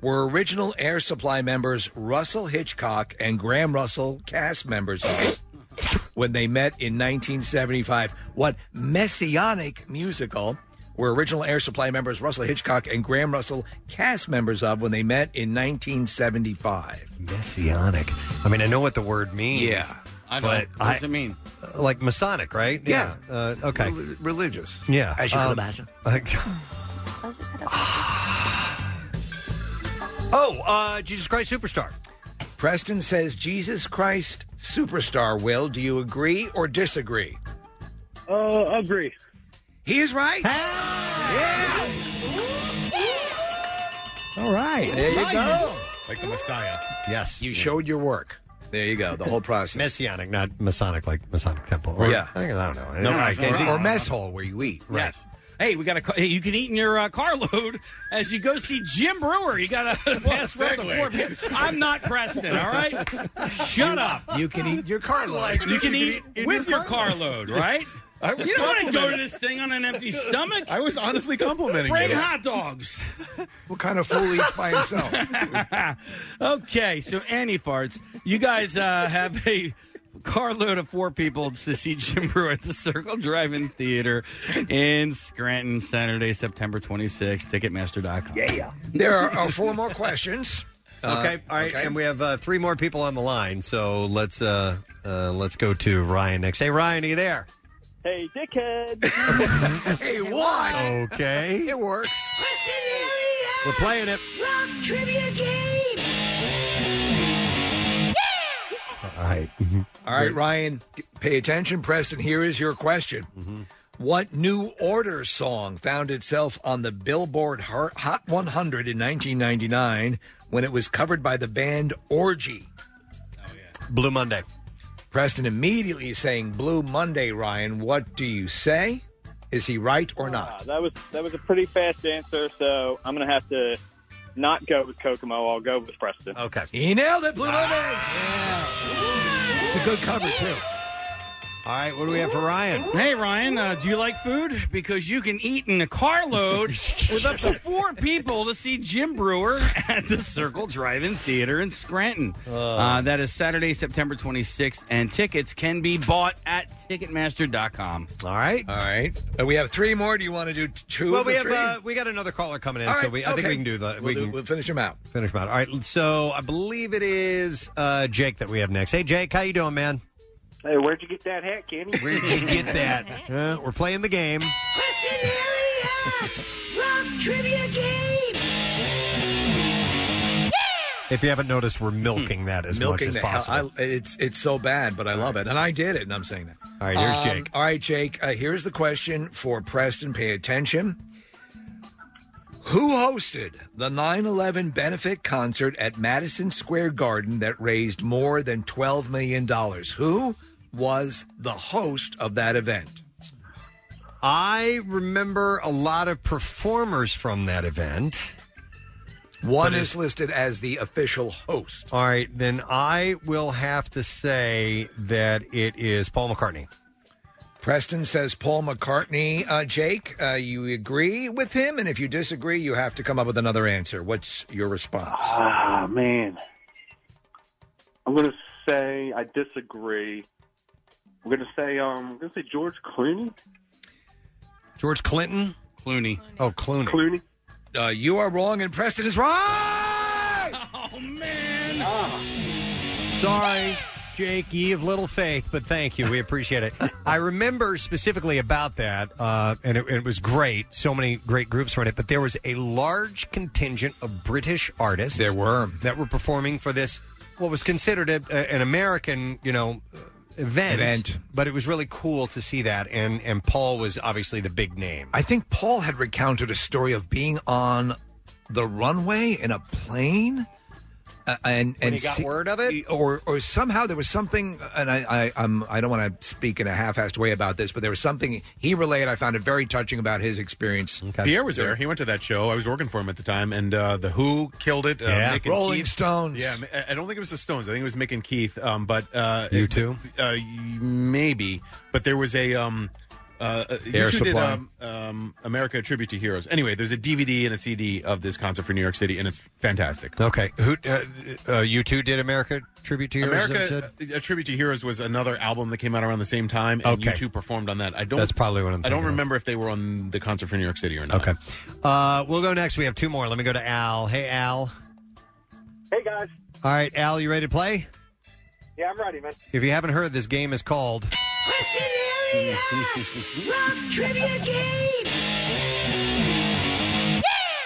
were original Air Supply members Russell Hitchcock and Graham Russell cast members of when they met in 1975? What messianic musical were original Air Supply members Russell Hitchcock and Graham Russell cast members of when they met in 1975?
Messianic. I mean, I know what the word means.
Yeah. I know.
But
What does
I-
it mean?
Like Masonic, right?
Yeah.
Uh, okay.
Rel- religious.
Yeah.
As you can
um,
imagine.
oh, uh, Jesus Christ Superstar.
Preston says Jesus Christ Superstar. Will, do you agree or disagree?
Uh, agree.
He is right.
All right.
There you go.
Like the Messiah.
Yes.
You showed your work. There you go. The whole process.
Messianic, not Masonic, like Masonic Temple. Or,
yeah.
I, I don't know.
No,
All right,
no,
is he-
or mess hall where you eat.
Right.
Yes. Hey, we got a. ca- Hey, you can eat in your uh, carload as you go see Jim Brewer. You got to pass road to
segue.
four people. I'm not Preston. All right, shut up.
You can eat your carload.
You can eat with your carload, right?
I was
you don't want to go to
complimenting.
this thing on an empty stomach.
I was honestly complimenting
Bring
you.
hot dogs.
What kind of fool eats by himself?
okay, so Annie farts. You guys uh, have a carload of four people to see Jim Brewer at the Circle Drive-In Theater in Scranton Saturday, September 26th. Ticketmaster.com. Yeah.
There are, are four more questions. Uh,
okay. All right.
okay.
And we have uh, three more people on the line, so let's uh, uh, let's go to Ryan next. Hey, Ryan, are you there?
Hey, dickhead.
hey, what?
Okay.
It works.
Kristen Elliott,
We're playing it.
rock trivia game.
All right. Mm-hmm.
All right, Ryan, g- pay attention. Preston, here is your question.
Mm-hmm.
What New Order song found itself on the Billboard Har- Hot 100 in 1999 when it was covered by the band Orgy?
Blue Monday.
Preston immediately is saying Blue Monday, Ryan. What do you say? Is he right or not?
Ah, That was that was a pretty fast answer, so I'm gonna have to not go with Kokomo. I'll go with Preston.
Okay.
He nailed it, Blue Monday. It's a good cover, too.
All right, what do we have for Ryan?
Hey, Ryan, uh, do you like food? Because you can eat in a carload with up to four people to see Jim Brewer at the Circle Drive-In Theater in Scranton. Uh, that is Saturday, September 26th, and tickets can be bought at Ticketmaster.com.
All right.
All right. Uh, we have three more. Do you want to do t- two?
Well,
of the
we have
three?
uh, we got another caller coming in,
All
so
right,
we I think
okay.
we can do the
We'll
we
do-
can
we'll finish them out.
Finish them out. All right, so I believe it is uh, Jake that we have next. Hey, Jake, how you doing, man?
Hey, where'd you get that hat, Kenny?
Where'd you get that? Uh, we're playing the game.
Kristen Elliott, rock trivia game.
If you haven't noticed, we're Hmm. milking that as much
milking
as
the hell-
possible.
I, it's it's so bad, but I love it, and I did it, and I'm saying that.
All right, here's
Um,
Jake.
All right, Jake. Uh, here's the question for Preston. Pay attention. Who hosted the 9 11 benefit concert at Madison Square Garden that raised more than $12 million? Who was the host of that event?
I remember a lot of performers from that event.
One
But
is listed as the official host.
All right, then I will have to say that it is Paul McCartney.
Preston says Paul McCartney. Uh, Jake, uh, you agree with him? And if you disagree, you have to come up with another answer. What's your response?
Ah, man. I'm going to say I disagree. I'm going to say, um, I'm going to say George Clooney.
George Clinton?
Clooney.
Oh, Clooney.
Clooney.
Uh, you are wrong, and Preston is wrong.
Oh, man.
Sorry, Jake, ye of little faith, but thank you. We appreciate it. I remember specifically about that, uh, and it, it was great. So many great groups were in it, but there was a large contingent of British artists. There
were.
That were performing for this, what was considered a, a- an American, you know, uh, event,
Event.
but it was really cool to see that. And and Paul was obviously the big name.
I think Paul had recounted a story of being on the runway in a plane. uh, and
When
and
he got word of it,
or or somehow there was something, and I I I'm, I don't want to speak in a half-assed way about this, but there was something he relayed. I found it very touching about his experience.
Pierre was there. He went to that show. I was working for him at the time, and uh, the Who killed it. Uh,
Yeah.
Mick and
Rolling
Keith.
Stones.
Yeah, I- I don't think it was the Stones. I think it was Mick and Keith. Um, but uh,
You
it-
too?
uh, maybe. But there was a um, uh, uh,
Air
you two did
Supply.
um, um, America a tribute to heroes. Anyway, there's a DVD and a CD of this concert for New York City, and it's fantastic.
Okay, who uh, uh, you two did America tribute to yours?
America, uh, A Tribute to Heroes was another album that came out around the same time, and
Okay.
you two performed on that. I don't.
That's probably what I'm
I
thinking
don't
of.
remember if they were on the concert for New York City or not.
Okay. Uh, we'll go next. We have two more. Let me go to Al. Hey, Al.
Hey guys,
All right, Al, you ready to play?
yeah, I'm ready, man.
If you haven't heard, this game is called.
Kristen Arias, rock trivia game.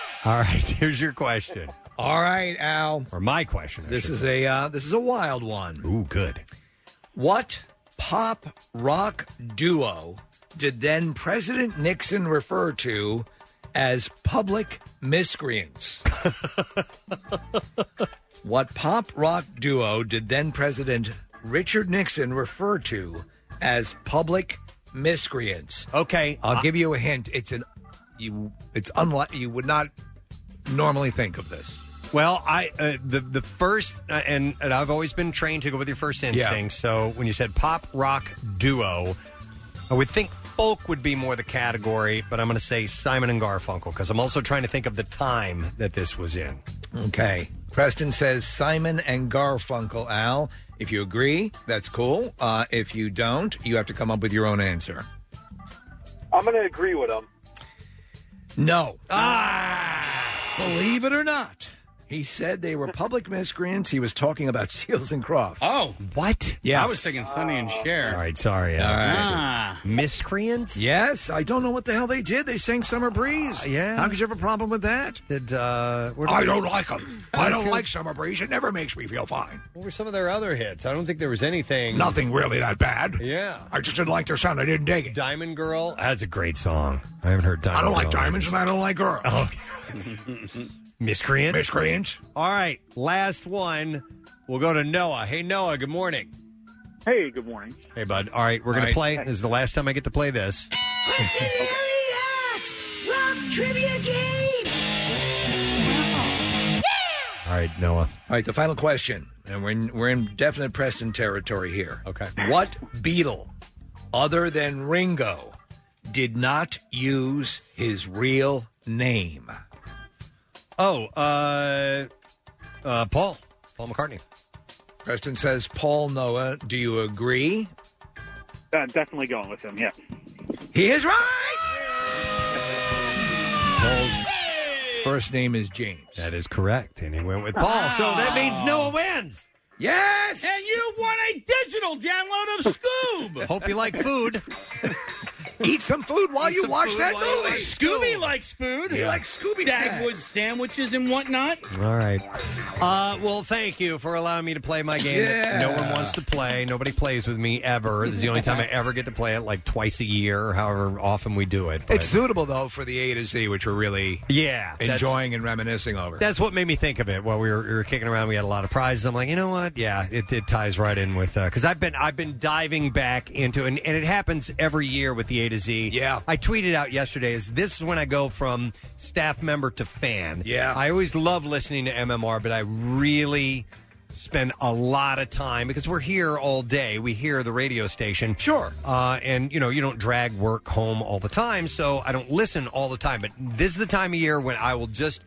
All right, here's your question.
All right, Al.
Or my question.
This is a uh, this is a wild one.
Ooh, good.
What pop rock duo did then President Nixon refer to as public miscreants? what pop rock duo did then President Richard Nixon refer to as public miscreants?
Okay,
I'll
I-
give you a hint. It's an you. It's unlikely you would not normally think of this.
Well, I uh, the the first, uh, and, and I've always been trained to go with your first instinct. So when you said pop rock duo, I would think folk would be more the category, but I'm going to say Simon and Garfunkel because I'm also trying to think of the time that this was in.
Okay. Preston says Simon and Garfunkel, Al. If you agree, that's cool. Uh, if you don't, you have to come up with your own answer.
I'm gonna agree with him.
No.
Ah!
Believe it or not, he said they were public miscreants. He was talking about Seals and Crofts.
Oh.
What?
Yes.
I was thinking Sonny and Cher.
All right, sorry. Al.
All right.
Ah. Miscreants? Uh,
Yes, I don't know what the hell they did. They sang Summer Breeze.
yeah.
How could you have a problem with that?
Did, uh, where did
I
we-
don't like them.
How do
I
you
don't
feel-
like Summer Breeze. It never makes me feel fine.
What were some of their other hits? I don't think there was anything.
Nothing really that bad.
Yeah.
I just didn't like their sound. I didn't dig it.
Diamond Girl. That's a great song. I haven't heard Diamond
I don't like
Girl.
diamonds and I don't like girls.
Miscreant?
Miscreant.
All right, last one. We'll go to Noah. Hey, Noah, good morning.
Hey, good morning.
Hey, bud. All right, we're
All
going
right.
to play. This is the last time I get to play this.
Kristen Arias, rock trivia game.
All right, Noah.
All right, the final question, and we're in, we're in definite Preston territory here.
Okay.
What Beatle, other than Ringo, did not use his real name?
Oh, uh, uh, Paul. Paul McCartney.
Preston says, Paul Noah, do you agree?
Uh, definitely going with him. Yeah.
He is right! Paul's first name is James.
That is Ah. correct. And he went with Paul. So that means Noah wins.
Yes!
And you won a digital download of Scoob!
Hope you like food.
Eat some food while
Eat
you
some
watch
food
that
while you
movie!
watch Scooby likes food.
He Yeah. likes
Scooby
Dagwood sandwiches and whatnot.
All right. Uh, well, thank you for allowing me to play my game. that No one wants to play. Nobody plays with me ever. This is the only time I ever get to play it, like twice a year, or however often we do it. But
It's suitable, though, for the A to Z, which we're really
yeah, that's-
enjoying and reminiscing over.
That's what made me think of it while we were, we were kicking around. We had a lot of prizes. I'm like, you know what? Yeah, it, it ties right in with because I've been I've been diving back into and and it happens every year with the A to Z. Yeah, I tweeted out yesterday is this is when I go from staff member to fan.
Yeah.
I always love listening to MMR, but I really spend a lot of time because we're here all day. We hear the radio station. Sure. Uh, and, you know, you don't drag work home all the time, so I don't listen all the time. But this is the time of year when I will just.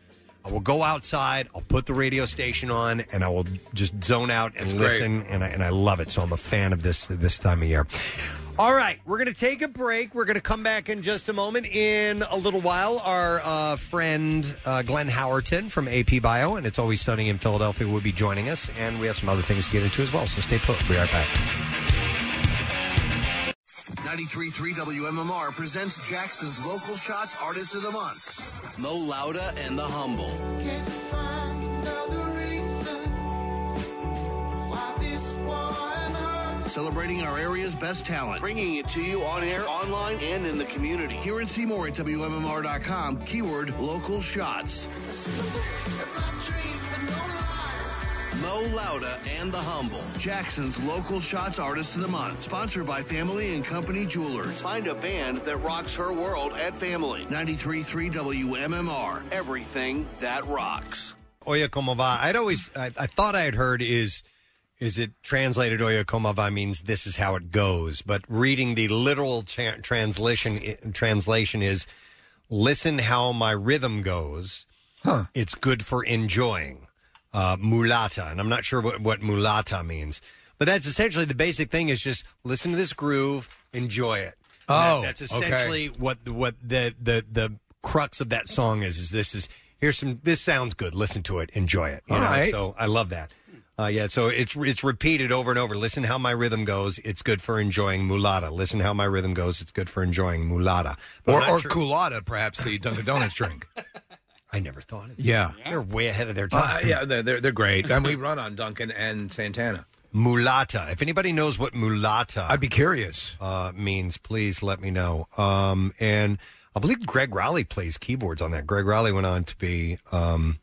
I will go outside. I'll put the radio station on, and I will just zone out and
It's great.
listen. And I and I love it. So I'm a fan of this this time of year. Oh. All right, we're going to take a break. We're going to come back in just a moment. In a little while, our uh, friend uh, Glenn Howerton from AP Bio and It's Always Sunny in Philadelphia will be joining us, and we have some other things to get into as well. So stay put. We'll be right back.
93.3 WMMR presents Jackson's Local Shots Artist of the Month, Mo Lauda and the Humble.
Why this war and hurt?
celebrating our area's best talent, bringing it to you on air, online, and in the community. Here in Seymour at WMMR.com, keyword local shots. Mo Lauda and the Humble, Jackson's local shots artist of the month, sponsored by Family and Company Jewelers. Find a band that rocks her world at Family. 93.3 WMMR, everything that rocks.
Oya como va? I'd always, I, I thought I had heard is, is it translated Oya como va means this is how it goes. But reading the literal tra- translation, eh, translation is, listen how my rhythm goes. It's good for enjoying. Uh, mulata, and I'm not sure what, what mulata means, but that's essentially the basic thing. Is just listen to this groove, enjoy it. And that-
Oh,
that's
okay.
essentially what what the the the crux of that song is. Is this is here's some this sounds good. Listen to it, enjoy it. You
All
know,
right.
so I love that. Uh, yeah, so it's it's repeated over and over. Listen how my rhythm goes. It's good for enjoying mulata. Listen how my rhythm goes. It's good for enjoying mulata. But I'm
Or,
not
or
sure-
culotta, perhaps the Dunkin' Donuts drink.
I never thought of that.
Yeah.
they're way ahead of their
Uh,
time.
yeah, they're, they're, they're great. And we run on Dunkin' and Santana.
Mulata. If anybody knows what mulata, I'd be curious. Uh, means please let me know. Um, and I believe Greg Rowley plays keyboards on that. Greg Rowley went on to be um,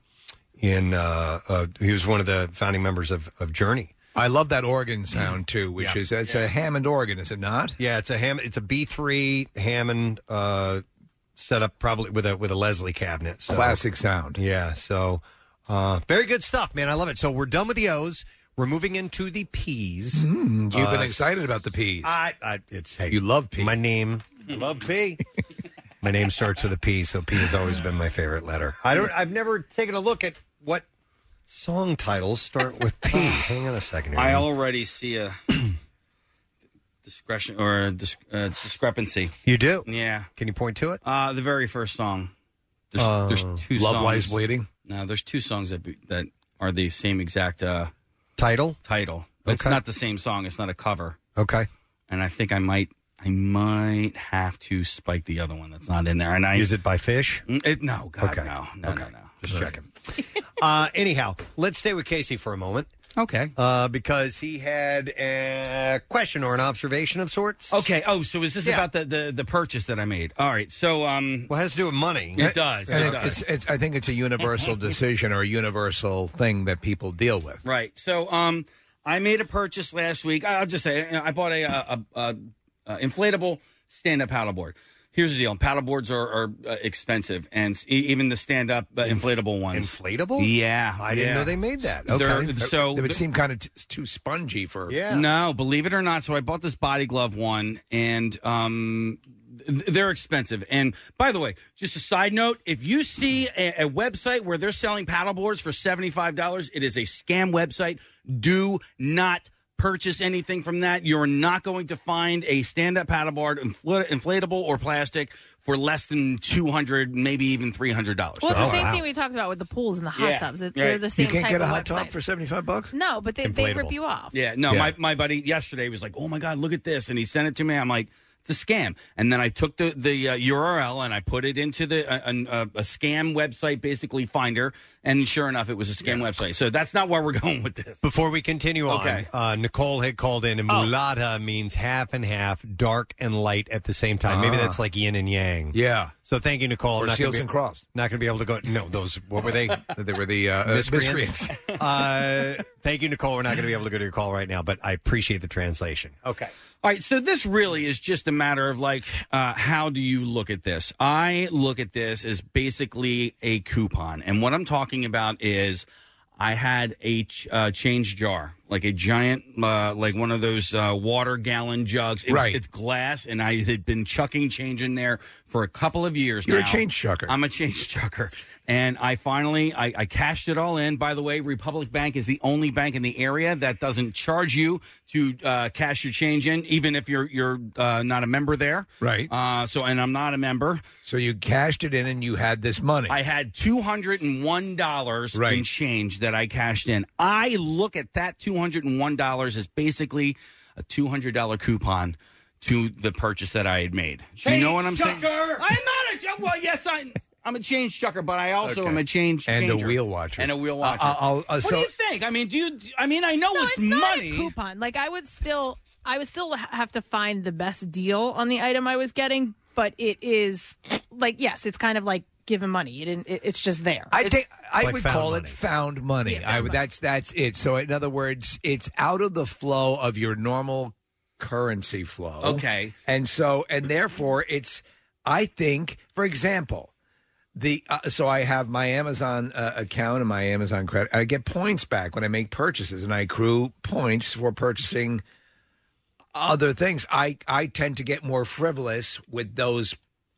in. Uh, uh, he was one of the founding members of, of Journey.
I love that organ sound too, which
Yeah.
is it's a Hammond organ, is it not?
Yeah, it's a ham. It's a B three Hammond uh, setup, probably with a with a Leslie cabinet. So.
Classic sound.
Yeah. So uh, very good stuff, man. I love it. So we're done with the O's. We're moving into the P's.
You've been excited about the peas.
uh, I, I it's hey, you Mm, love P. My name, I love P. my name starts with a P, so P has always been my favorite letter. I
Hmm.
don't. I've never taken a look at what song titles start with P. Hang on a second. Here.
I already see a discretion or a dis- uh, discrepancy.
You do?
Yeah.
Can you point to it?
Uh, the very first song. There's,
Uh,
there's two
Love
songs.
Lies
Bleeding?
No, there's two songs that be, that are the same exact uh,
title.
Title. It's not the same song. It's not a cover.
Okay.
And I think I might I might have to spike the other one that's not in there. And I
Is it by Fish?
Mm, It, no, God,
Okay.
no, no, no, no.
Just checking. uh, anyhow, let's stay with Casey for a moment.
Okay.
Uh, because he had a question or an observation of sorts.
Okay. Oh, so is this about the, the the purchase that I made? All right. So um,
well, it has to do with money.
It does.
And
it
it-
does.
It's, it's, I think it's a universal decision or a universal thing that people deal with.
Right. So, um, I made a purchase last week. I- I'll just say you know, I bought a, a, a, a inflatable stand-up paddleboard. Here's the deal: paddleboards are, are uh, expensive, and s- e- even the stand-up uh, inflatable ones.
Inflatable?
Yeah,
I didn't
yeah.
know they made that.
They're-
Okay.
so
It would seem kind of t- too spongy for.
No, believe it or not. So I bought this body glove one, and um, th- they're expensive. And by the way, just a side note: if you see a, a website where they're selling paddleboards for seventy five dollars, it is a scam website. Do not purchase anything from that. You're not going to find a stand up paddleboard, infl- inflatable or plastic, for less than two hundred, maybe even three hundred dollars.
Well, it's the same thing we talked about with the pools and the hot
Yeah,
tubs. It,
right.
They're the
You
same
can't
type
get a
of
hot tub
website.
for seventy five bucks.
No, but they, they rip
Inflatable.
you off.
Yeah, no,
Yeah.
My, my buddy yesterday was like, "Oh my god, look at this," and he sent it to me. I'm like, "It's a scam." And then I took the the uh, URL and I put it into the uh, an- uh, a scam website, basically Finder, and sure enough, it was a scam website. So that's not where we're going with this.
Before we continue on,
Okay. Oh.
uh, Nicole had called in, and mulata means half and half, dark and light at the same time. Maybe
Ah.
that's like yin and yang.
Yeah.
So thank you, Nicole.
Or
I'm not gonna
seals
be-
and crofts.
Not going to be able to go. No, those. What were they?
they were the uh, uh, miscreants.
uh, thank you, Nicole. We're not going to be able to go to your call right now, but I appreciate the translation. Okay.
All right, so this really is just a matter of like, uh, how do you look at this? I look at this as basically a coupon, and what I'm talking about is I had a ch- uh, change jar, like a giant, uh, like one of those uh, water gallon jugs. It was-
Right.
it's glass, and I had been chucking change in there for a couple of years.
You're a
now.
change chucker.
I'm a change chucker, and I finally I, I cashed it all in. By the way, Republic Bank is the only bank in the area that doesn't charge you to uh, cash your change in, even if you're you're uh, not a member there.
Right.
Uh, so, and I'm not a member.
So you cashed it in, and you had this money.
I had two hundred and one dollars in
Right.
change that I cashed in. I look at that two hundred and one dollars as basically a two hundred dollar coupon to the purchase that I had made. Do you know what I'm saying? I'm not a chucker. Well, yes, I'm. I'm a change chucker, but I also am a change
and
changer.
a wheel watcher
And a wheel watcher.
I'll- I'll- uh,
what
so-
do you think? I mean, do you? I mean, I know
No,
it's,
not
money.
a coupon. Like I would still
I would still ha- have to find the best deal on the item I was getting, but it is like yes, it's kind of like giving money. You didn't. It, it's just there.
I
It's-
think I would call it found money. I would, that's that's it. So in other words, it's out of the flow of your normal currency flow.
Okay.
and so and therefore it's. I think, for example, the uh, so I have my Amazon uh, account and my Amazon credit. I get points back when I make purchases, and I accrue points for purchasing other things. I I tend to get more frivolous with those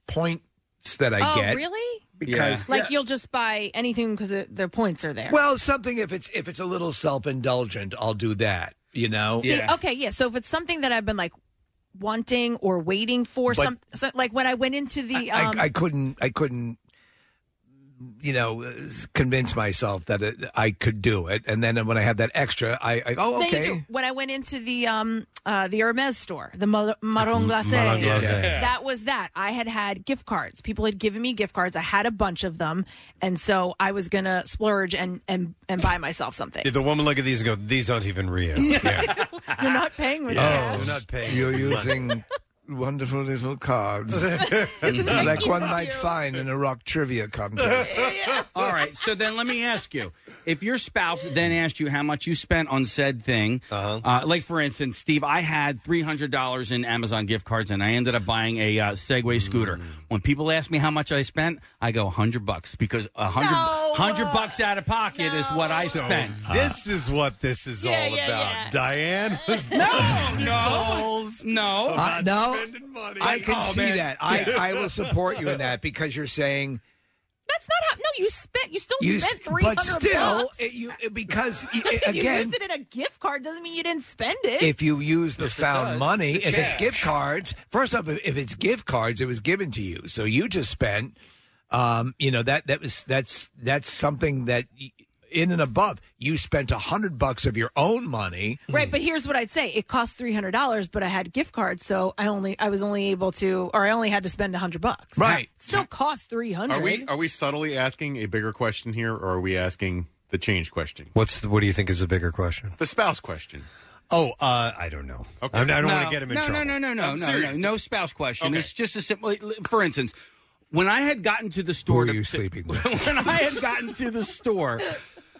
points that I
oh,
get.
really?
Because-
like
Yeah.
you'll just buy anything because the points are there.
Well, something if it's if it's a little self indulgent, I'll do that. You know.
See, okay, yeah. So if it's something that I've been like wanting or waiting for,
But-
some so, like when I went into the
I,
um,
I couldn't. I couldn't. You know, uh, convince myself that it, I could do it, and then when I have that extra, I, I oh
No, you
okay.
do. When I went into the um uh the Hermes store, the Mar- Marron Glacé,
Marron Mm, Glacé. Yeah.
that was that. I had had gift cards. People had given me gift cards. I had a bunch of them, and so I was gonna splurge and and and buy myself something.
Did the woman look at these and go, "These aren't even real"?
You're not paying
Oh.
with
Yes,
that.
you're not paying.
You're
money.
using wonderful little cards,
Isn't that
like
cute
one
of
might
you?
find in a rock trivia contest.
All right, so then let me ask you: If your spouse then asked you how much you spent on said thing,
Uh-huh.
uh, like for instance, Steve, I had three hundred dollars in Amazon gift cards, and I ended up buying a uh, Segway scooter.
Mm.
When people ask me how much I spent, I go hundred bucks because a hundred
No.
hundred bucks out of pocket is what I spent.
This is what this is
Yeah,
all
yeah,
about.
yeah.
Diane was
Oh,
Oh.
no, no,
Uh, no, I can
Oh,
see
man.
that. I,
Yeah.
I will support you in that because you're saying
That's not how. No, you spent. You still
you, s-
spent three hundred.
but still, it, you it- because
just
it-
because you
again,
used it in a gift card doesn't mean you didn't spend it.
if you use the found
does.
money,
The
if it's
check.
gift cards, first off, if it's gift cards, it was given to you, so you just spent. Um, you know that that was that's that's something that y- in and above you spent a hundred bucks of your own money.
Right, but here's what I'd say: it cost three hundred dollars, but I had gift cards, so I only I was only able to, or I only had to spend hundred bucks.
Right.
still cost three hundred.
Are we are we subtly asking a bigger question here, or are we asking the change question,
What's the, what do you think is a bigger question?
the spouse question?
Oh, uh, I don't know. Okay. I, I don't want to get him in
no,
trouble.
No, no, no, no,
I'm
no, no,
serious.
no spouse question.
Okay.
It's just a simple. For instance, when I had gotten to the store, to, you sleeping
with?
when I had gotten to the store,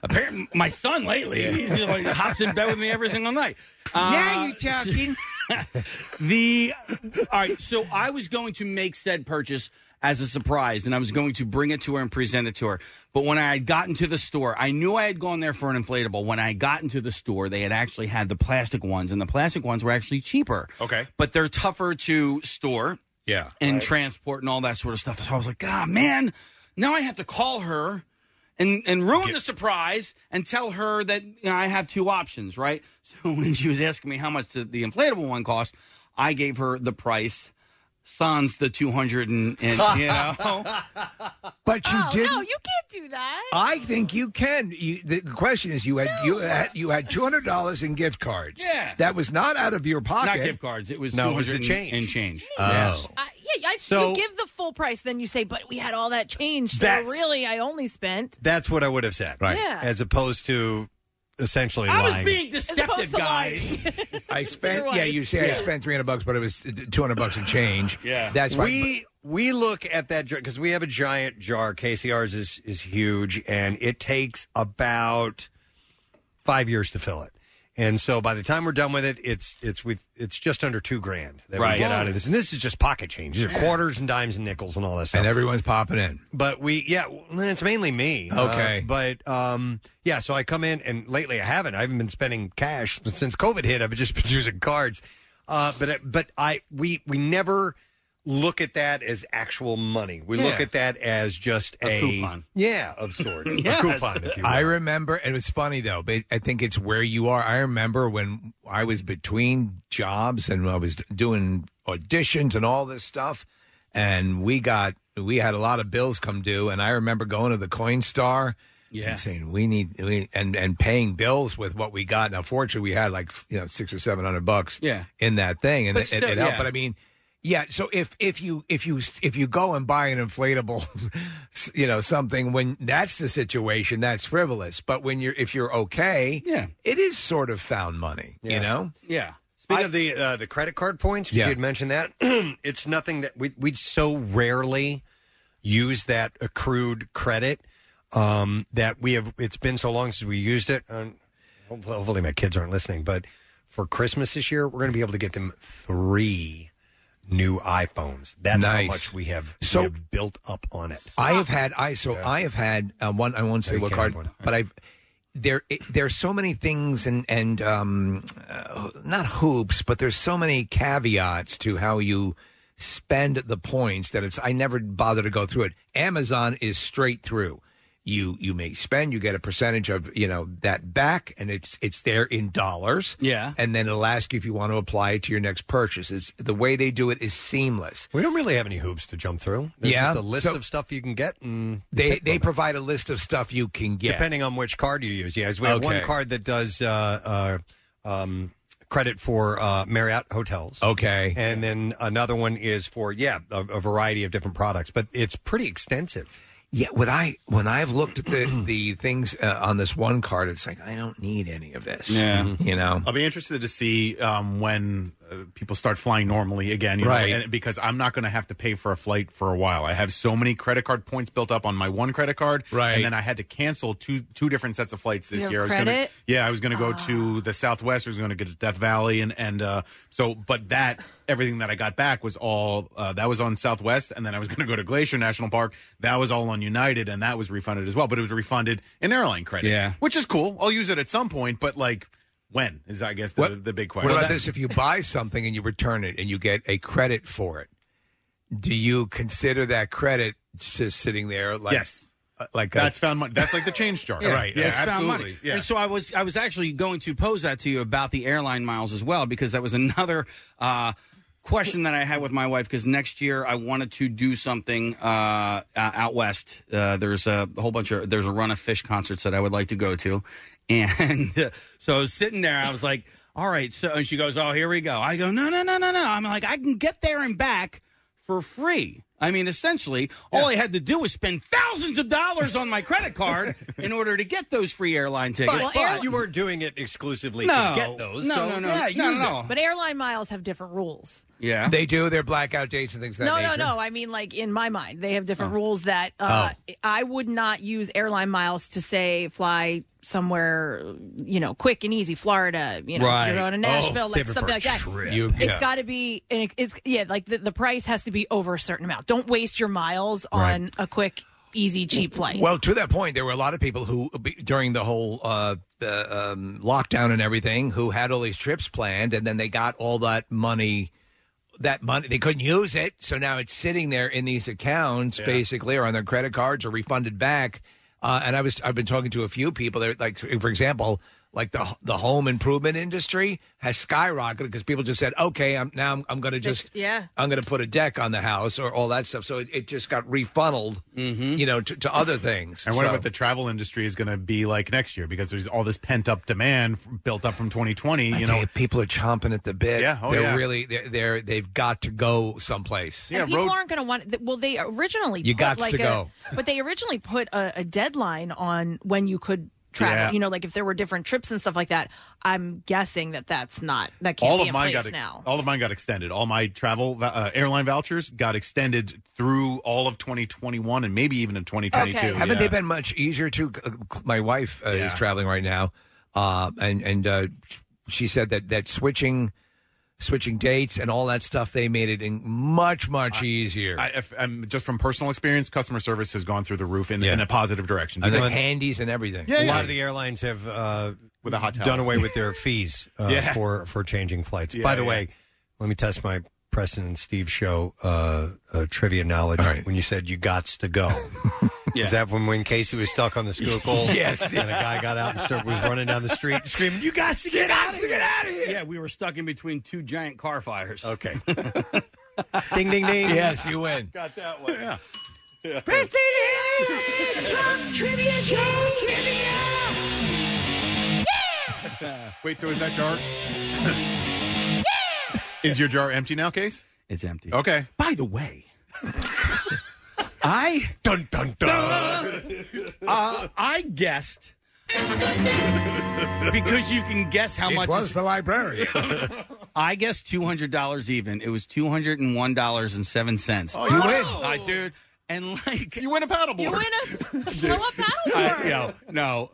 apparently my son lately he's like, hops in bed with me every single night. Uh,
Now
you're talking. the all right, so I was going to make said purchase as a surprise, and I was going to bring it to her and present it to her. But when I had gotten to the store, I knew I had gone there for an inflatable. When I got into the store, they had actually had the plastic ones, and the plastic ones were actually cheaper.
Okay.
But they're tougher to store
Yeah.
and transport and all that sort of stuff. So I was like, God, man, now I have to call her and, and ruin the surprise and tell her that you know, I have two options, right? So when she was asking me how much the, the inflatable one cost, I gave her the price. Sans the 200 and, and you know.
But you
oh,
didn't.
No, you can't do that.
I think you can. You, the the question is, you had you had you had two hundred dollars in gift cards.
Yeah.
that was not out of your pocket.
Not gift cards. It was
No,
200
it was the
and-
change.
and change.
Oh.
Yes.
I, yeah, I,
So-
you give the full price, then you say, "But we had all that change, so
That's-
really, I only spent."
That's what I would have said,
Right. Yeah.
As opposed to essentially
I was
lying.
being deceptive, guys.
I spent.
Otherwise-
Yeah, you say I
Yeah.
spent three hundred bucks, but it was two hundred bucks in change.
Yeah.
that's why.
we we look at that because we have a giant jar. KCR's is is huge, and it takes about five years to fill it. And so by the time we're done with it, it's it's we it's just under two grand that
Right.
we get out of this. And this is just pocket change. These are
Yeah.
quarters and dimes and nickels and all that stuff.
and everyone's popping in.
But we, yeah, well, it's mainly me. Uh,
Okay.
but um, yeah, so I come in, and lately I haven't. I haven't been spending cash since COVID hit. I've just been using cards. Uh, but it- but I we we never look at that as actual money. We look
Yeah.
at that as just a,
coupon.
yeah, of sorts, a coupon. If you will.
I remember, and it's funny though. But I think it's where you are. I remember when I was between jobs and I was doing auditions and all this stuff, and we got we had a lot of bills come due, and I remember going to the Coinstar.
Yeah.
And saying we need we, and and paying bills with what we got. Now, fortunately, we had like you know six or seven hundred bucks.
Yeah.
in that thing, and
But
it, it-
still,
it helped.
yeah.
But I mean, yeah. So if if you if you if you go and buy an inflatable, s- you know something when that's the situation, that's frivolous. But when you're if you're okay, yeah, it is sort of found money. You know,
Yeah.
Speaking of the uh, the credit card points, 'cause
Yeah.
you had mentioned that, it's nothing that we we so rarely use that accrued credit um, that we have. It's been so long since we used it. And hopefully, hopefully my kids aren't listening. But for Christmas this year, we're going to be able to get them three new iPhones. That's how
Nice.
much we have, we
So-
have built up on it.
I have had I so I have had uh, one. I won't say what card, but I've there it, there's so many things and and um, uh, not hoops, but there's so many caveats to how you spend the points that it's I never bother to go through it. Amazon is straight through. You you may spend, you get a percentage of you know that back, and it's it's there in dollars.
Yeah,
and then it'll ask you if you want to apply it to your next purchase. It's the way they do it is seamless.
We don't really have any hoops to jump through. There's
yeah,
just a list
So-
of stuff you can get, and
they they provide a list of stuff you can get
depending on which card you use. Yeah, 'cause we have one
Okay.
card that does uh, uh, um, credit for uh, Marriott hotels.
Okay,
and then another one is for yeah a, a variety of different products, but it's pretty extensive.
Yeah, when I when I've looked at the the things uh, on this one card, it's like I don't need any of this. Mm-hmm. you know.
I'll be interested to see um, when uh, people start flying normally again, you
Right.
Know, and, because I'm not going to have to pay for a flight for a while. I have so many credit card points built up on my one credit card,
Right.
And then I had to cancel two two different sets of flights this
Your
year. I was gonna,
credit?
yeah, I was going to go to the Southwest. I was going to go to Death Valley, and and uh, so, but that everything that I got back was all uh, that was on Southwest, and then I was going to go to Glacier National Park. That was all on United, and that was refunded as well. But it was refunded in airline credit,
Yeah.
which is cool. I'll use it at some point, but like. When is I guess the, the big question?
What about this? If you buy something and you return it and you get a credit for it, do you consider that credit just sitting there? Like,
Yes.
uh, like
That's
a,
found money. That's like the change jar,
right?
it's found money. And so I was I was actually going to pose that to you about the airline miles as well because that was another uh, question that I had with my wife because next year I wanted to do something uh, uh, out west. Uh, there's a whole bunch of there's a run of fish concerts that I would like to go to, and uh, so I was sitting there. I was like, all right. So and she goes, oh, here we go. I go, no, no, no, no, no. I'm like, I can get there and back for free. I mean, essentially, all I had to do was spend thousands of dollars on my credit card in order to get those free airline tickets.
But airli-
you weren't doing it exclusively
no,
to get those.
No,
so,
no, no,
yeah,
no,
use
no, no.
But airline miles have different rules.
Yeah,
they do their blackout dates and things of that Oh.
No,
nature.
no, no. I mean, like in my mind, they have different rules that uh,
Oh.
I would not use airline miles to say fly somewhere, you know, quick and easy, Florida, you know, if
Right.
you're going to
Oh,
Nashville, like
save it for
something
a
like that.
trip. You-
It's
yeah.
got to be, and it- it's yeah, like the, the price has to be over a certain amount. Don't waste your miles on a quick, easy, cheap flight.
Well, to that point, there were a lot of people who, be- during the whole uh, uh, um, lockdown and everything, who had all these trips planned, and then they got all that money. That money they couldn't use it, so now it's sitting there in these accounts, basically, or on their credit cards, or refunded back. Uh, and I was I've been talking to a few people that, like, for example, like the the home improvement industry has skyrocketed because people just said, okay, I'm now I'm, I'm going to just
yeah.
I'm going to put a deck on the house or all that stuff. So it, it just got refunneled,
Mm-hmm.
you know, to, to other things.
I wonder
So-
what the travel industry is going to be like next year because there's all this pent up demand f- built up from 2020. You
I tell
know,
you, people are chomping at the bit.
Yeah, oh,
they're
yeah.
really they're, they're they've got to go someplace.
and people aren't going to want. th- Well, they originally
You
put
gots
like
to
a,
go.
but they originally put a, a deadline on when you could travel.
Yeah.
You know, like if there were different trips and stuff like that. I'm guessing that that's not that can't
all
be
of
in
mine
place
got
now.
all of mine got extended. All my travel va- uh, airline vouchers got extended through all of 2021 and maybe even in 2022.
Haven't
yeah.
they been much easier to? My wife uh,
Yeah.
is traveling right now, uh, and and uh, she said that that switching switching dates and all that stuff they made it in much much easier.
I, if, I'm just from personal experience, customer service has gone through the roof in, in a positive direction.
and the
Because-
handies and everything.
a lot of the airlines have uh,
With a hot towel.
done away with their fees uh,
Yeah.
for for changing flights.
Yeah,
By the
yeah.
way, let me test my Preston and Steve show uh, uh, trivia knowledge. When you said you gots to go,
Yeah.
is that when when Casey was stuck on the Schuylkill?
Yes.
and a guy got out and started, was running down the street screaming, "You got to get out of here!"
out of here. Yeah, we were stuck in between two giant car fires.
Okay. ding ding ding!
Yes, you win.
Got that one. Yeah.
Preston Harris, rock trivia game. Trivia.
Wait, so is that jar? is your jar empty now, Case?
It's empty.
Okay.
By the way, I
dun dun
dun. uh, I guessed because you can guess how
It
much
was
is-
the librarian.
I guess two hundred dollars even. It was two hundred and one dollars and seven cents.
Oh, you win.
I dude. And like
you win a paddleboard.
You win
a show up
I, yo, no.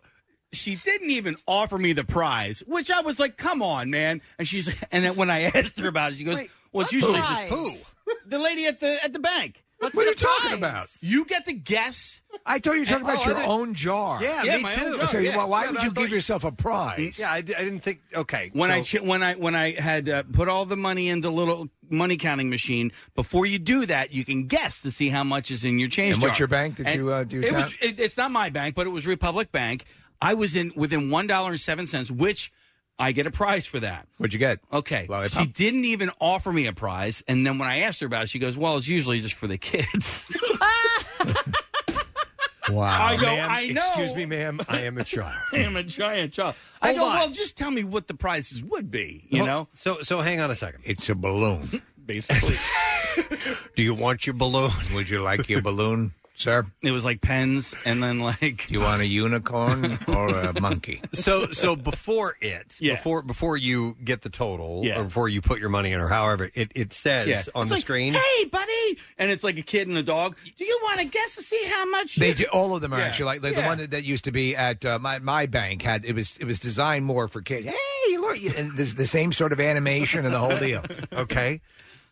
She didn't even offer me the prize, which I was like, "Come on, man!" And she's, and then when I asked her about it, she goes, "Well, it's
what
usually
prize?
just who the lady at the at the bank."
What are you talking
about?
prize?
You get to guess.
I thought you were talking
And-
about
Oh,
your
I thought-
own jar.
Yeah, Yeah, me my own too. jar,
So
yeah.
why, why
Yeah,
would
but
you
I
give yourself a prize?
Yeah, I, di- I didn't think. Okay,
When I
so-
chi- when I when I had uh, put all the money into little money counting machine, before you do that, you can guess to see how much is in your change
And
jar.
what's your bank that you, uh, do
It was,
tap?
it, it's not my bank, but it was Republic Bank. I was in within one dollar and seven cents, which I get a prize for that.
What'd you get?
Okay, she didn't even offer me a prize, and then when I asked her about it, she goes, "Well, it's usually just for the kids."
Wow.
I go,
ma'am,
"I know."
Excuse me, ma'am. I am a child.
I am a giant child. I
Hold
go,
on.
well, just tell me what the prizes would be, you
Well,
know?
So so hang on a second.
It's a balloon.
Basically.
Do you want your balloon?
Would you like your balloon, sir?
It was like pens, and then like. Do
you want a unicorn or a monkey?
So so before it, before before you get the total,
Yeah.
or before you put your money in, or however it, it says
Yeah.
on
It's
the
like,
screen.
Hey, buddy! And it's like a kid and a dog. Do you want to guess to see how much?
They do, all of them are
Yeah.
actually like, like the
Yeah.
one that, that used to be at uh, my my bank had it was it was designed more for kids. Hey, look, and this, the same sort of animation and the whole deal. Oh,
Okay,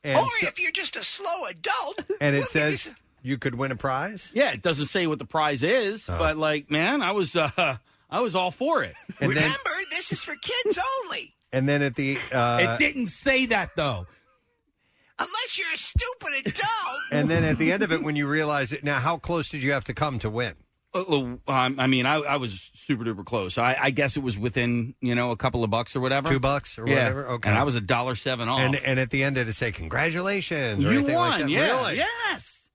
and
and
so-
if you're just a slow adult,
and it says you could win a prize.
Yeah, it doesn't say what the prize is,
Uh-huh.
but like, man, I was uh, I was all for it.
And then-
this is for kids only.
And then at the uh,
it didn't say that though.
Unless you're a stupid adult.
and then at the end of it, when you realize it, now how close did you have to come to win?
Uh, um, I mean, I, I was super duper close. I, I guess it was within you know a couple of bucks or whatever,
Two bucks or
Yeah.
whatever? Okay.
and I was a dollar seven off.
And and at the end, did it say congratulations? Or
you
anything
won,
like that?
yeah,
Really?
yes.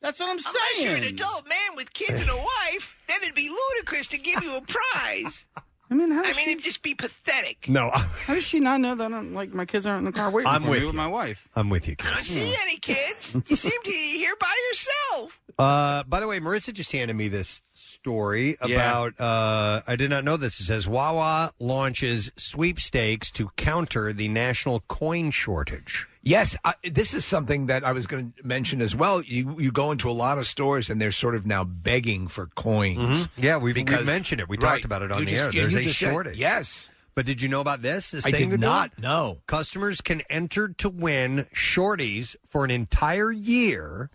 That's what I'm
saying. Unless you're an adult man with kids and a wife, then it'd be ludicrous to give you a prize.
I mean, how
I mean, it'd just be pathetic.
No,
how does she not know that? I'm, like my kids aren't in the car waiting
I'm
for
with
me with
you.
my wife.
I'm with you.
I don't see any kids. You seem to be here by yourself.
Uh, by the way, Marissa just handed me this story
Yeah.
about. Uh, I did not know this. It says Wawa launches sweepstakes to counter the national coin shortage.
Yes, I, this is something that I was going to mention as well. You you go into a lot of stores and they're sort of now begging for coins.
Mhm. Yeah, we've, we've
Because-
mentioned it. We
right.
talked about it on
You
the
just-
air.
you-
There's
you
a
just said-
shortage.
yes.
But did you know about this? This
I
thing
did
they're doing?
not know.
Customers can enter to win shorties for an entire year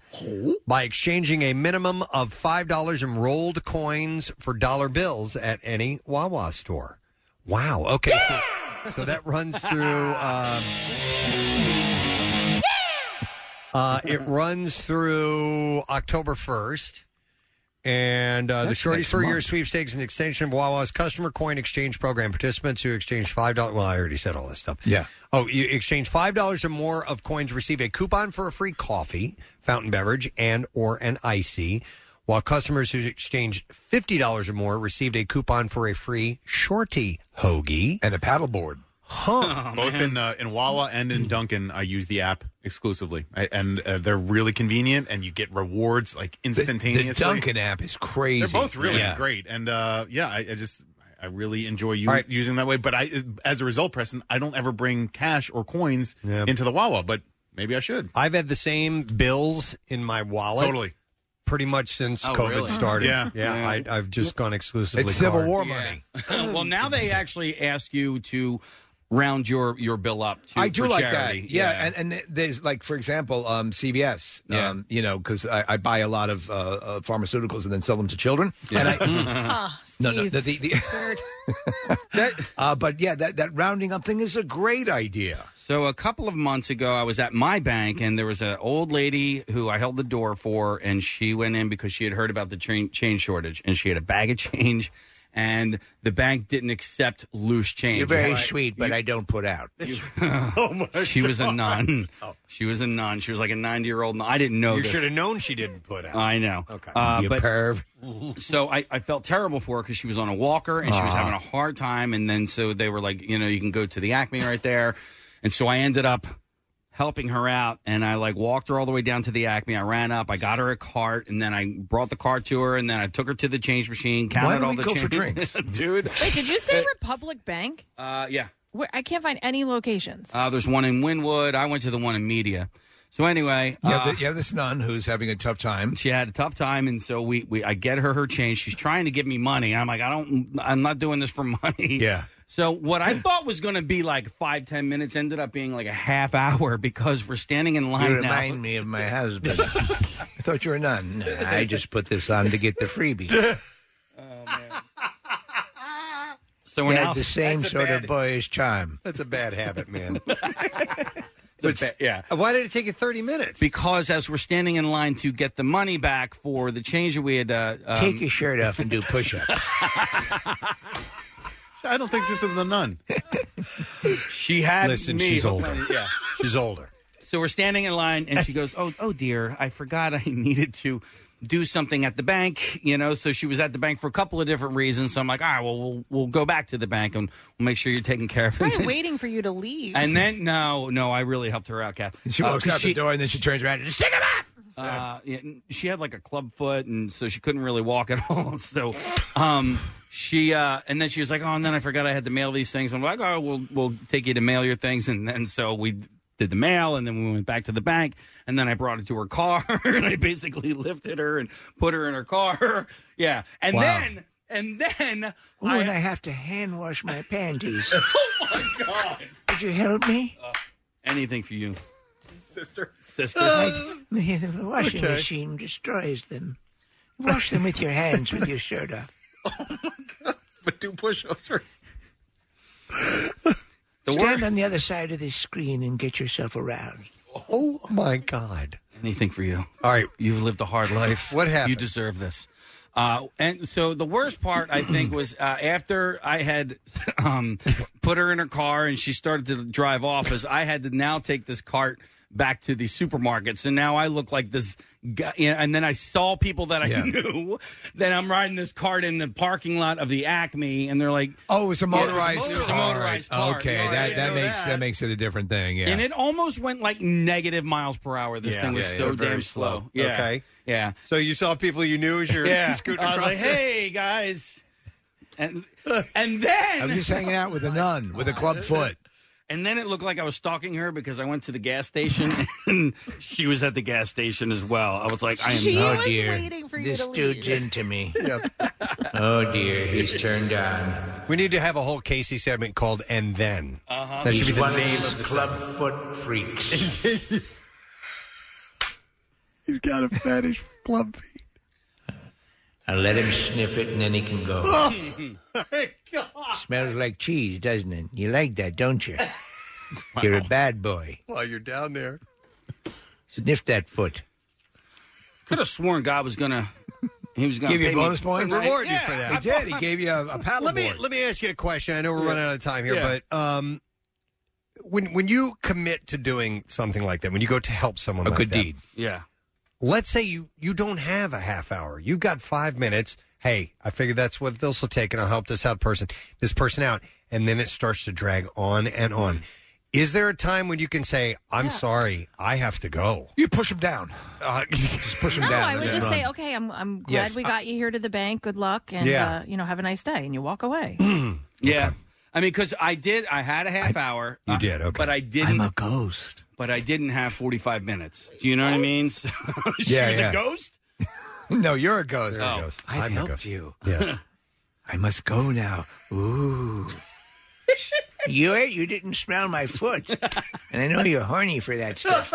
by exchanging a minimum of five dollars in rolled coins for dollar bills at any Wawa store. Wow. Okay. So, so that runs through. Um, uh, it runs through October first. And uh, the
That's
shorties
next
for your
month.
sweepstakes and extension of Wawa's customer coin exchange program participants who exchange five dollars. Well, I already said all this stuff.
Yeah.
Oh, you exchange five dollars or more of coins, receive a coupon for a free coffee, fountain beverage, and or an icy. While customers who exchanged fifty dollars or more received a coupon for a free shorty hoagie
and a paddleboard.
Huh.
Both in uh, in Wawa and in Duncan, I use the app exclusively, I, and uh, they're really convenient, and you get rewards like instantaneously.
The Duncan app is crazy.
They're both really
Yeah.
great, and uh, yeah, I, I just I really enjoy u-
All right.
using that way. But I, uh, as a result, Preston, I don't ever bring cash or coins into the Wawa, but maybe I should.
I've had the same bills in my wallet.
Totally.
Pretty much since
Oh,
COVID
really?
started.
Yeah.
Yeah.
Yeah.
I, I've just gone exclusively.
It's Civil
card.
War money.
well, now they actually ask you to round your your bill up. To,
I do
for
like
charity.
that. Yeah, and and there's like for example, um, CVS.
Yeah.
Um, you know, because I, I buy a lot of uh, uh, pharmaceuticals and then sell them to children. And I, no, no, the, the, the, uh, but yeah, that that rounding up thing is a great idea.
So a couple of months ago, I was at my bank, and there was an old lady who I held the door for, and she went in because she had heard about the chain, change shortage, and she had a bag of change, and the bank didn't accept loose change.
You're very
Right.
sweet, but I don't put out.
oh my she was a nun.
Oh.
She was a nun. She was like a 90 year old. nun. I didn't know
You
this.
should have known she didn't put out.
I know.
Okay.
Uh,
You
but,
perv. Ah.
So I, I felt terrible for her because she was on a walker and she was
Aw.
having a hard time. And then so they were like, you know, you can go to the Acme right there. And so I ended up helping her out and I like walked her all the way down to the Acme. I ran up, I got her a cart, and then I brought the cart to her, and then I took her to the change machine, counted
don't
all
we
the
go
change.
for drinks?
dude?
Wait, did you say Republic Bank?
Uh, yeah.
Where, I can't find any locations.
Uh, there's one in Wynwood. I went to the one in Media. So anyway,
You have
uh,
the- you have this nun who's having a tough time.
She had a tough time, and so we, we I get her her change. She's trying to give me money. I'm like, I don't, I'm not doing this for money. Yeah. So what I thought was going to be like five ten minutes ended up being like a half hour because we're standing in line
You
now.
remind me of my husband. I thought you were a nun. I just put this on to get the freebie.
So
we're
He had
now-
the same
That's a
sort
bad-
of boyish charm.
That's a bad habit, man.
But s- yeah.
Why did it take you 30 minutes?
Because as we're standing in line to get the money back for the change that we had, uh, um,
Take your shirt off and do push-ups.
I don't think this is a nun.
she had
Listen,
me
she's
hooked
older.
on it, Yeah,
she's older.
So we're standing in line, and she goes, "Oh, oh dear, I forgot I needed to." Do something at the bank, you know. So she was at the bank for a couple of different reasons. So I'm like, all right, well, we'll, we'll go back to the bank and we'll make sure you're taken care of.
Probably waiting for you to leave.
And then no, no, I really helped her out, Kath.
She
Uh,
walks out the door and then she turns around and just shake him up.
uh, yeah, n- she had like a club foot, and so she couldn't really walk at all. So, um, she uh, and then she was like, "Oh, and then I forgot I had to mail these things." I'm like, "Oh, we'll we'll take you to mail your things," and then so we d- did the mail, and then we went back to the bank, and then I brought it to her car, and I basically lifted her and put her in her car. yeah, and
Wow.
then and then
Ooh, and I have to hand wash my panties. oh my god! Would you help me?
anything for you,
sister,
sister.
I- the washing
Okay.
machine destroys them. Wash them with your hands with your shirt off.
Oh
but do push-ups.
Stand on the other side of this screen and get yourself around.
Oh my God!
Anything for you.
All right,
you've lived a hard life.
What happened?
You deserve this. Uh, and so the worst part, I think, was uh, after I had um, put her in her car and she started to drive off. Is I had to now take this cart back to the supermarket. So now I look like this guy. You know, and then I saw people that I
Yeah.
knew that I'm riding this cart in the parking lot of the Acme, and they're like,
"Oh, it's a motorized,
it was a motorized
car.
cart.
Okay,
Yeah, I
that,
didn't
that
know
makes that. makes it a different thing. Yeah.
and it almost went like negative miles per hour. This
Yeah,
thing was
yeah,
so
yeah, very
damn slow.
slow.
Yeah.
Okay.
Yeah.
So you saw people you knew as you're
yeah.
scooting
I was
across.
like,
the-
hey guys, and and then
I was just hanging out with a nun with a club foot.
And then it looked like I was stalking her because I went to the gas station and she was at the gas station as well. I was like, I am
She
oh
was
dear.
waiting
for
you This to leave. dude's into me.
Yep.
Oh dear, he's turned on.
We need to have a whole Casey segment called "And Then."
Uh-huh.
That should
He's
be the
one of
name
these
of the
club foot freaks.
He's got a fetish for club feet.
I let him sniff it and then he can go. Smells like cheese, doesn't it? You like that, don't you? You're a bad boy.
While you're down there,
Sniff that foot.
Could have sworn God was gonna he was gonna
Give you
pay
bonus
me.
points?
Right?
Reward you
Yeah,
for that.
I
He did. He gave you a- a paddle
Let me
board.
let me ask you a question. I know we're
Yeah.
running out of time here,
Yeah.
but um, when when you commit to doing something like that, when you go to help someone,
A
like
good
that,
deed.
Yeah.
Let's say you you don't have a half hour. You got five minutes. Hey, I figure that's what this will take, and I'll help this out person, this person out, and then it starts to drag on and on. Is there a time when you can say, "I'm sorry, I have to go"?
You push them down.
Uh, just push
no, I would just say, okay, I'm I'm glad
Yes,
we
I-
got you here to the bank. Good luck, and
Yeah.
uh, you know, have a nice day, and you walk away.
Yeah. I mean, because I did I had a half hour. You
did, okay.
But I didn't
I'm a ghost.
But I didn't have forty five minutes. Do you know what I mean? So, she
Yeah,
was
yeah.
a ghost? Oh.
No, you're a ghost.
You're a ghost.
I've
I'm a
helped
ghost.
you.
Yes.
I must go now. Ooh. you ate, you didn't smell my foot. And I know you're horny for that stuff.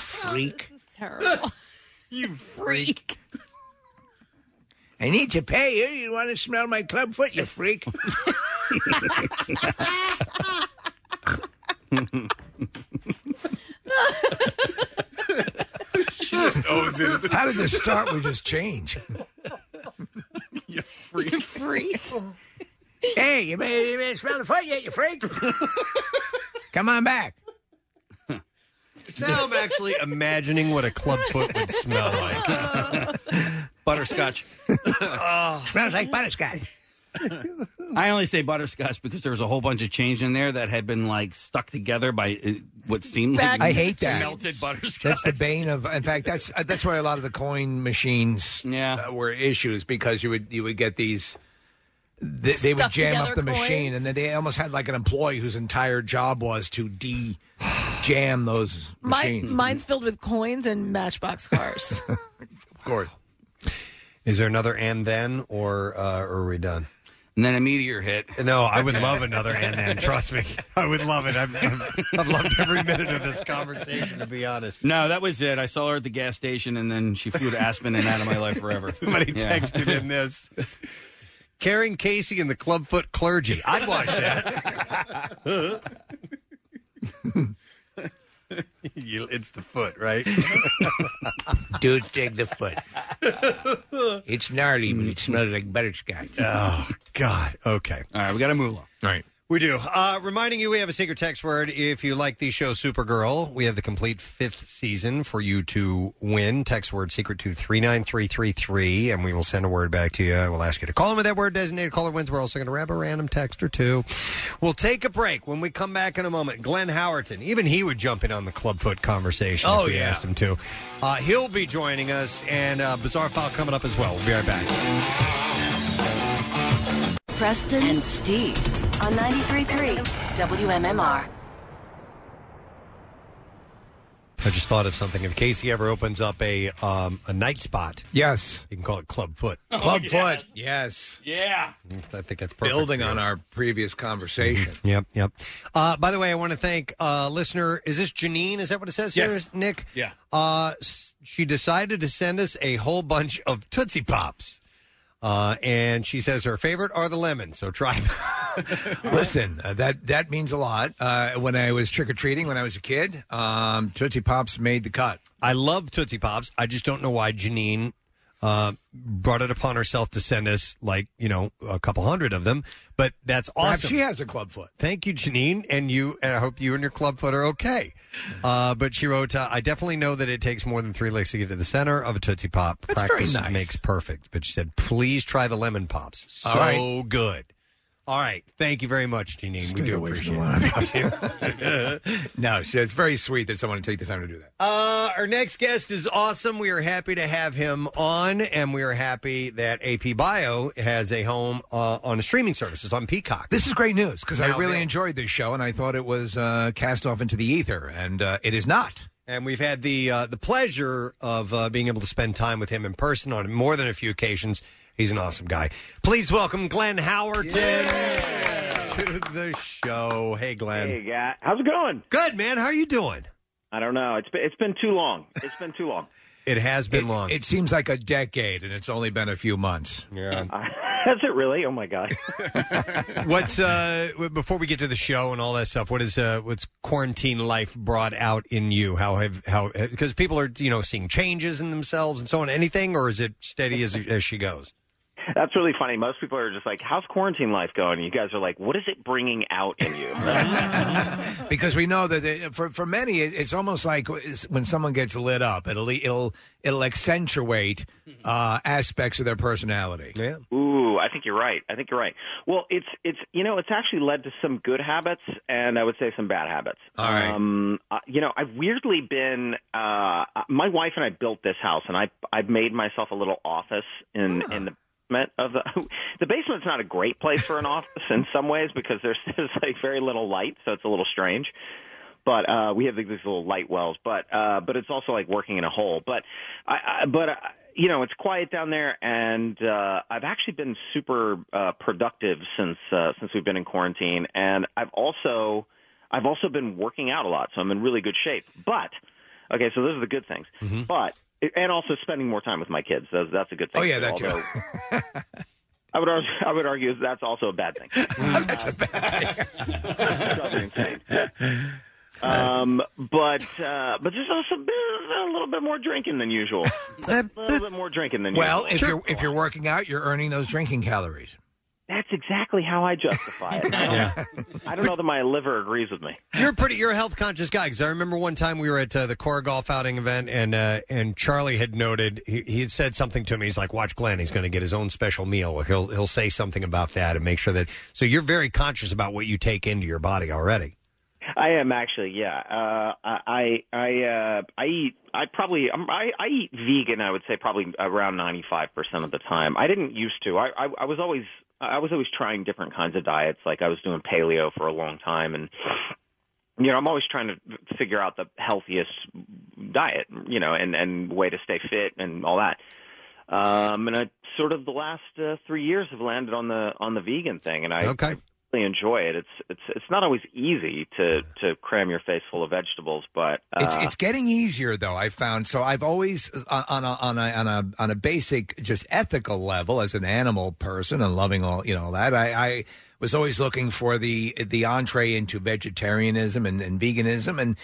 Freak.
terrible.
you
freak.
I need to pay you. You want to smell my club foot, you freak?
She just owns it.
How did the start we just change?
You freak.
You freak.
hey, you may, you may smell the foot yet, you freak.
"Oh."
Come on back.
Now I'm actually imagining what a club foot would smell like.
Butterscotch.
Smells like butterscotch.
I only say butterscotch because there was a whole bunch of change in there that had been like stuck together by uh, what seemed like
I hate that.
melted butterscotch.
That's the bane of. In fact, that's uh, that's why a lot of the coin machines
yeah.
Uh, were issues because you would you would get these they, they would
Stuck
jam
together
up the
coins.
machine, and then they almost had like an employee whose entire job was to de jam those
My,
machines.
mine's filled with coins and matchbox cars.
of course.
Is there another and then, or, uh, or are we done?
And then a meteor hit.
oh,
No, I would love another and then. Trust me, I would love it. I've, I've, I've loved every minute of this conversation, to be honest.
No, that was it. I saw her at the gas station, and then she flew to Aspen and out of my life forever.
Somebody
Yeah.
texted in this. Karen Casey and the Clubfoot Clergy. I'd watch that. You- it's the foot, right?
Dude, take the foot. It's gnarly, but it smells like butterscotch.
Oh, God. Okay.
All right, we got to move on.
All right.
We do. Uh, reminding you, we have a secret text word. If you like the show Supergirl, we have the complete fifth season for you to win. Text word secret to 39333, and we will send a word back to you. We'll ask you to call them with that word. Designated caller wins. We're also going to grab a random text or two. We'll take a break. When we come back in a moment, Glenn Howerton, even he would jump in on the clubfoot conversation
Oh,
if we
yeah.
asked him to. Uh, he'll be joining us, and uh, Bizarre File coming up as well. We'll be right back.
Preston and Steve on 93.3 WMMR.
I just thought of something. If Casey ever opens up a um, a night spot,
yes,
you can call it Club Foot.
Oh,
Mm,
Clubfoot, yes.
Yeah.
I think that's perfect.
Building on our previous conversation.
Yep, yep. Uh, by the way, I want to thank uh, listener. Is this Janine? Is that what it says
Yes.
here, Nick?
Yeah.
Uh, s- she decided to send us a whole bunch of Tootsie Pops. Uh, and she says her favorite are the lemon, so try them.
Listen, uh, that that means a lot. Uh, when I was trick or treating when I was a kid, um, Tootsie Pops made the cut.
I love Tootsie Pops. I just don't know why Janine uh, brought it upon herself to send us, like, you know, a couple hundred of them. But that's awesome.
Perhaps she has a club foot.
Thank you, Janine, and you. And I hope you and your club foot are okay. Uh, but she wrote, uh, "I definitely know that it takes more than three licks to get to the center of a tootsie pop.
That's very
Practice
nice.
makes perfect." But she said, "Please try the lemon pops. So
All right.
good." All right, thank you very much, Janine.
Stay
we do
away
appreciate
from
it.
no, she- it's very sweet that someone would take the time to do that.
Uh, our next guest is awesome. We are happy to have him on, and we are happy that AP Bio has a home uh, on a streaming service. It's on Peacock.
This is great news because I
Now
really
available.
enjoyed this show and I thought it was uh, cast off into the ether, and uh, it is not.
And we've had the uh, the pleasure of uh, being able to spend time with him in person on more than a few occasions. He's an awesome guy. Please welcome Glenn Howerton to the show. Hey, Glenn.
Hey, guy. How's it going?
Good, man. How are you doing?
I don't know. It's been it's been too long. It's been too long.
It has
been long. It seems like a decade, and it's only been a few months.
Yeah.
Has it really? Oh my god.
What's uh w- before we get to the show and all that stuff? What is uh what's quarantine life brought out in you? How have how because people are you know seeing changes in themselves and so on. Anything or is it steady as as she goes?
That's really funny. Most people are just like, "How's quarantine life going?" And you guys are like, "What is it bringing out in you?"
because we know that it, for for many, it, it's almost like it's- when someone gets lit up, it'll it'll it'll accentuate uh, aspects of their personality.
Yeah.
Ooh, I think you're right. I think you're right. Well, it's it's you know it's actually led to some good habits and I would say some bad habits.
All right.
Um, uh, you know, I've weirdly been uh, my wife and I built this house and I I've made myself a little office in in the basement of the the basement's not a great place for an office in some ways because there's there's like very little light, so it's a little strange but uh, we have these little light wells. But uh, but it's also like working in a hole. But I, I but uh, you know it's quiet down there, and uh, I've actually been super uh, productive since uh, since we've been in quarantine, and I've also I've also been working out a lot, so I'm in really good shape. But okay, so those are the good things.
Mm-hmm.
But and also spending more time with my kids. Those, that's a good thing.
Oh, yeah, that too.
Although- I would argue, I would argue that's also a bad thing. that's a bad thing. Um, but uh, but just also a, bit, a little bit more drinking than usual. a little bit more drinking than
Well,
usual.
if you're if you're working out, you're earning those drinking calories.
that's exactly how Oh, I justify it. I don't, I don't know that my liver agrees with me.
You're pretty. You're a health conscious guy because I remember one time we were at uh, the Core Golf Outing event, and uh, and Charlie had noted he, he had said something to me. He's like, "Watch Glenn. He's going to get his own special meal. He'll he'll say something about that and make sure that." So you're very conscious about what you take into your body already.
I am actually, yeah. Uh, I I uh, I eat. I probably um, I, I eat vegan. I would say probably around ninety five percent of the time. I didn't used to. I, I I was always I was always trying different kinds of diets. Like I was doing paleo for a long time, and you know, I'm always trying to f- figure out the healthiest diet, you know, and and way to stay fit and all that. Um, and I sort of the last uh, three years have landed on the on the vegan thing, and I
okay.
really enjoy it. It's it's it's not always easy to to cram your face full of vegetables, but uh,
It's it's getting easier though. I've found so I've always on on a, on a on a on a basic just ethical level as an animal person and loving all you know all that I. I was always looking for the the entree into vegetarianism and, and veganism, and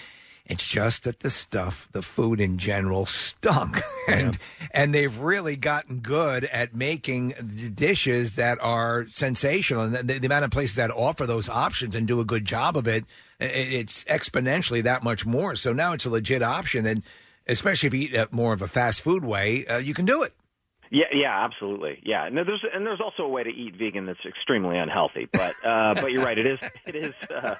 it's just that the stuff, the food in general, stunk, and and they've really gotten good at making d- dishes that are sensational, and the, the amount of places that offer those options and do a good job of it, i- it's exponentially that much more. So now it's a legit option, and especially if you eat it more of a fast food way, uh, you can do it.
Yeah, yeah, absolutely. Yeah, no, there's and there's also a way to eat vegan that's extremely unhealthy, but uh, but you're right. It is it is uh,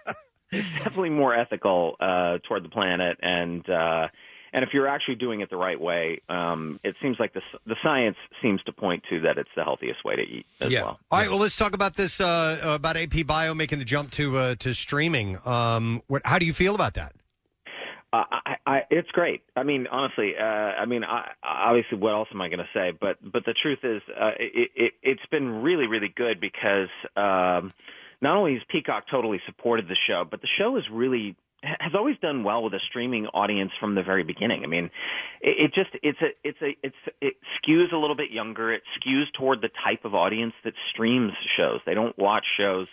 it's definitely more ethical uh, toward the planet, and uh, and if you're actually doing it the right way, um, it seems like the s- the science seems to point to that it's the healthiest way to eat as
yeah.
well.
All right. Well, let's talk about this uh, about AP Bio making the jump to uh, to streaming. Um, what, how do you feel about that?
Uh, I, I, it's great. I mean, honestly, uh, I mean, I, I- obviously, what else am I going to say? But but the truth is, uh, it, it, it's been really really good because um, not only has Peacock totally supported the show, but the show is really has always done well with a streaming audience from the very beginning. I mean, it, it just it's a it's a it's it skews a little bit younger. It skews toward the type of audience that streams shows. They don't watch shows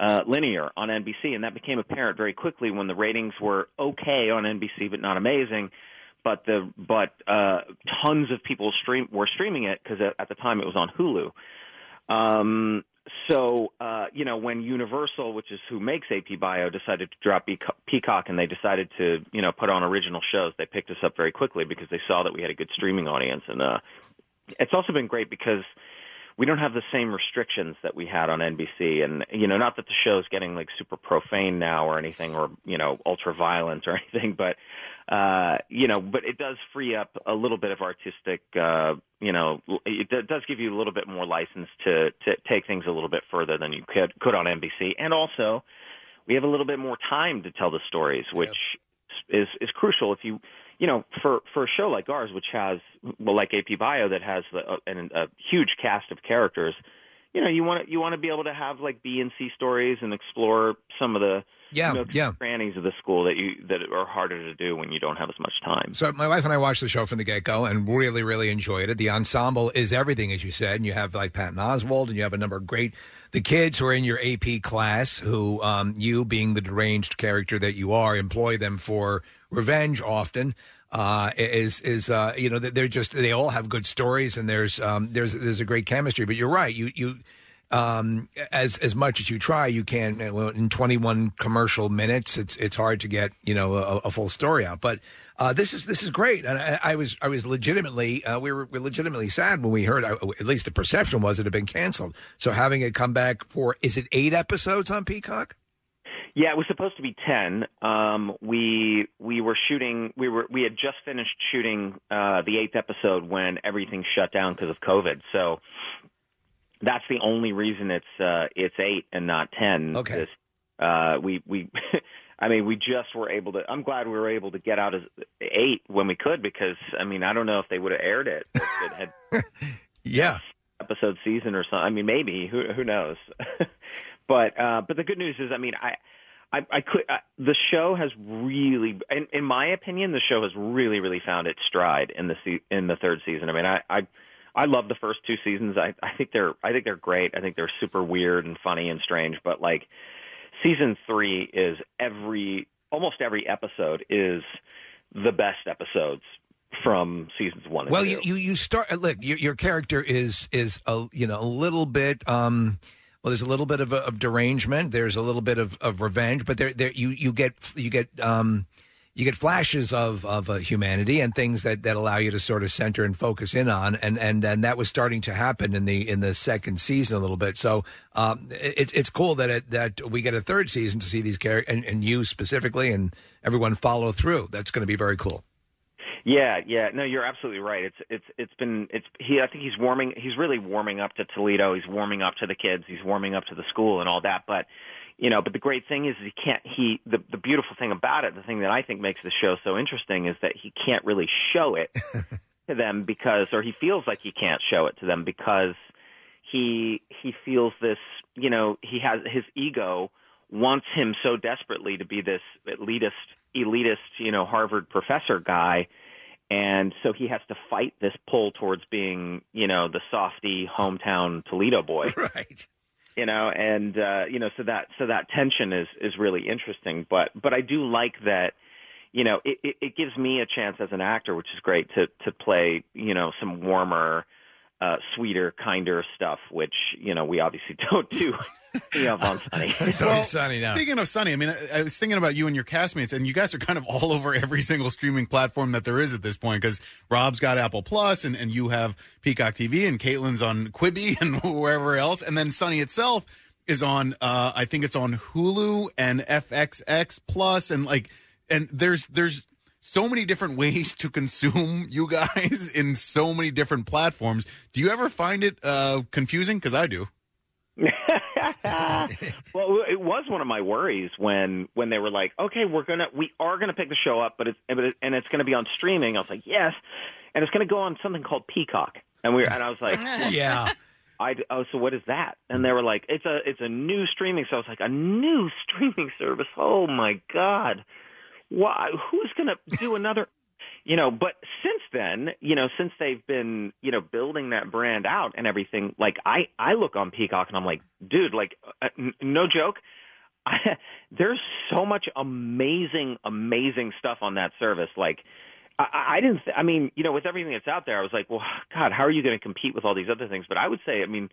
uh, linear on NBC, and that became apparent very quickly when the ratings were okay on NBC, but not amazing. But the but uh, tons of people stream were streaming it because at, at the time it was on Hulu. Um, so uh, you know when Universal, which is who makes AP Bio, decided to drop Peaco- Peacock, and they decided to you know put on original shows, they picked us up very quickly because they saw that we had a good streaming audience, and uh, it's also been great because we don't have the same restrictions that we had on NBC. And, you know, not that the show's getting like super profane now or anything or, you know, ultra violent or anything, but, uh, you know, but it does free up a little bit of artistic, uh, you know, l- it d- does give you a little bit more license to, to take things a little bit further than you could, could on NBC. And also, we have a little bit more time to tell the stories, which is is crucial. If you you know for for a show like ours, which has well like AP Bio that has the, a, an, a huge cast of characters, you know you want to you want to be able to have like B and C stories and explore some of the
Yeah,
nooks and
yeah.
crannies of the school that you that are harder to do when you don't have as much time.
So my wife and I watched the show from the get go and really, really enjoyed it. The ensemble is everything, as you said. And you have like Patton Oswald, and you have a number of great the kids who are in your AP class, who um, you, being the deranged character that you are, employ them for revenge often. Uh, is is uh, you know they're just they all have good stories, and there's um, there's there's a great chemistry. But you're right, you you um, as as much as you try, you can well, in 21 commercial minutes. It's it's hard to get you know a, a full story out. But uh, this is this is great, and I, I was I was legitimately uh, we were we were legitimately sad when we heard. I, at least the perception was it had been canceled. So having it come back for is it eight episodes on Peacock?
Yeah, it was supposed to be ten. Um, we we were shooting. We were we had just finished shooting uh, the eighth episode when everything shut down because of COVID. So that's the only reason it's uh, it's eight and not ten. Okay. uh, we we. I mean, we just were able to. I'm glad we were able to get out as eight when we could because I mean, I don't know if they would have aired it if it had
yeah
episode season or something. I mean, maybe who who knows? but uh, but the good news is, I mean, I. I, I could. I, the show has really, in, in my opinion, the show has really, really found its stride in the se- in the third season. I mean, I, I, I love the first two seasons. I, I think they're, I think they're great. I think they're super weird and funny and strange. But like, season three is every, almost every episode is the best episodes from seasons one. And
Well,
two.
you, you you start uh, look. Your, your character is is a you know a little bit. um well, there's a little bit of, of derangement. There's a little bit of, of revenge, but there, there you, you get you get um, you get flashes of of uh, humanity and things that, that allow you to sort of center and focus in on, and, and and that was starting to happen in the in the second season a little bit. So um, it- it's it's cool that it, that we get a third season to see these characters and, and you specifically and everyone follow through. That's going to be very cool.
Yeah, yeah. No, you're absolutely right. It's it's it's been it's he. I think he's warming. He's really warming up to Toledo. He's warming up to the kids. He's warming up to the school and all that. But you know, but the great thing is he can't. He the the beautiful thing about it, the thing that I think makes the show so interesting is that he can't really show it to them because, or he feels like he can't show it to them because he he feels this. You know, he has his ego wants him so desperately to be this elitist elitist you know Harvard professor guy and so he has to fight this pull towards being you know the softy hometown toledo boy
right
you know and uh you know so that so that tension is is really interesting but but i do like that you know it it, it gives me a chance as an actor which is great to to play you know some warmer uh, sweeter, kinder stuff, which you know we obviously don't do. you know, on Sunny.
Well, Speaking of Sunny, I mean, I, I was thinking about you and your castmates, and you guys are kind of all over every single streaming platform that there is at this point because Rob's got Apple Plus, and, and you have Peacock TV, and Caitlin's on Quibi and wherever else, and then Sunny itself is on. Uh, I think it's on Hulu and FXX Plus, and like, and there's there's so many different ways to consume you guys in so many different platforms. Do you ever find it uh, confusing? Because I do.
well, it was one of my worries when when they were like, "Okay, we're gonna we are gonna pick the show up, but it's but it, and it's gonna be on streaming." I was like, "Yes," and it's gonna go on something called Peacock, and we and I was like,
Yeah.
I oh, so what is that?" And they were like, "It's a it's a new streaming." So I was like, "A new streaming service? Oh my god, why? Who's gonna do another?" You know, but since then, you know, since they've been, you know, building that brand out and everything, like I, I look on Peacock and I'm like, dude, like, uh, n- no joke, I, there's so much amazing, amazing stuff on that service. Like, I- I, I didn't. Th- I mean, you know, with everything that's out there, I was like, well, God, how are you going to compete with all these other things? But I would say, I mean,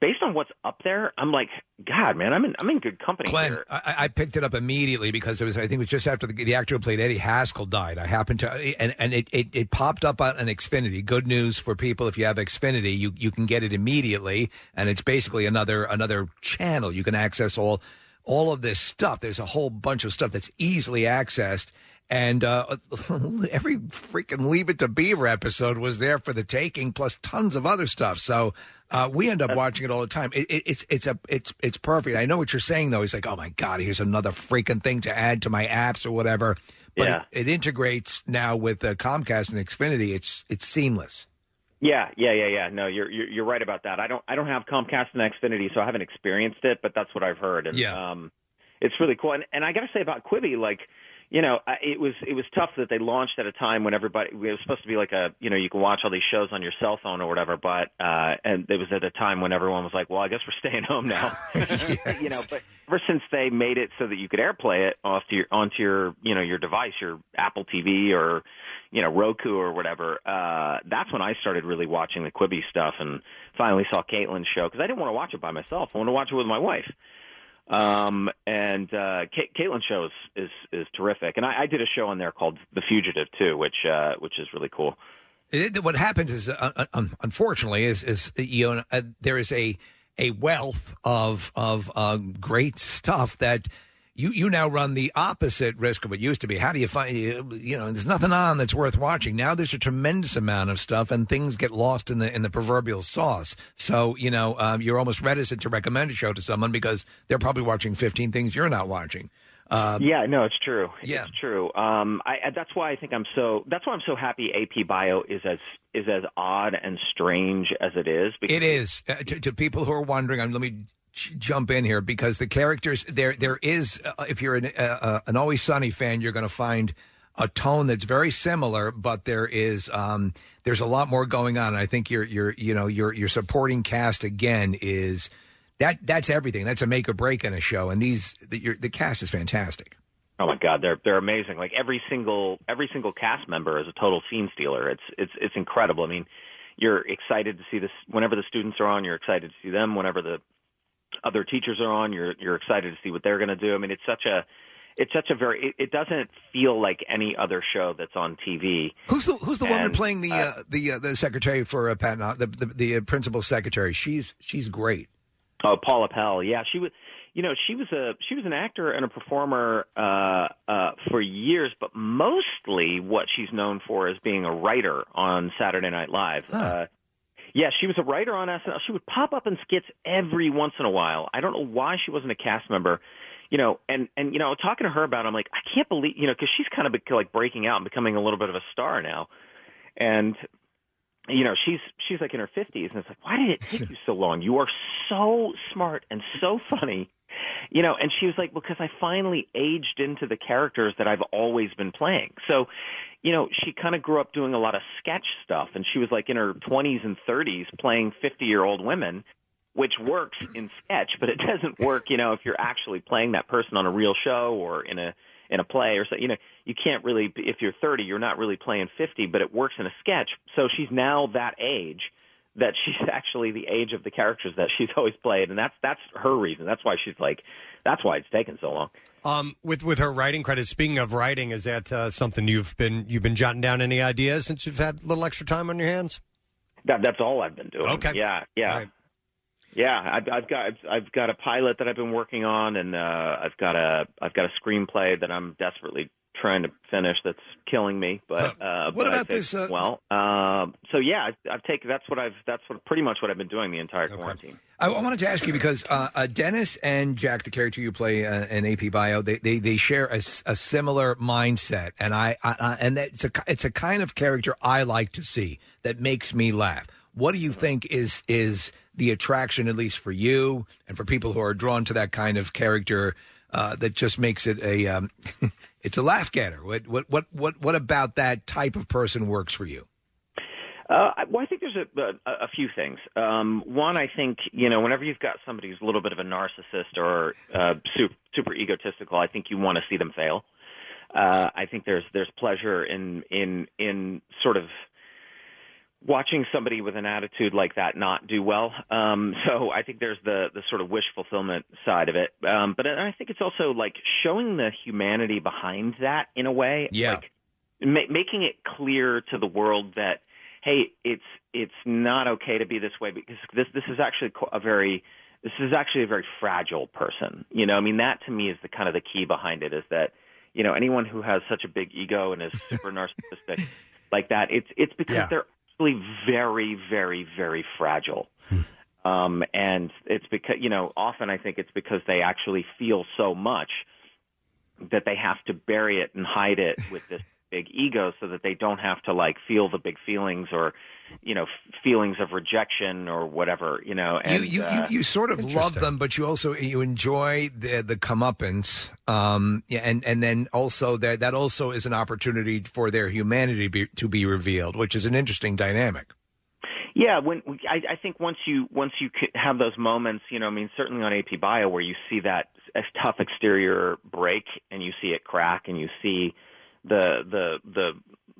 based on what's up there, I'm like, God, man, I'm in, I'm in good company
Glenn,
here.
I, I- I picked it up immediately because it was, I think it was just after the, the actor who played Eddie Haskell died. I happened to, and, and it, it, it popped up on an Xfinity. Good news for people. If you have Xfinity, you, you can get it immediately. And it's basically another, another channel. You can access all, all of this stuff. There's a whole bunch of stuff that's easily accessed. And uh, every freaking Leave It to Beaver episode was there for the taking, plus tons of other stuff. So uh, we end up watching it all the time. It, it, it's it's a it's it's perfect. I know what you're saying though. It's like, oh my god, here's another freaking thing to add to my apps or whatever. But
Yeah.
it, it integrates now with uh, Comcast and Xfinity. It's it's seamless.
Yeah, yeah, yeah, yeah. No, you're, you're you're right about that. I don't I don't have Comcast and Xfinity, so I haven't experienced it, but that's what I've heard. And,
Yeah.
um, it's really cool. And, and I got to say about Quibi, like, you know, I- it was it was tough that they launched at a time when everybody it was supposed to be like a you know you can watch all these shows on your cell phone or whatever, but uh, and it was at a time when everyone was like, well, I guess we're staying home now. You know, but ever since they made it so that you could AirPlay it off to your onto your you know your device, your Apple TV or you know Roku or whatever, uh, that's when I started really watching the Quibi stuff and finally saw Caitlin's show because I didn't want to watch it by myself. I wanted to watch it with my wife. Um, and uh, Ca Caitlin's show is, is is terrific, and I, I did a show on there called The Fugitive too, which uh, which is really cool.
It, what happens is, uh, un unfortunately, is is you know uh, there is a a wealth of of uh, great stuff that you you now run the opposite risk of what used to be. How do you find you you know there's nothing on that's worth watching now? There's a tremendous amount of stuff, and things get lost in the in the proverbial sauce. So you know um, you're almost reticent to recommend a show to someone because they're probably watching 15 things you're not watching. Um,
yeah, no, it's true. Yeah. It's true. Um, I, I, that's why I think I'm so. That's why I'm so happy. AP Bio is as is as odd and strange as it is. Because
It is uh, to, to people who are wondering. Um, let me j- jump in here because the characters there. There is, uh, if you're an, uh, uh, an Always Sunny fan, you're going to find a tone that's very similar, but there is um, there's a lot more going on. And I think your your you know your your supporting cast again is that that's everything. That's a make or break in a show, and these the, your, the cast is fantastic.
Oh my God, they're they're amazing. Like every single every single cast member is a total scene stealer. It's it's it's incredible. I mean, you're excited to see this whenever the students are on. You're excited to see them whenever the other teachers are on. You're you're excited to see what they're going to do. I mean, it's such a it's such a very it, it doesn't feel like any other show that's on TV.
Who's the Who's the woman
And,
playing the uh, the uh, the secretary for uh, Patton, the, the the uh, principal secretary? She's she's great.
Oh, Paula Pell. Yeah, she was. you know, she was a she was an actor and a performer uh, uh, for years, but mostly what she's known for is being a writer on Saturday Night Live. Uh, yeah, she was a writer on SNL. She would pop up in skits every once in a while. I don't know why she wasn't a cast member. You know, and and you know, talking to her about, it, I'm like, I can't believe, you know, because she's kind of bec- like breaking out and becoming a little bit of a star now, and you know, she's she's like in her 50s, and it's like, why did it take you so long? You are so smart and so funny, you know. And she was like, because I finally aged into the characters that I've always been playing. So, you know, she kind of grew up doing a lot of sketch stuff, and she was like in her 20s and 30s playing 50 year old women, which works in sketch, but it doesn't work, you know, if you're actually playing that person on a real show or in a in a play or so you know you can't really if you're 30 you're not really playing 50 but it works in a sketch so she's now that age that she's actually the age of the characters that she's always played and that's that's her reason that's why she's like that's why it's taken so long
Um, with with her writing credits. Speaking of writing, is that uh, something you've been you've been jotting down any ideas since you've had a little extra time on your hands?
That, that's all I've been doing.
Okay.
Yeah. Yeah. Yeah. I've, I've got I've, I've got a pilot that I've been working on, and uh, I've got a I've got a screenplay that I'm desperately trying to finish. That's killing me. But uh,
what
but I
about
think-
this, uh,
well, uh, so yeah, I've, I've taken that's what I've that's what pretty much what I've been doing the entire quarantine.
I, I wanted to ask you because uh, uh, Dennis and Jack, the character you play uh, in AP Bio, they they, they share a, s- a similar mindset, and I, I, I and that's a ki- it's a kind of character I like to see that makes me laugh. What do you think is is the attraction, at least for you and for people who are drawn to that kind of character, uh, that just makes it a um, it's a laugh getter. What what what what what about that type of person works for you?
Uh, I- well, I think there's a, a, a few things. Um, one, I think you know, whenever you've got somebody who's a little bit of a narcissist or uh, super, super egotistical, I think you want to see them fail. Uh, I think there's there's pleasure in in in sort of watching somebody with an attitude like that not do well. Um, so I think there's the the sort of wish fulfillment side of it, um, but I I think it's also like showing the humanity behind that in a way.
Yeah.
Like, ma- making it clear to the world that hey it's it's not okay to be this way because this this is actually qu- a very this is actually a very fragile person you know i mean that to me is the kind of the key behind it is that you know anyone who has such a big ego and is super narcissistic like that it's it's because
Yeah.
they're actually very very very fragile um and it's because you know often i think it's because they actually feel so much that they have to bury it and hide it with this big ego so that they don't have to like feel the big feelings or you know f- feelings of rejection or whatever you know and
you, you,
uh,
you, you sort of love them, but you also you enjoy the the comeuppance, um, yeah, and and then also that that also is an opportunity for their humanity be, to be revealed, which is an interesting dynamic.
Yeah, when I, I think once you once you c- have those moments, you know, I mean, certainly on AP Bio where you see that s- tough exterior break and you see it crack and you see the the the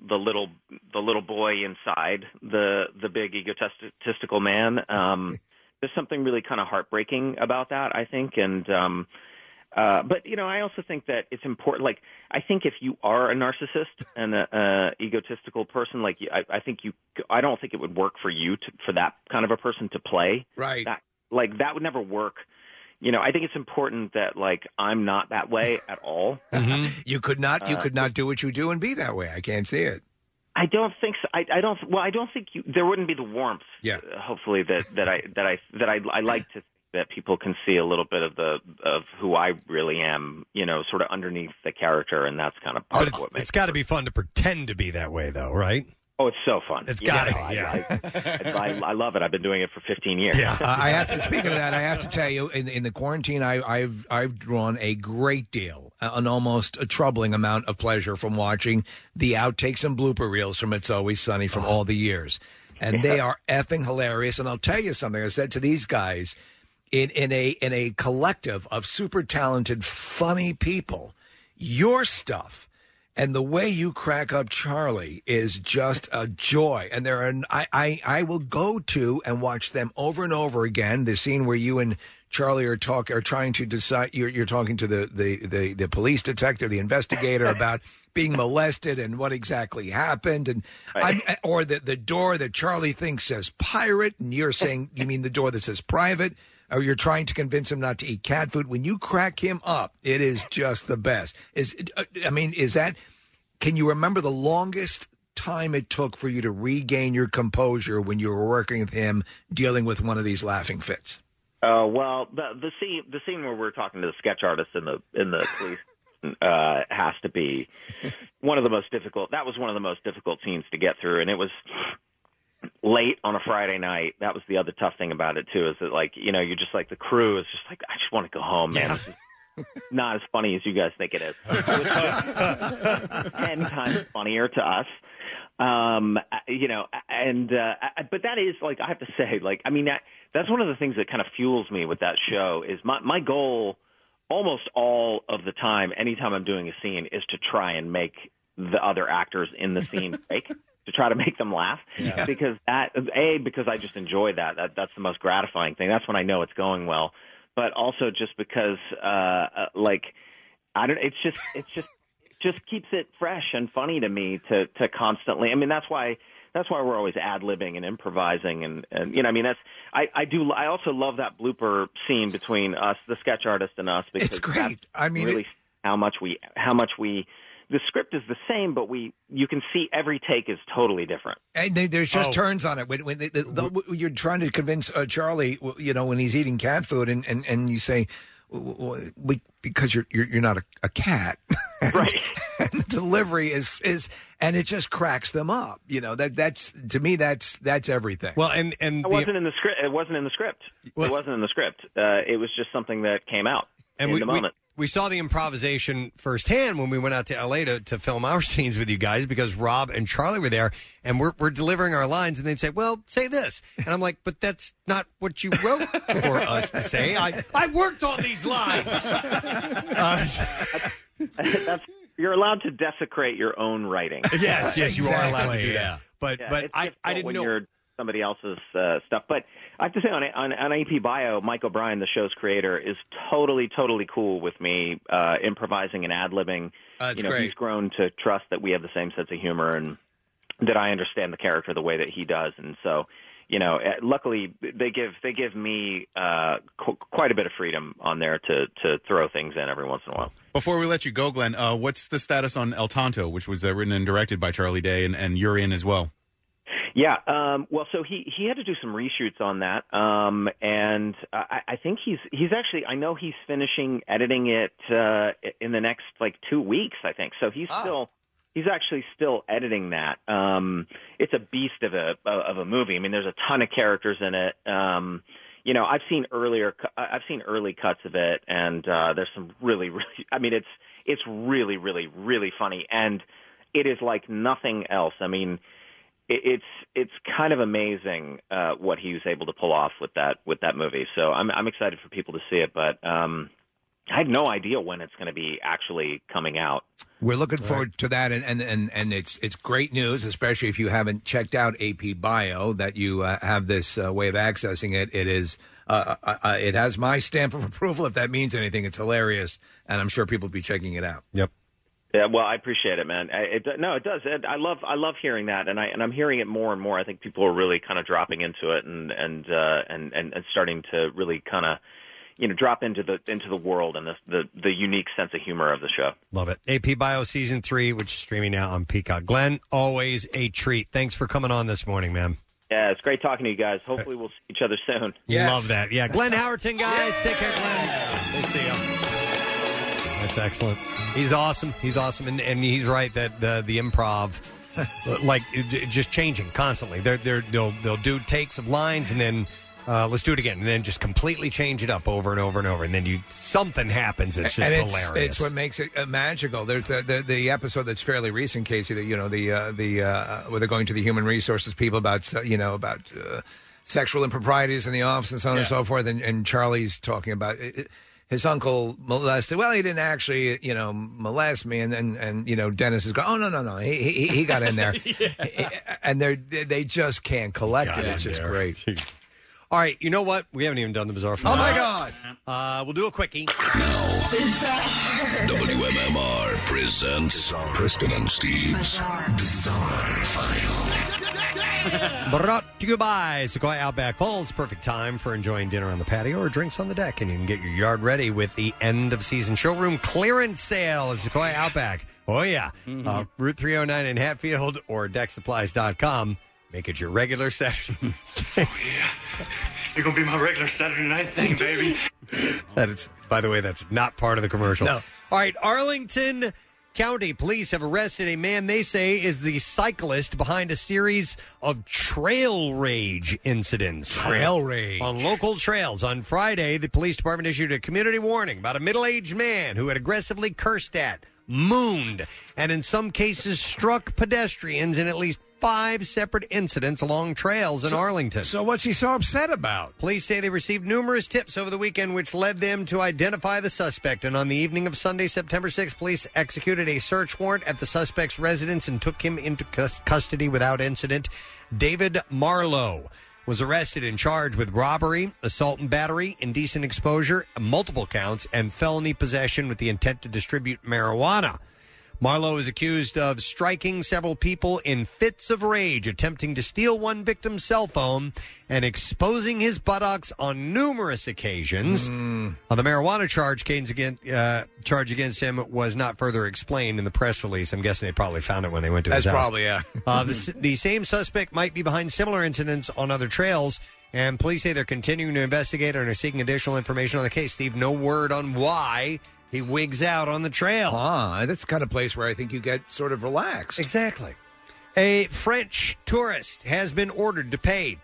the little the little boy inside the the big egotistical man. Um, there's something really kind of heartbreaking about that, I think, and um, uh, but you know, I also think that it's important. Like, I think if you are a narcissist and a, a egotistical person, like you- I, I think you, I don't think it would work for you to, for that kind of a person to play.
Right.
That, like that would never work. You know, I think it's important that like I'm not that way at all.
Mm-hmm. You could not you
Uh,
could not do what you do and be that way. I can't see it.
I don't think so. I, I don't. Well, I don't think you. There wouldn't be the warmth.
Yeah.
uh, Hopefully that that I that I that I I like to think that people can see a little bit of the of who I really am. You know, sort of underneath the character, and that's kind of part of what makes.
It's got to be fun to pretend to be that way, though, right?
Oh, it's so fun.
It's
Yeah,
got
no, I-
to. Yeah.
I, I love it. I've been doing it for 15 years.
Uh, I have to. Speaking of that, I have to tell you, in, in the quarantine, I, I've I've drawn a great deal, uh, an almost a troubling amount of pleasure from watching the outtakes and blooper reels from "It's Always Sunny" from all the years, and they are effing hilarious. And I'll tell you something. I said to these guys, in in a in a collective of super talented, funny people, your stuff. And the way you crack up Charlie is just a joy. And there are, I, I, I will go to and watch them over and over again. The scene where you and Charlie are talk are trying to decide. You're, you're talking to the, the, the, the police detective, the investigator about being molested and what exactly happened, and I'm, or the the door that Charlie thinks says pirate, and you're saying you mean the door that says private. or you're trying to convince him not to eat cat food. When you crack him up, it is just the best. Is uh, I mean, is that? Can you remember the longest time it took for you to regain your composure when you were working with him, dealing with one of these laughing fits?
Uh, well, the the scene the scene where we're talking to the sketch artist in the in the police uh, has to be one of the most difficult. That was one of the most difficult scenes to get through, and it was late on a Friday night. That was the other tough thing about it too, is that like you know you're just like the crew is just like I just want to go home, man. This is Not as funny as you guys think it is. It was Ten times funnier to us, um, I- you know. And uh, I, but that is like I have to say, like I mean that that's one of the things that kind of fuels me with that show is my my goal almost all of the time, anytime I'm doing a scene, is to try and make the other actors in the scene break. To try to make them laugh, because that a because I just enjoy that. that. That's the most gratifying thing. That's when I know it's going well. But also just because, uh, uh, like, I don't. It's just it's just it just keeps it fresh and funny to me to to constantly. I mean, that's why that's why we're always ad libbing and improvising and and you know. I mean, that's I I do. I also love that blooper scene between us, the sketch artist, and us because it's great.
I mean,
really how much we how much we. The script is the same, but we you can see every take is totally different.
And they, there's just
Oh.
turns on it when, when they, the, the, when you're trying to convince uh, Charlie, w- you know, when he's eating cat food, and, and, and you say, w- w- we, because you're you're, you're not a, a cat, right? and the delivery is is and it just cracks them up. You know that that's to me that's that's everything.
Well, and and
It wasn't in the script. It wasn't in the script. it wasn't in the script. Uh, it was just something that came out in
we,
the
we-
moment.
We, saw the improvisation firsthand when we went out to LA to, to film our scenes with you guys because Rob and Charlie were there and we're, we're delivering our lines and they'd say, well, say this. And I'm like, but that's not what you wrote for us to say. I, I worked on these lines. Uh,
That's, you're allowed to desecrate your own writing.
Yes, yes, you are allowed to do that.
Exactly, yeah.
But-
Yeah,
but
it's
I-
difficult
I didn't
when
know-
you're somebody else's uh, stuff. But I have to say on on, on AP Bio, Mike O'Brien, the show's creator, is totally totally cool with me uh, improvising and ad libbing.
Uh, that's
you know,
great.
he's grown to trust that we have the same sense of humor and that I understand the character the way that he does, and so. You know, eh, luckily they give they give me uh, qu- quite a bit of freedom on there to to throw things in every once in a while.
Before we let you go, Glenn, uh, what's the status on El Tonto, which was uh, written and directed by Charlie Day, and, and you're in as well?
Yeah. Um, well, so he he had to do some reshoots on that, um, and I, I think he's he's actually I know he's finishing editing it uh, in the next like two weeks. I think so. He's still he's actually still editing that. Um, it's a beast of a of a movie. I mean, there's a ton of characters in it. Um, you know, I've seen earlier cu- I- I've seen early cuts of it, and uh, there's some really really. I mean, it's it's really really really funny, and it is like nothing else. I mean it, it's it's kind of amazing uh, what he was able to pull off with that with that movie. So I'm I'm excited for people to see it, but um, I have no idea when it's going to be actually coming out.
We're looking forward to that, and, and, and, and it's it's great news, especially if you haven't checked out AP Bio that you uh, have this uh, way of accessing it. It is uh, uh, uh, it has my stamp of approval if that means anything. It's hilarious, and I'm sure people will be checking it out.
Yep.
Yeah, well, I appreciate it, man. I, it, do- no, it does. It, I love I love hearing that, and I and I'm hearing it more and more. I think people are really kind of dropping into it and and uh, and, and and starting to really kind of you know drop into the into the world and the the, the unique sense of humor of the show.
Love it. AP Bio Season 3, which is streaming now on Peacock. Glenn, always a treat. Thanks for coming on this morning, man.
Yeah, it's great talking to you guys. Hopefully, we'll see each other soon.
Love that. Yeah. Glenn Howerton, guys. Take care, Glenn. We'll see you. That's excellent. He's awesome. He's awesome, and, and he's right that the the improv, like it- it just changing constantly. They're, they're, they'll they'll do takes of lines, and then uh, let's do it again, and then just completely change it up over and over and over, and then you something happens. It's just
and
hilarious.
It's what makes it uh, magical. There's the, the the episode that's fairly recent, Casey. That you know the uh, the uh, where they're going to the human resources people about uh, you know about uh, sexual improprieties in the office and so on and so forth. And, and Charlie's talking about. It, it- his uncle molested. Well, he didn't actually, you know, molest me. And and, and you know, Dennis is going. Oh no, no, no. He he, he got in there, and they are they just can't collect
Got
it.
in
It's just
there.
great.
All right, you know what? We haven't even done the bizarre.
Oh my
God! Uh, we'll do a quickie. uh,
WMMR presents Preston and Steve's Bizarre, Final.
Brought to you by Sequoia Outback Falls. Perfect time for enjoying dinner on the patio or drinks on the deck. And you can get your yard ready with the end of season showroom clearance sale at Sequoia Outback. Oh, yeah. Uh, Route 309 in Hatfield or decksupplies.com. Make it your regular Saturday.
You're gonna be my regular Saturday night thing, baby.
that is, by the way, that's not part of the commercial.
No.
All right, Arlington County police have arrested a man they say is the cyclist behind a series of trail rage incidents.
Trail rage.
On local trails. On Friday, the police department issued a community warning about a middle aged man who had aggressively cursed at, mooned, and in some cases struck pedestrians in at least five separate incidents along trails in Arlington. So,
what's he so upset about?
Police say they received numerous tips over the weekend, which led them to identify the suspect. And on the evening of Sunday, September 6th, police executed a search warrant at the suspect's residence and took him into cus- custody without incident. David Marlowe was arrested and charged with robbery, assault and battery, indecent exposure, multiple counts, and felony possession with the intent to distribute marijuana. Marlowe is accused of striking several people in fits of rage, attempting to steal one victim's cell phone, and exposing his buttocks on numerous occasions.
Hmm.
Uh, the marijuana charge, came against, uh, charge against him was not further explained in the press release. I'm guessing they probably found it when they went to
That's
his house.
probably, yeah.
Uh, the, s- the same suspect might be behind similar incidents on other trails, and police say they're continuing to investigate and are seeking additional information on the case. Steve, no word on why he wigs out on the trail.
Ah, that's the kind of place where I think you get sort of relaxed.
Exactly. A French tourist has been ordered to pay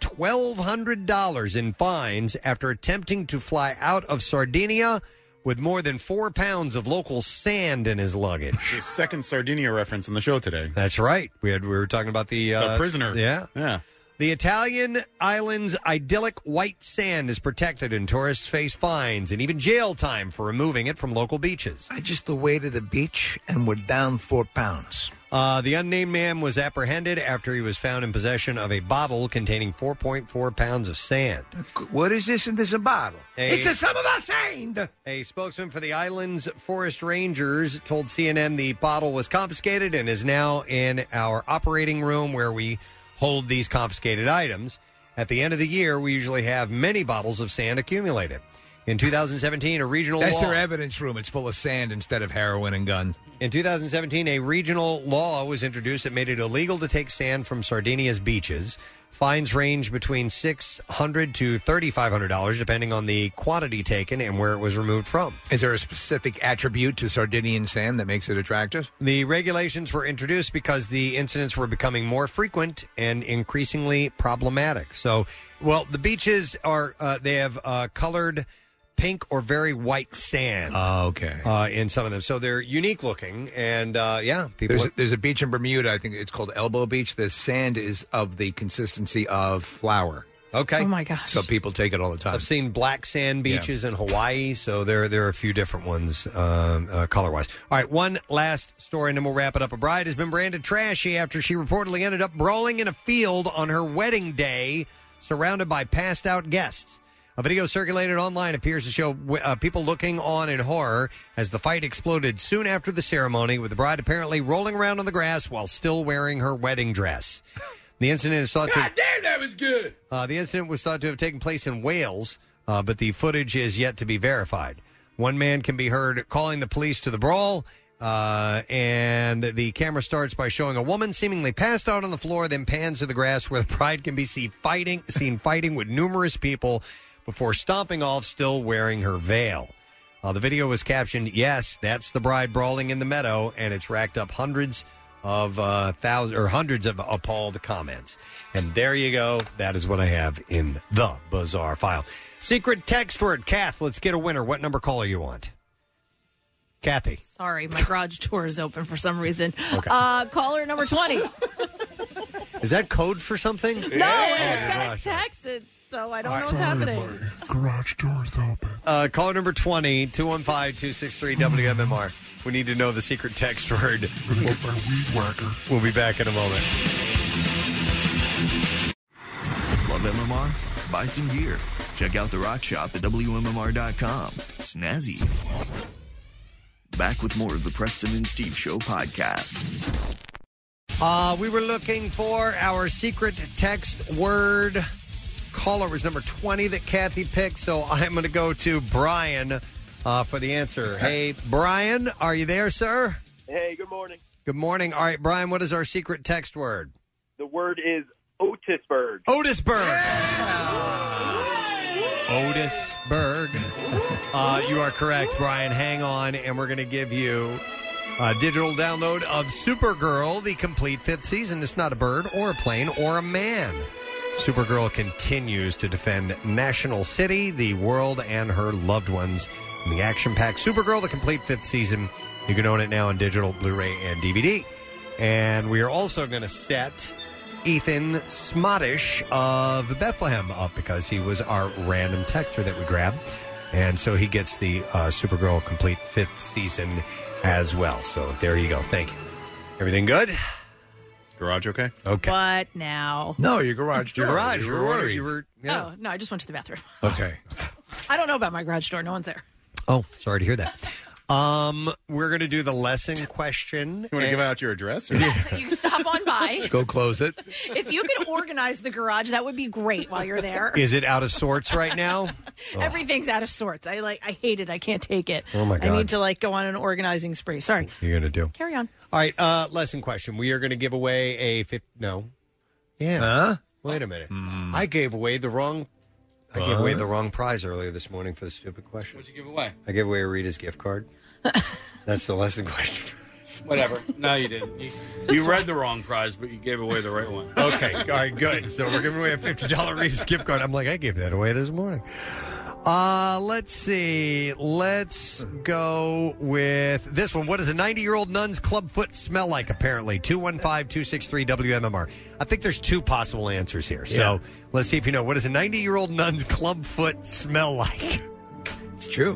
$1,200 in fines after attempting to fly out of Sardinia with more than four pounds of local sand in his luggage.
The second Sardinia reference in the show today.
That's right. We had we were talking about the, uh,
prisoner.
Yeah,
yeah.
The Italian island's idyllic white sand is protected, and tourists face fines and even jail time for removing it from local beaches.
I just the way to the beach and we're down four pounds.
Uh, the unnamed man was apprehended after he was found in possession of a bottle containing 4.4 pounds of sand.
What is this in this bottle?
A-
It's a sum of our sand.
A spokesman for the island's forest rangers told CNN the bottle was confiscated and is now in our operating room where we hold these confiscated items. At the end of the year, we usually have many bottles of sand accumulated. In 2017, a regional
That's
law-
their evidence room. It's full of sand instead of heroin and guns.
in 2017, a regional law was introduced that made it illegal to take sand from Sardinia's beaches. Fines range between $600 to $3,500, depending on the quantity taken and where it was removed from.
Is there a specific attribute to Sardinian sand that makes it attractive?
The regulations were introduced because the incidents were becoming more frequent and increasingly problematic. So, well, the beaches are, uh, they have uh, colored pink or very white sand.
Oh, okay.
Uh, in some of them. So they're unique looking. And uh, yeah, people.
There's a, there's a beach in Bermuda. I think it's called Elbow Beach. The sand is of the consistency of flour.
Okay. Oh
my gosh.
So people take it all the time.
I've seen black sand beaches in Hawaii, so there there are a few different ones um, uh, color wise. All right, one last story, and then we'll wrap it up. A bride has been branded trashy after she reportedly ended up brawling in a field on her wedding day, surrounded by passed out guests. A video circulated online appears to show uh, people looking on in horror as the fight exploded soon after the ceremony, with the bride apparently rolling around on the grass while still wearing her wedding dress. The incident is thought to.
Damn, that was good.
Uh, the incident was thought to have taken place in Wales, uh, but the footage is yet to be verified. One man can be heard calling the police to the brawl, uh, and the camera starts by showing a woman seemingly passed out on the floor, then pans to the grass where the bride can be see fighting, seen fighting with numerous people before stomping off, still wearing her veil. Uh, the video was captioned, "Yes, that's the bride brawling in the meadow," and it's racked up hundreds of uh, thousands or hundreds of appalled comments. And there you go. That is what I have in the bizarre file. Secret text word, Kath. Let's get a winner. What number caller you want, Kathy?
Sorry, my garage door is open for some reason. Uh, caller number 20. no,
Is that code for something? Oh
I just got a text, it, so I don't know what's happening.
Garage doors open. Uh, caller number 20, 215-263-WMMR. We need to know the secret text word. We'll be back in a moment.
Love MMR? Buy some gear. Check out the rock shop at WMMR.com. Snazzy. Back with more of the Preston and Steve Show podcast.
Uh, we were looking for our secret text word. Caller was number 20 that Kathy picked, so I'm going to go to Brian uh, for the answer. Hey, Brian, are you there, sir?
Hey, good morning.
Good morning. All right, Brian, what is our secret text word?
The word is Otisburg.
Otisburg. Otis Berg. Uh, you are correct, Brian. Hang on, and we're going to give you a digital download of Supergirl, the complete fifth season. It's not a bird or a plane or a man. Supergirl continues to defend National City, the world, and her loved ones in the action packed Supergirl, the complete fifth season. You can own it now on digital, Blu ray, and DVD. And we are also going to set Ethan Smottish of Bethlehem up because he was our random texter that we grabbed. And so he gets the uh, Supergirl complete fifth season as well. So there you go. Thank you. Everything good?
Garage okay?
Okay.
What now?
your garage Your
door.
garage.
You
You
were
were
worried.
worried. You were,
Oh, no, I just went to the bathroom.
okay.
I don't know about my garage door. No one's there.
Oh, sorry to hear that. Um, we're going to do the lesson question. You
want to give out your address? Or?
You stop on by.
Go close it.
If you could organize the garage, that would be great while you're there.
Is it out of sorts right now?
Everything's out of sorts. I like I hate it. I can't take it.
Oh, my
I
God.
need to like go on an organizing spree. Sorry.
You're going to do.
Carry on.
All right, uh, lesson question. We are going to give away a fif- no. Yeah.
Huh? Hmm.
Wait a minute. I gave away the wrong. I gave away
What?
the wrong prize earlier this morning for the stupid question.
What'd you give away?
I gave away Rita's gift card. That's the lesson question.
Whatever. No, you didn't. You, you read the wrong prize, but you gave away the right one.
Okay. All right. Good. So we're giving away a fifty dollars Rita's gift card. I'm like, I gave that away this morning. Uh, let's see. Let's go with this one. What does a 90 year old nun's club foot smell like, apparently? 215 263 WMMR. I think there's two possible answers here. So
Yeah.
let's see if you know. What does a 90 year old nun's club foot smell like? It's true.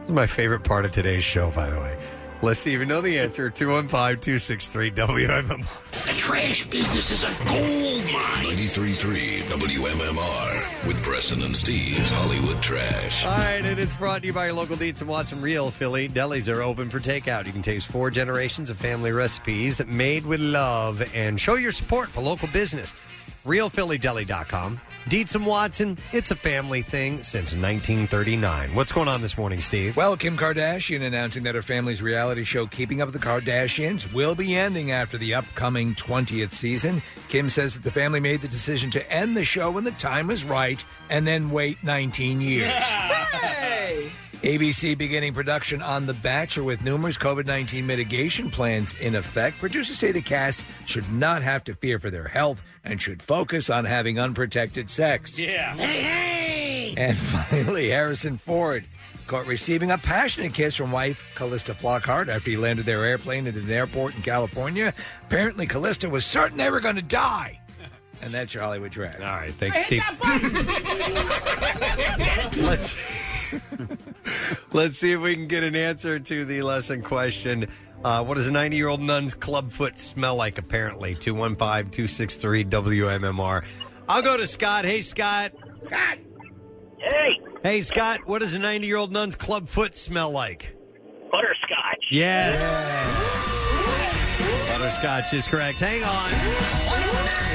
This is my favorite part of today's show, by the way. Let's see if you know the answer. 215 263 WMMR.
The trash business is a gold mine. 93.3 WMMR with Preston and Steve's Hollywood Trash.
All right, and it's brought to you by your local Dietz and Watson Real Philly. Delis are open for takeout. You can taste four generations of family recipes made with love and show your support for local business. RealPhillyDeli.com. Dietz and Watson, it's a family thing since 1939. What's going on this morning, Steve?
Well, Kim Kardashian announcing that her family's reality show, Keeping Up with the Kardashians, will be ending after the upcoming 20th season. Kim says that the family made the decision to end the show when the time was right and then wait 19 years. ABC beginning production on The Bachelor with numerous COVID 19 mitigation plans in effect. Producers say the cast should not have to fear for their health and should focus on having unprotected sex.
Yeah. Hey, hey.
And finally, Harrison Ford caught receiving a passionate kiss from wife Callista Flockhart after he landed their airplane at an airport in California. Apparently, Callista was certain they were going to die. And that's your Hollywood trash. All
right, thanks, Steve. Let's let's see if we can get an answer to the lesson question. Uh, what does a 90 year old nun's club foot smell like, apparently? 215 263 WMMR. I'll go to Scott. Hey, Scott. Scott.
Hey.
Hey, Scott. What does a 90 year old nun's club foot smell like?
Butterscotch.
Yes. Butterscotch is correct. Hang on.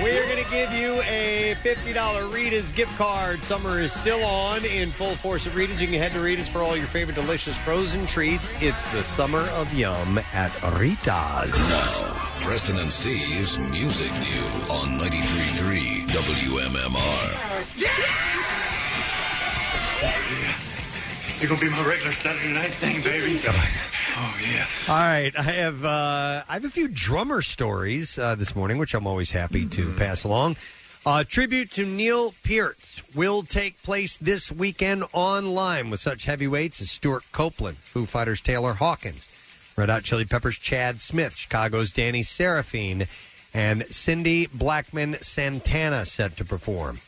We're going to give you a $50 Rita's gift card. Summer is still on in full force at Rita's. You can head to Rita's for all your favorite delicious frozen treats. It's the summer of yum at Rita's.
Preston and Steve's Music News on 93.3 WMMR.
You gonna be my regular Saturday night thing, baby? Oh yeah.
All right, I have uh, I have a few drummer stories uh, this morning, which I'm always happy to pass along. Uh, tribute to Neil Peart will take place this weekend online with such heavyweights as Stuart Copeland, Foo Fighters' Taylor Hawkins, Red Hot Chili Peppers' Chad Smith, Chicago's Danny Seraphine, and Cindy Blackman Santana set to perform.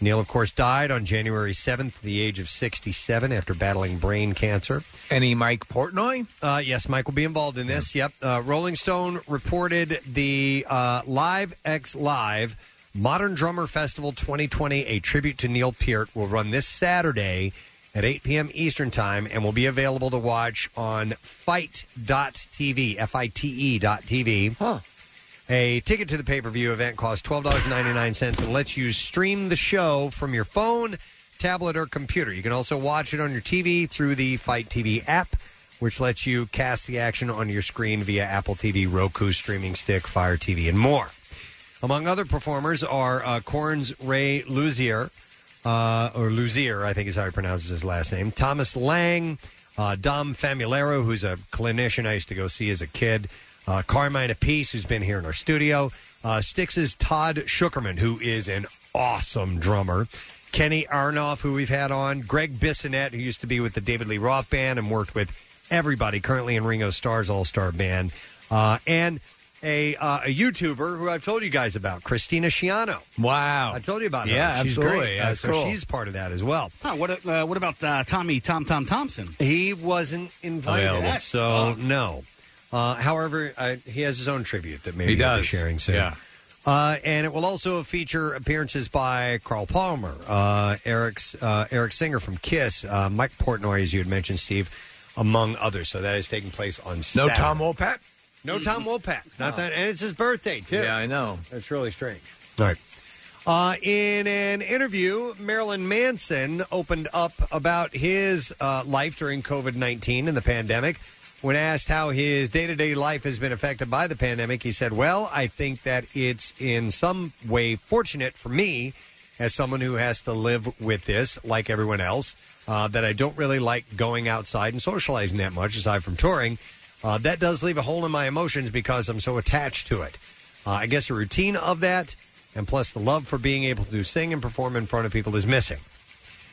Neil, of course, died on January 7th at the age of 67 after battling brain cancer.
Any Mike Portnoy?
Uh, yes, Mike will be involved in this. Yep. Uh, Rolling Stone reported the uh, Live X Live Modern Drummer Festival 2020, a tribute to Neil Peart, will run this Saturday at 8 p.m. Eastern Time and will be available E to watch on fight.tv, F I T E dot TV. Huh. A ticket to the pay per view event costs twelve dollars ninety nine cents and lets you stream the show from your phone, tablet, or computer. You can also watch it on your TV through the Fight TV app, which lets you cast the action on your screen via Apple TV, Roku streaming stick, Fire TV, and more. Among other performers are uh, Corns Ray Luzier, uh, or Luzier, I think is how he pronounces his last name, Thomas Lang, uh, Dom Famularo, who's a clinician I used to go see as a kid, uh, Carmine Apiece, who's been here in our studio, uh, Styx's Todd Shukerman, who is an awesome drummer, Kenny Arnoff, who we've had on, Greg Bissonette, who used to be with the David Lee Roth Band and worked with everybody, currently in Ringo Starr's All Star Band, uh, and a, uh, a YouTuber who I've told you guys about, Christina Shiano.
Wow.
I told you about her.
Yeah,
she's
absolutely.
great. Uh,
That's
so
cool.
she's part of that as well.
Huh, what, uh, what about uh, Tommy Tom Tom Thompson?
He wasn't invited, so no. Uh, however, uh, he has his own tribute that maybe
He
he'll be
does.
sharing soon.
Yeah.
Uh, and it will also feature appearances by Carl Palmer, uh, Eric's uh, Eric Singer from Kiss, uh, Mike Portnoy, as you had mentioned, Steve, among others. So that is taking place on
No
Saturday.
Tom Wolpat?
No Tom Wolpat. Not that, and it's his birthday too.
Yeah, I know.
It's really strange. All right. Uh, in an interview, Marilyn Manson opened up about his uh, life during COVID 19 and the pandemic. When asked how his day to day life has been affected by the pandemic, he said, Well, I think that it's in some way fortunate for me as someone who has to live with this, like everyone else, uh, that I don't really like going outside and socializing that much, aside from touring. Uh, that does leave a hole in my emotions because I'm so attached to it. Uh, I guess a routine of that, and plus the love for being able to sing and perform in front of people is missing.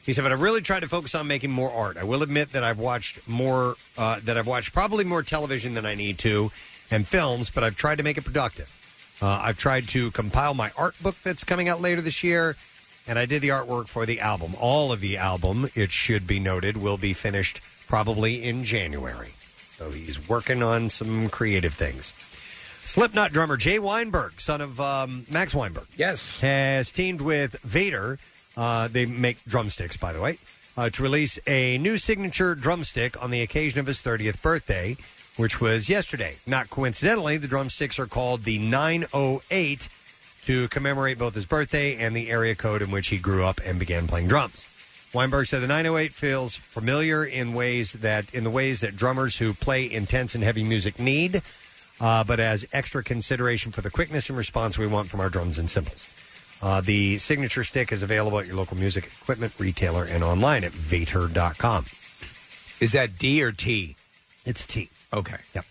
He said, but I really tried to focus on making more art. I will admit that I've watched more, uh, that I've watched probably more television than I need to and films, but I've tried to make it productive. Uh, I've tried to compile my art book that's coming out later this year, and I did the artwork for the album. All of the album, it should be noted, will be finished probably in January. So he's working on some creative things. Slipknot drummer Jay Weinberg, son of um, Max Weinberg,
yes,
has teamed with Vader. Uh, they make drumsticks, by the way, uh, to release a new signature drumstick on the occasion of his 30th birthday, which was yesterday. Not coincidentally, the drumsticks are called the 908 to commemorate both his birthday and the area code in which he grew up and began playing drums. Weinberg said the 908 feels familiar in ways that in the ways that drummers who play intense and heavy music need, uh, but as extra consideration for the quickness and response we want from our drums and cymbals. Uh, the signature stick is available at your local music equipment retailer and online at vater.com.
Is that D or T?
It's T.
Okay.
Yep.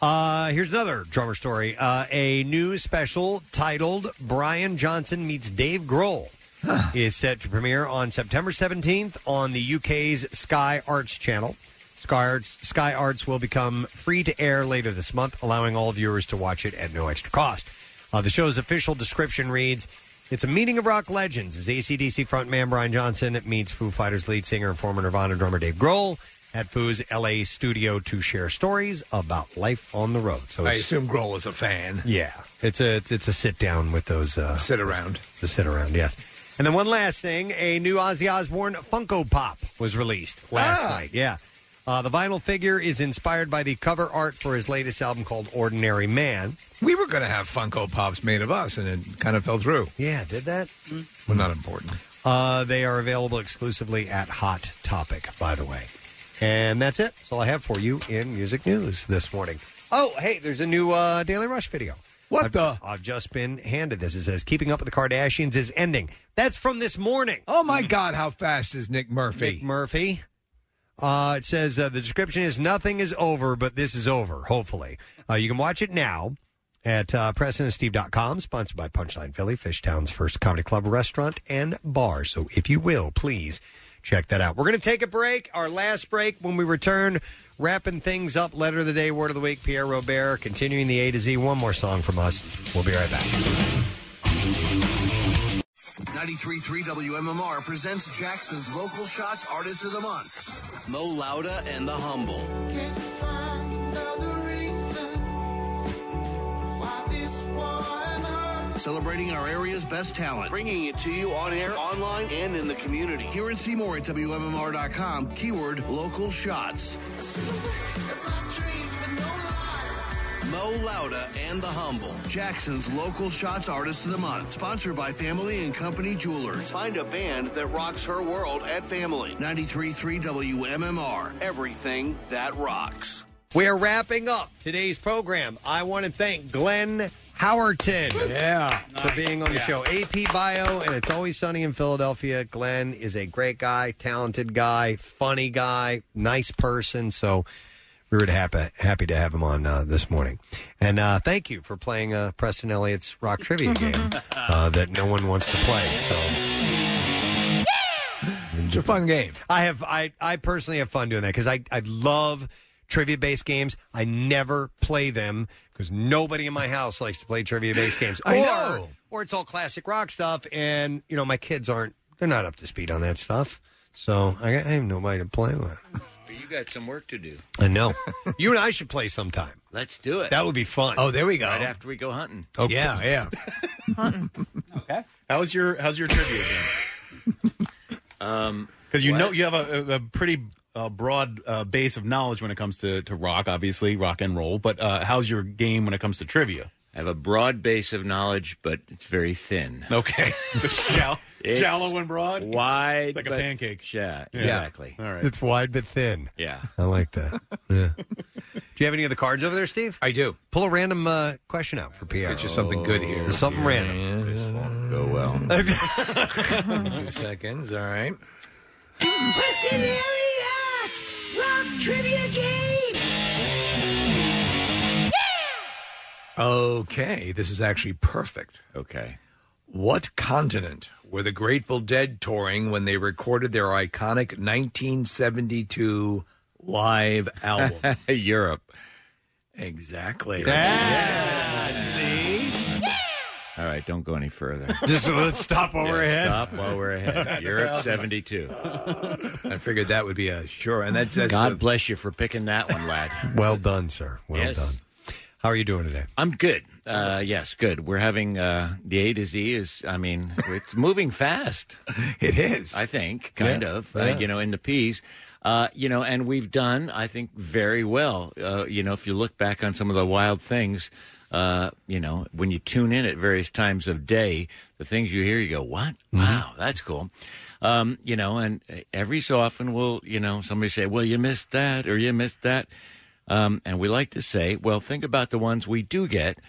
Uh, here's another drummer story. Uh, a new special titled Brian Johnson Meets Dave Grohl is set to premiere on September 17th on the UK's Sky Arts channel. Sky Arts, Sky Arts will become free to air later this month, allowing all viewers to watch it at no extra cost. Uh, the show's official description reads It's a meeting of rock legends as ACDC frontman Brian Johnson meets Foo Fighters lead singer and former Nirvana drummer Dave Grohl at Foo's LA studio to share stories about life on the road. So
I
it's,
assume Grohl is a fan.
yeah, it's a it's a sit down with those uh,
Sit around.
It's a sit around, yes. And then one last thing: a new Ozzy Osbourne Funko Pop was released last
Ah.
night. Yeah, uh, the vinyl figure is inspired by the cover art for his latest album called Ordinary Man.
We were going to have Funko Pops made of us, and it kind of fell through. Mm-hmm.
Yeah, did that?
Well, not important.
Uh, they are available exclusively at Hot Topic, by the way. And that's it. That's all I have for you in music news this morning. Oh, hey, there's a new uh, Daily Rush video.
What
I've,
the?
I've just been handed this. It says, Keeping Up with the Kardashians is ending. That's from this morning.
Oh, my God, how fast is Nick Murphy?
Nick Murphy. Uh, it says uh, the description is nothing is over, but this is over, hopefully. Uh, you can watch it now at uh, PrestonandSteve.com, sponsored by Punchline Philly, Fishtown's first comedy club, restaurant, and bar. So if you will, please check that out. We're going to take a break, our last break. When we return, wrapping things up, letter of the day, word of the week, Pierre Robert, continuing the A to Z. One more song from us. We'll be right back.
93.3 WMMR presents Jackson's Local Shots Artist of the Month, Mo Lauda and the Humble. Celebrating our area's best talent, bringing it to you on air, online, and in the community. Here in Seymour at WMMR.com, keyword local shots. Mo Mo Lauda and the Humble. Jackson's local shots artist of the month. Sponsored by Family and Company Jewelers. Find a band that rocks her world at Family. 93.3 WMMR. Everything that rocks.
We're wrapping up today's program. I want to thank Glenn Howerton
yeah.
for being on the
Yeah.
show. AP Bio, and it's always sunny in Philadelphia. Glenn is a great guy, talented guy, funny guy, nice person. So we were happy, happy to have him on uh, this morning. And uh, thank you for playing uh, Preston Elliott's rock trivia game uh, that no one wants to play. So.
It's a fun game.
I have I, I personally have fun doing that because I, I love trivia based games. I never play them because nobody in my house likes to play trivia based games.
I
or,
know.
or it's all classic rock stuff, and you know my kids aren't they're not up to speed on that stuff. So I, I have nobody to play with.
But you got some work to do.
I know you and I should play sometime.
Let's do it.
That would be fun.
Oh, there we go.
Right after we go hunting.
Okay.
Yeah, yeah.
How's your How's your trivia game? um, because you know you have a, a- a pretty uh, broad uh, base of knowledge when it comes to to rock, obviously rock and roll. But uh, how's your game when it comes to trivia?
I have a broad base of knowledge, but it's very thin.
Okay, it's a shallow,
It's
shallow and broad,
wide,
It's like a
but-
pancake.
Yeah, exactly.
All right.
It's wide but thin.
Yeah.
I like that. Yeah. do you have any of the cards over there, Steve?
I do.
Pull a random uh, question out for Pierre.
get you something good here.
There's something
Yeah,
random.
This won't go well. Two seconds. All right.
Preston Elliott's Rock Trivia Game.
Okay, this is actually perfect.
Okay.
What continent were the Grateful Dead touring when they recorded their iconic 1972 live album?
Europe.
Exactly.
All right, don't go any further.
Just let's stop while
Yeah,
we're ahead.
Stop while we're ahead. Europe 72.
I figured that would be a sure. And that's, that's
God bless you for picking that one, lad.
Well done, sir. Well
Yes.
done. How are you doing today?
I'm good. Uh, yes, good. We're having uh, the A to Z is. I mean, it's moving fast.
It is.
I think, kind
Yeah,
of.
yeah.
Uh, you know, in the P's. Uh, you know, and we've done, I think, very well. Uh, you know, if you look back on some of the wild things, uh, you know, when you tune in at various times of day, the things you hear, you go, "What? Wow, that's cool." Um, you know, and every so often, we'll, you know, somebody say, "Well, you missed that," or "You missed that." Um, and we like to say, well, think about the ones we do get,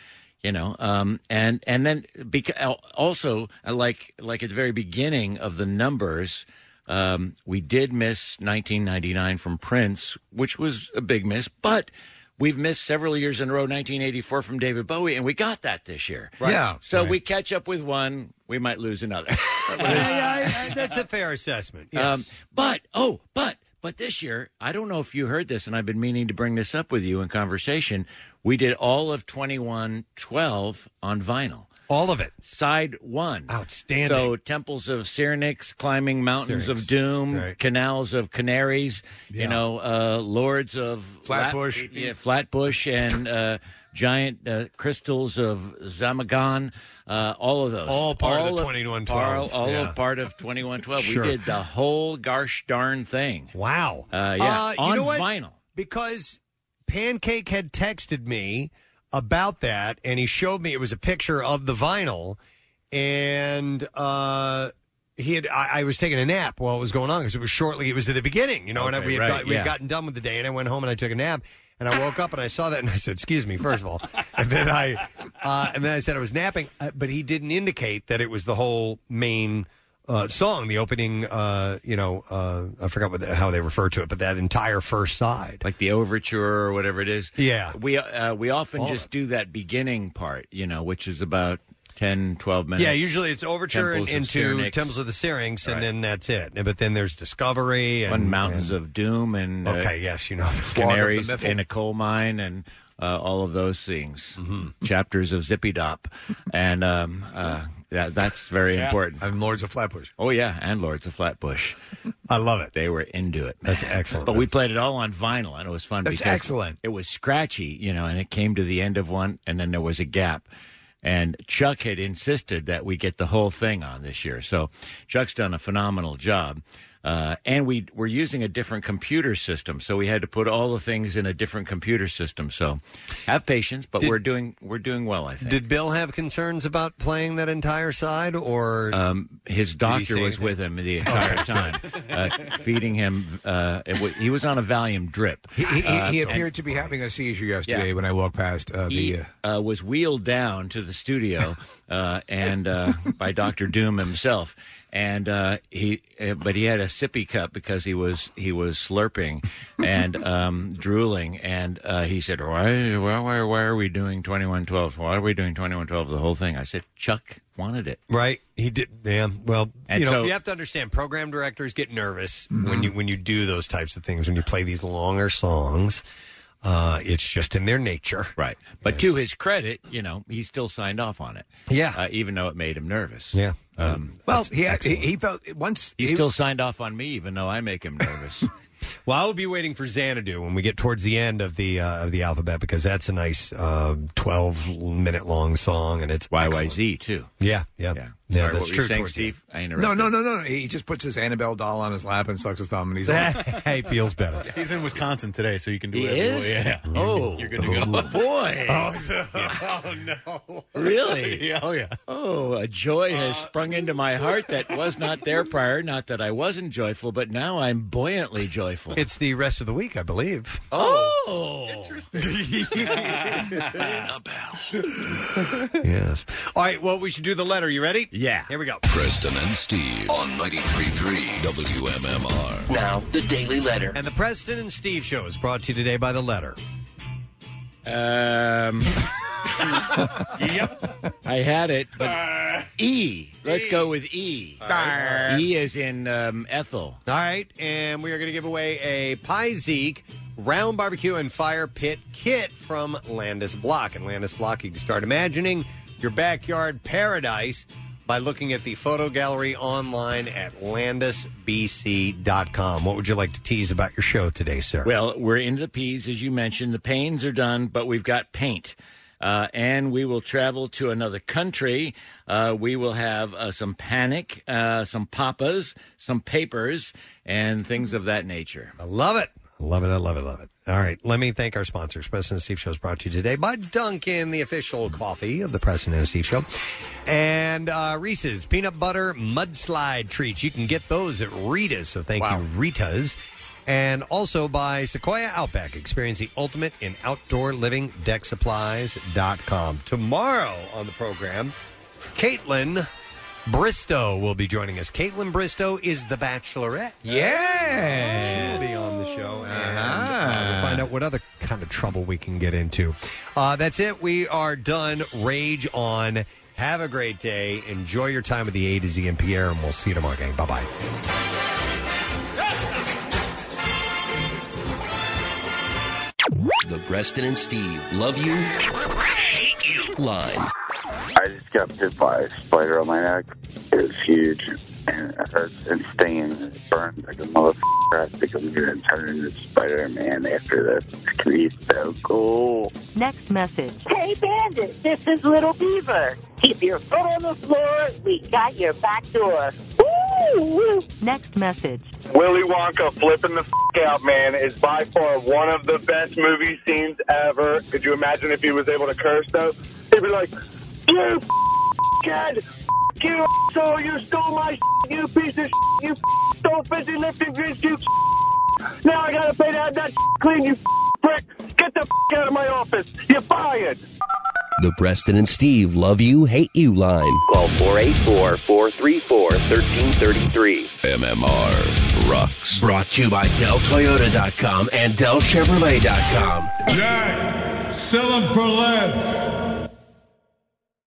you know, um, and and then because also uh, like like at the very beginning of the numbers, um, we did miss 1999 from Prince, which was a big miss, but we've missed several years in a row 1984 from David Bowie, and we got that this year.
Right. Yeah.
so we catch up with one, we might lose another.
Yeah, I- I- that's a fair assessment.
Um, but oh, but but this year, I don't know if you heard this, and I've been meaning to bring this up with you in conversation. We did all of twenty one twelve on vinyl.
All of it.
Side one.
Outstanding.
So temples of Syrinx, climbing mountains of doom, canals of canaries, you know, uh, lords of
Flatbush.
La- yeah, Flatbush and uh, giant uh, crystals of Zamagan, uh, all of those.
All part of the
All,
2112,
all
yeah.
of part of 2112.
Sure.
We did the whole gosh darn thing.
Wow.
Uh, yeah,
Uh, you
on
know what?
vinyl.
Because Pancake had texted me about that, and he showed me it was a picture of the vinyl, and uh, he had. I, I was taking a nap while it was going on because it was shortly. It was at the beginning, you know, and I,
Okay,
we had
right,
got, we
yeah.
had gotten done with the day, and I went home and I took a nap. And I woke up and I saw that and I said, "Excuse me," first of all, and then I, uh, and then I said I was napping, uh, but he didn't indicate that it was the whole main uh, song, the opening, uh, you know, uh, I forgot what the, how they refer to it, but that entire first side.
Like the overture or whatever it is.
Yeah.
We uh, we often
All of
just do that beginning part, you know, which is about 10, 12 minutes.
Yeah, usually it's overture and
Temples of
into
Syrinx.
Temples of the Syrinx, and then that's it. But then there's Discovery and
One Mountains of Doom and uh,
Okay, yes, you know, Fog of the
Canaries
Mifflin.
in a coal mine and uh, all of those things.
Mm-hmm.
Chapters of Zippy Dop, and um, uh, that, that's very
Yeah.
important.
And Lords of Flatbush.
Oh yeah, and Lords of Flatbush.
I love it.
They were into it.
That's excellent.
But we played it all on vinyl, and it was fun.
That's
because
excellent.
It was scratchy, you know, and it came to the end of one, and then there was a gap. And Chuck had insisted that we get the whole thing on this year, so Chuck's done a phenomenal job. Uh, and we were using a different computer system, so we had to put all the things in a different computer system. So, have patience, but we're doing we're doing well. I think.
Did Bill have concerns about playing that entire side, or
um, his doctor was with him the entire time, uh, feeding him. Uh, it wa- he was on a Valium drip.
He, he,
Uh,
he
and-
appeared to be having a seizure yesterday when I walked past uh,
he
the. Uh,
uh, was wheeled down to the studio uh, and uh, by Doctor Doom himself, and uh, he uh, but he had a sippy cup because he was he was slurping and um, drooling, and uh, he said, "Why why why are we doing twenty one twelve? Why are we doing twenty one twelve? The whole thing?" I said, "Chuck wanted it,
right? He did, yeah. Well,
and
you know,
so
you have to understand. Program directors get nervous
Mm-hmm.
when you when you do those types of things. When you play these longer songs, uh, it's just in their nature,
right? But to his credit, you know, he still signed off on it,
yeah,
uh, even though it made him nervous,
yeah."
Um,
well, he, he he felt once
he
he-
still signed off on me, even though I make him nervous.
Well, I will be waiting for Xanadu when we get towards the end of the uh, of the alphabet because that's a nice uh, twelve minute long song, and it's
YYZ too.
Yeah, yeah, yeah.
Sorry, what
that's
were you
true.
saying,
towards the end.
Steve? I
no, no, no, no, no. He just puts his Annabelle doll on his lap and sucks his thumb, and he's like,
hey, feels better.
He's in Wisconsin today, so you can do
He
it.
is?
Yeah.
Oh.
you're good to go.
Oh,
boy.
Oh, no.
Really?
yeah. Oh yeah.
Oh, a joy has sprung into my heart that was not there prior. Not that I wasn't joyful, but now I'm buoyantly joyful.
It's the rest of the week, I believe.
Oh,
Ah. yes. All right. Well, we should do the letter. You ready?
Yeah.
Here we go.
Preston and Steve on 93.3 WMMR.
Now, the Daily Letter. And the Preston and Steve Show is brought to you today by The Letter.
Um.
yep.
I had it, but E. Let's go with E. E is in um, Ethel.
All right. And we are going to give away a Pie Zeke Round Barbecue and Fire Pit Kit from Landis Block. And Landis Block, you can start imagining your backyard paradise by looking at the photo gallery online at landisbc.com. What would you like to tease about your show today, sir?
Well, we're into the peas, as you mentioned. The pains are done, but we've got paint. Uh, and we will travel to another country. Uh, we will have uh, some panic, uh, some papas, some papers, and things of that nature.
I love it. I love it. I love it. Love it. All right. Let me thank our sponsors. President and Steve Show is brought to you today by Dunkin', the official coffee of the President and Steve Show. And uh, Reese's peanut butter mudslide treats. You can get those at Rita's. So thank you, Rita's. And also by Sequoia Outback. Experience the ultimate in outdoor living. Decksupplies.com. Tomorrow on the program, Caitlin Bristow will be joining us. Caitlin Bristow is the Bachelorette.
Yeah.
She'll be on the show. And uh, we'll find out what other kind of trouble we can get into. Uh, that's it. We are done. Rage on. Have a great day. Enjoy your time with the A to Z and Pierre, and we'll see you tomorrow, gang. Bye bye.
The Preston and Steve love you, hate you line.
I just got bit by a spider on my neck. It was huge, and it hurts and stings. It burns like a motherfucker. I think I'm gonna turn into Spider-Man after this. It's gonna be so cool.
Next message.
Hey, Bandit, this is Little Beaver. Keep your foot on the floor. We got your back door. Woo!
Next message.
Willy Wonka flipping the f- out, man, is by far one of the best movie scenes ever. Could you imagine if he was able to curse though? He'd be like, "You f- kid, f- you so you stole my s- you piece of s- you f- stole fizzy lifting drinks, you." s-." Now I gotta pay to have that s- clean, you f- prick. Get the f- out of my office. You're fired.
The Preston and Steve love you, hate you line.
Call 484 434 1333.
MMR rocks. Brought to you by DellToyota.com and DellChevrolet.com.
Jack, sell them for less.